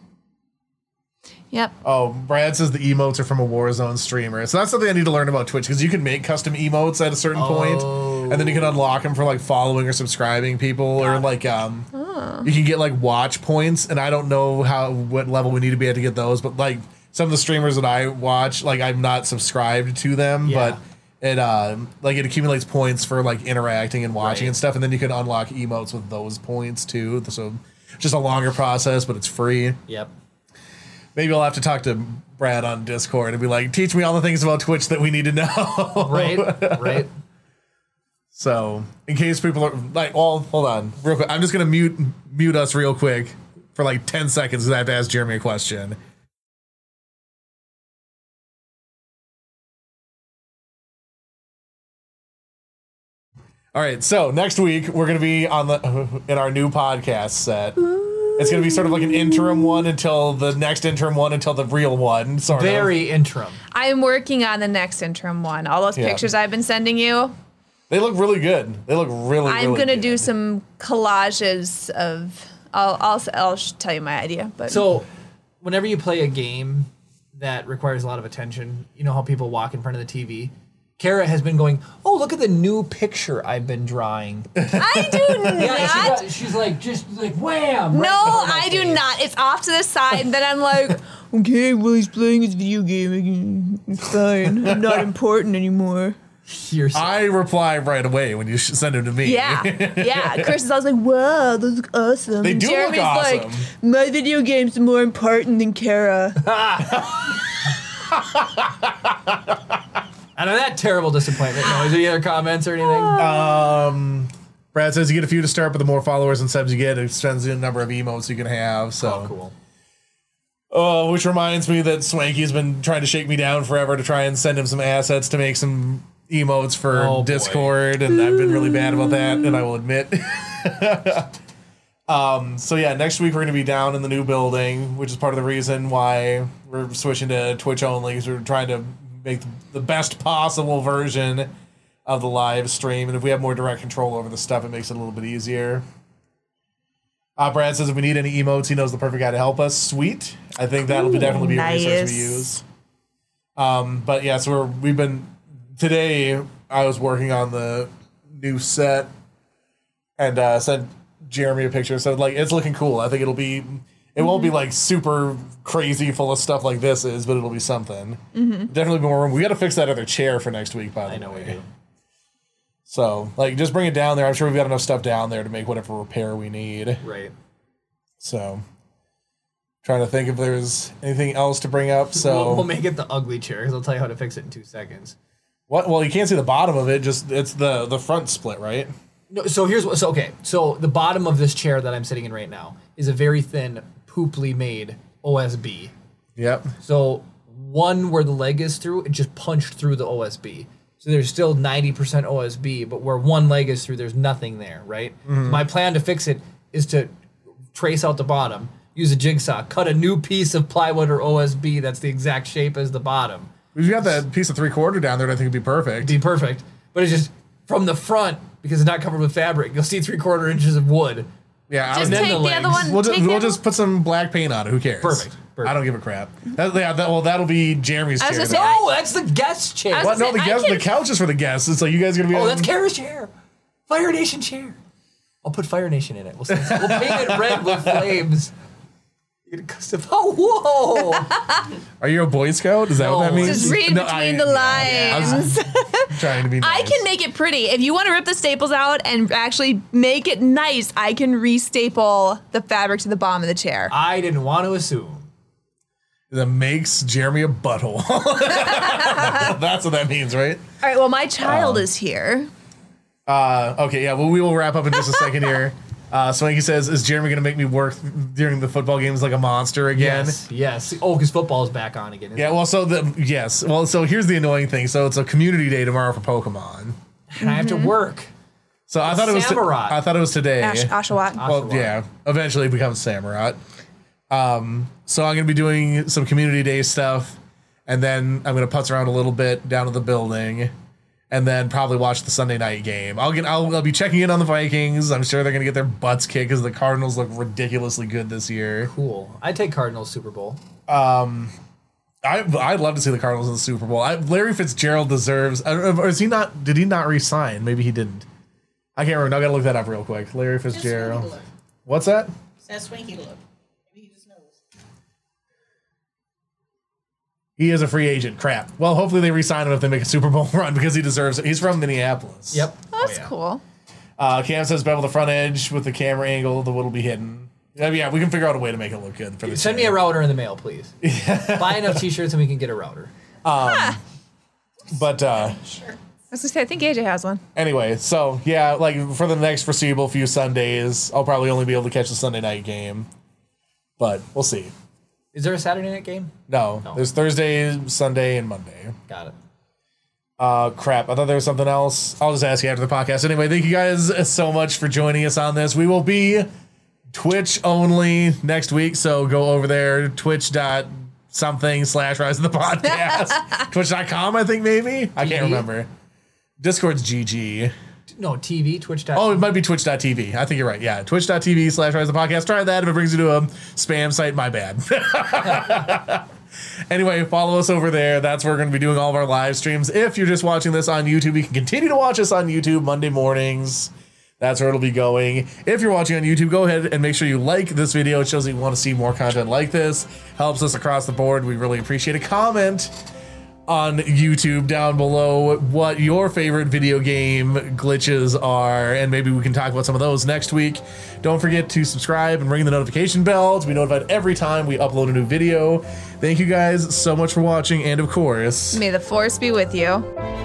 B: Yep.
C: Oh, Brad says the emotes are from a Warzone streamer. So that's something I need to learn about Twitch because you can make custom emotes at a certain point, and then you can unlock them for like following or subscribing people, or like um,
A: Ah.
C: you can get like watch points. And I don't know how what level we need to be at to get those, but like some of the streamers that I watch, like I'm not subscribed to them,
A: Yeah.
C: but it uh, like it accumulates points for like interacting and watching
A: Right.
C: and stuff, and then you can unlock emotes with those points too. So just a longer process, but it's free.
A: Yep.
C: Maybe I'll have to talk to Brad on Discord and be like, teach me all the things about Twitch that we need to know.
A: Right. right.
C: So, in case people are like, well, hold on, real quick. I'm just gonna mute mute us real quick for like 10 seconds because I have to ask Jeremy a question. All right, so next week we're gonna be on the in our new podcast set. It's gonna be sort of like an interim one until the next interim one until the real one. Sorry.
A: Very interim.
B: I'm working on the next interim one. All those
C: Yeah.
B: pictures I've been sending you,
C: They look really good. They look really.
B: I'm
C: really
B: gonna
C: good.
B: do some collages of. I'll I'll I'll sh- tell you my idea, but
A: So, whenever you play a game that requires a lot of attention, you know how people walk in front of the TV? Kara has been going, Oh, look at the new picture I've been drawing.
B: I do not.
A: Yeah, she's, she's like, just like, wham. right in
B: no,
A: front of my
B: I do
A: face.
B: not. It's off to the side. and then I'm like, okay, well he's playing his video game again. It's fine. I'm not important anymore.
A: You're so-
C: I reply right away when you sh- send them to me.
B: Yeah, yeah. Chris is always like, wow, those look awesome.
C: They
B: And
C: do look
B: Jeremy's
C: awesome.
B: like, my video game's are more important than Kara.
A: And on that terrible disappointment noise, any other comments or anything? Oh,
C: Brad says you get a few to start, but the more followers and subs you get, it extends the number of emotes you can have.
A: oh,
C: So
A: cool.
C: Uh, which reminds me that Swanky's been trying to shake me down forever to try and send him some assets to make some emotes for
A: Oh, boy.
C: Discord, and I've been really bad about that, and I will admit. um, so yeah, next week we're gonna be down in the new building, which is part of the reason why we're switching to Twitch only, because we're trying to make the best possible version of the live stream, and if we have more direct control over the stuff, it makes it a little bit easier. Uh, Brad says if we need any emotes, he knows the perfect guy to help us. Sweet. I think that'll be
B: Ooh,
C: definitely be a resource
B: nice.
C: we use. Um, but yeah, so we're, we've been today. I was working on the new set and uh, sent Jeremy a picture. So like, it's looking cool. I think it'll be. It won't
B: Mm-hmm.
C: be like super crazy full of stuff like this is, but it'll be something.
B: Mm-hmm.
C: Definitely more room. We got to fix that other chair for next week. By the
A: I know
C: way,
A: we do.
C: so like, just bring it down there. I'm sure we've got enough stuff down there to make whatever repair we need.
A: Right.
C: So trying to think if there's anything else to bring up. So
A: We'll, we'll make it the ugly chair because I'll tell you how to fix it in two seconds.
C: what well you can't see the bottom of it, just it's the the front split, right?
A: No, so here's what. So okay. So the bottom of this chair that I'm sitting in right now is a very thin, pooply made OSB.
C: Yep.
A: So one where the leg is through, it just punched through the OSB. So there's still 90% OSB, but where one leg is through, there's nothing there, right? My plan to fix it is to trace out the bottom, use a jigsaw, cut a new piece of plywood or OSB that's the exact shape as the bottom.
C: We've got that piece of three quarter down there and I think it'd be perfect.
A: Be perfect. But it's just from the front, because it's not covered with fabric, you'll see three quarter inches of wood.
C: Yeah, I
B: Just
C: would
A: then
B: take
A: the
B: the, other
A: legs.
B: one.
C: Oh, We'll,
B: take
C: just,
B: the
C: we'll
B: other
C: just put some black paint on it. Who cares?
A: Perfect, perfect.
C: I don't give a crap. That, yeah, that, well, that'll be Jeremy's
B: I was
C: chair.
B: gonna
C: then.
B: say-
A: Oh, that's the guest chair.
B: I
C: What?
B: was
C: No,
B: gonna
C: the,
B: say, I
C: guest,
B: can-
C: the couch is for the guests. It's like you guys are gonna be.
A: Oh,
C: on-
A: that's Kara's chair. Fire Nation chair. I'll put Fire Nation in it. We'll, we'll paint it red with flames. You're gonna custom- Oh, whoa!
C: Are you a Boy Scout? Is that what that
A: No.
C: means?
B: Just read
C: No,
B: between
C: I-
B: the
C: yeah, I was
B: lines.
C: trying to be.
B: I
C: nice.
B: can make it pretty. If you want to rip the staples out and actually make it nice, I can restaple the fabric to the bottom of the
C: Uh,
B: chair.
A: I didn't want to assume.
C: that makes Jeremy a butthole. That's what that means, right?
B: All right, well, my child
C: um,
B: is here.
C: Uh, okay, yeah. Well, we will wrap up in just a second here. Uh, Swanky says, "Is Jeremy going to make me work during the football games like a monster again?"
A: Yes, yes. Oh, because football's back on again.
C: Yeah. Well, so the yes. Well, so here's the annoying thing. So it's a community day tomorrow for Pokemon.
A: and I have to work.
C: So I thought it was. to-
A: Samurott.
C: I thought it was today.
B: Ash, Oshawott.
C: Well,
A: Oshawott.
C: yeah. Eventually it becomes Samurott. Um, so I'm gonna be doing some community day stuff, and then I'm gonna putz around a little bit down to the building, and then probably watch the Sunday night game. I'll get. I'll, I'll be checking in on the Vikings. I'm sure they're gonna get their butts kicked because the Cardinals look ridiculously good this year.
A: Cool. I take Cardinals Super Bowl.
C: I I'd love to see the Cardinals in the Super Bowl. I, Larry Fitzgerald deserves. I don't know, Or is he not? Did he not resign? Maybe he didn't. I can't remember. I gotta look that up real quick. Larry
D: Just
C: Fitzgerald.
D: swanky look.
C: What's that?
D: Just that swanky look. Maybe he just knows.
C: He is a free agent. Crap. Well, hopefully they re-sign him if they make a Super Bowl run because he deserves it. He's from Minneapolis.
A: Yep.
B: Oh, that's
A: Oh, yeah.
B: cool.
C: Uh, Cam says bevel the front edge with the camera angle. The wood will be hidden. Yeah, yeah, we can figure out a way to make it look good for the.
A: Send me a router in the mail, please. Buy enough T-shirts and we can get a router.
C: But uh,
D: Sure.
B: I was gonna say, I think AJ has one.
C: anyway, so yeah, like for the next foreseeable few Sundays, I'll probably only be able to catch the Sunday night game. But we'll see.
A: Is there a Saturday night game?
C: No,
A: No.
C: there's Thursday, Sunday, and Monday.
A: Got it.
C: Uh, crap. I thought there was something else. I'll just ask you after the podcast. Anyway, thank you guys so much for joining us on this. We will be Twitch only next week, so go over there, twitch dot something slash rise of the podcast. Twitch.com, I think maybe. I can't
A: GG.
C: remember. Discord's GG.
A: No TV, Twitch.
C: Oh, it might be twitch.tv. I think you're right. Yeah. Twitch.tv slash rise of the podcast. Try that. If it brings you to a spam site, my bad. anyway, follow us over there. That's where we're going to be doing all of our live streams. If you're just watching this on YouTube, you can continue to watch us on YouTube Monday mornings. That's where it'll be going. If you're watching on YouTube, go ahead and make sure you like this video. It shows that you want to see more content like this. Helps us across the board. We really appreciate a comment on YouTube down below what your favorite video game glitches are, and maybe we can talk about some of those next week. Don't forget to subscribe and ring the notification bell to be notified every time we upload a new video. Thank you guys so much for watching, and of course,
B: May the force be with you.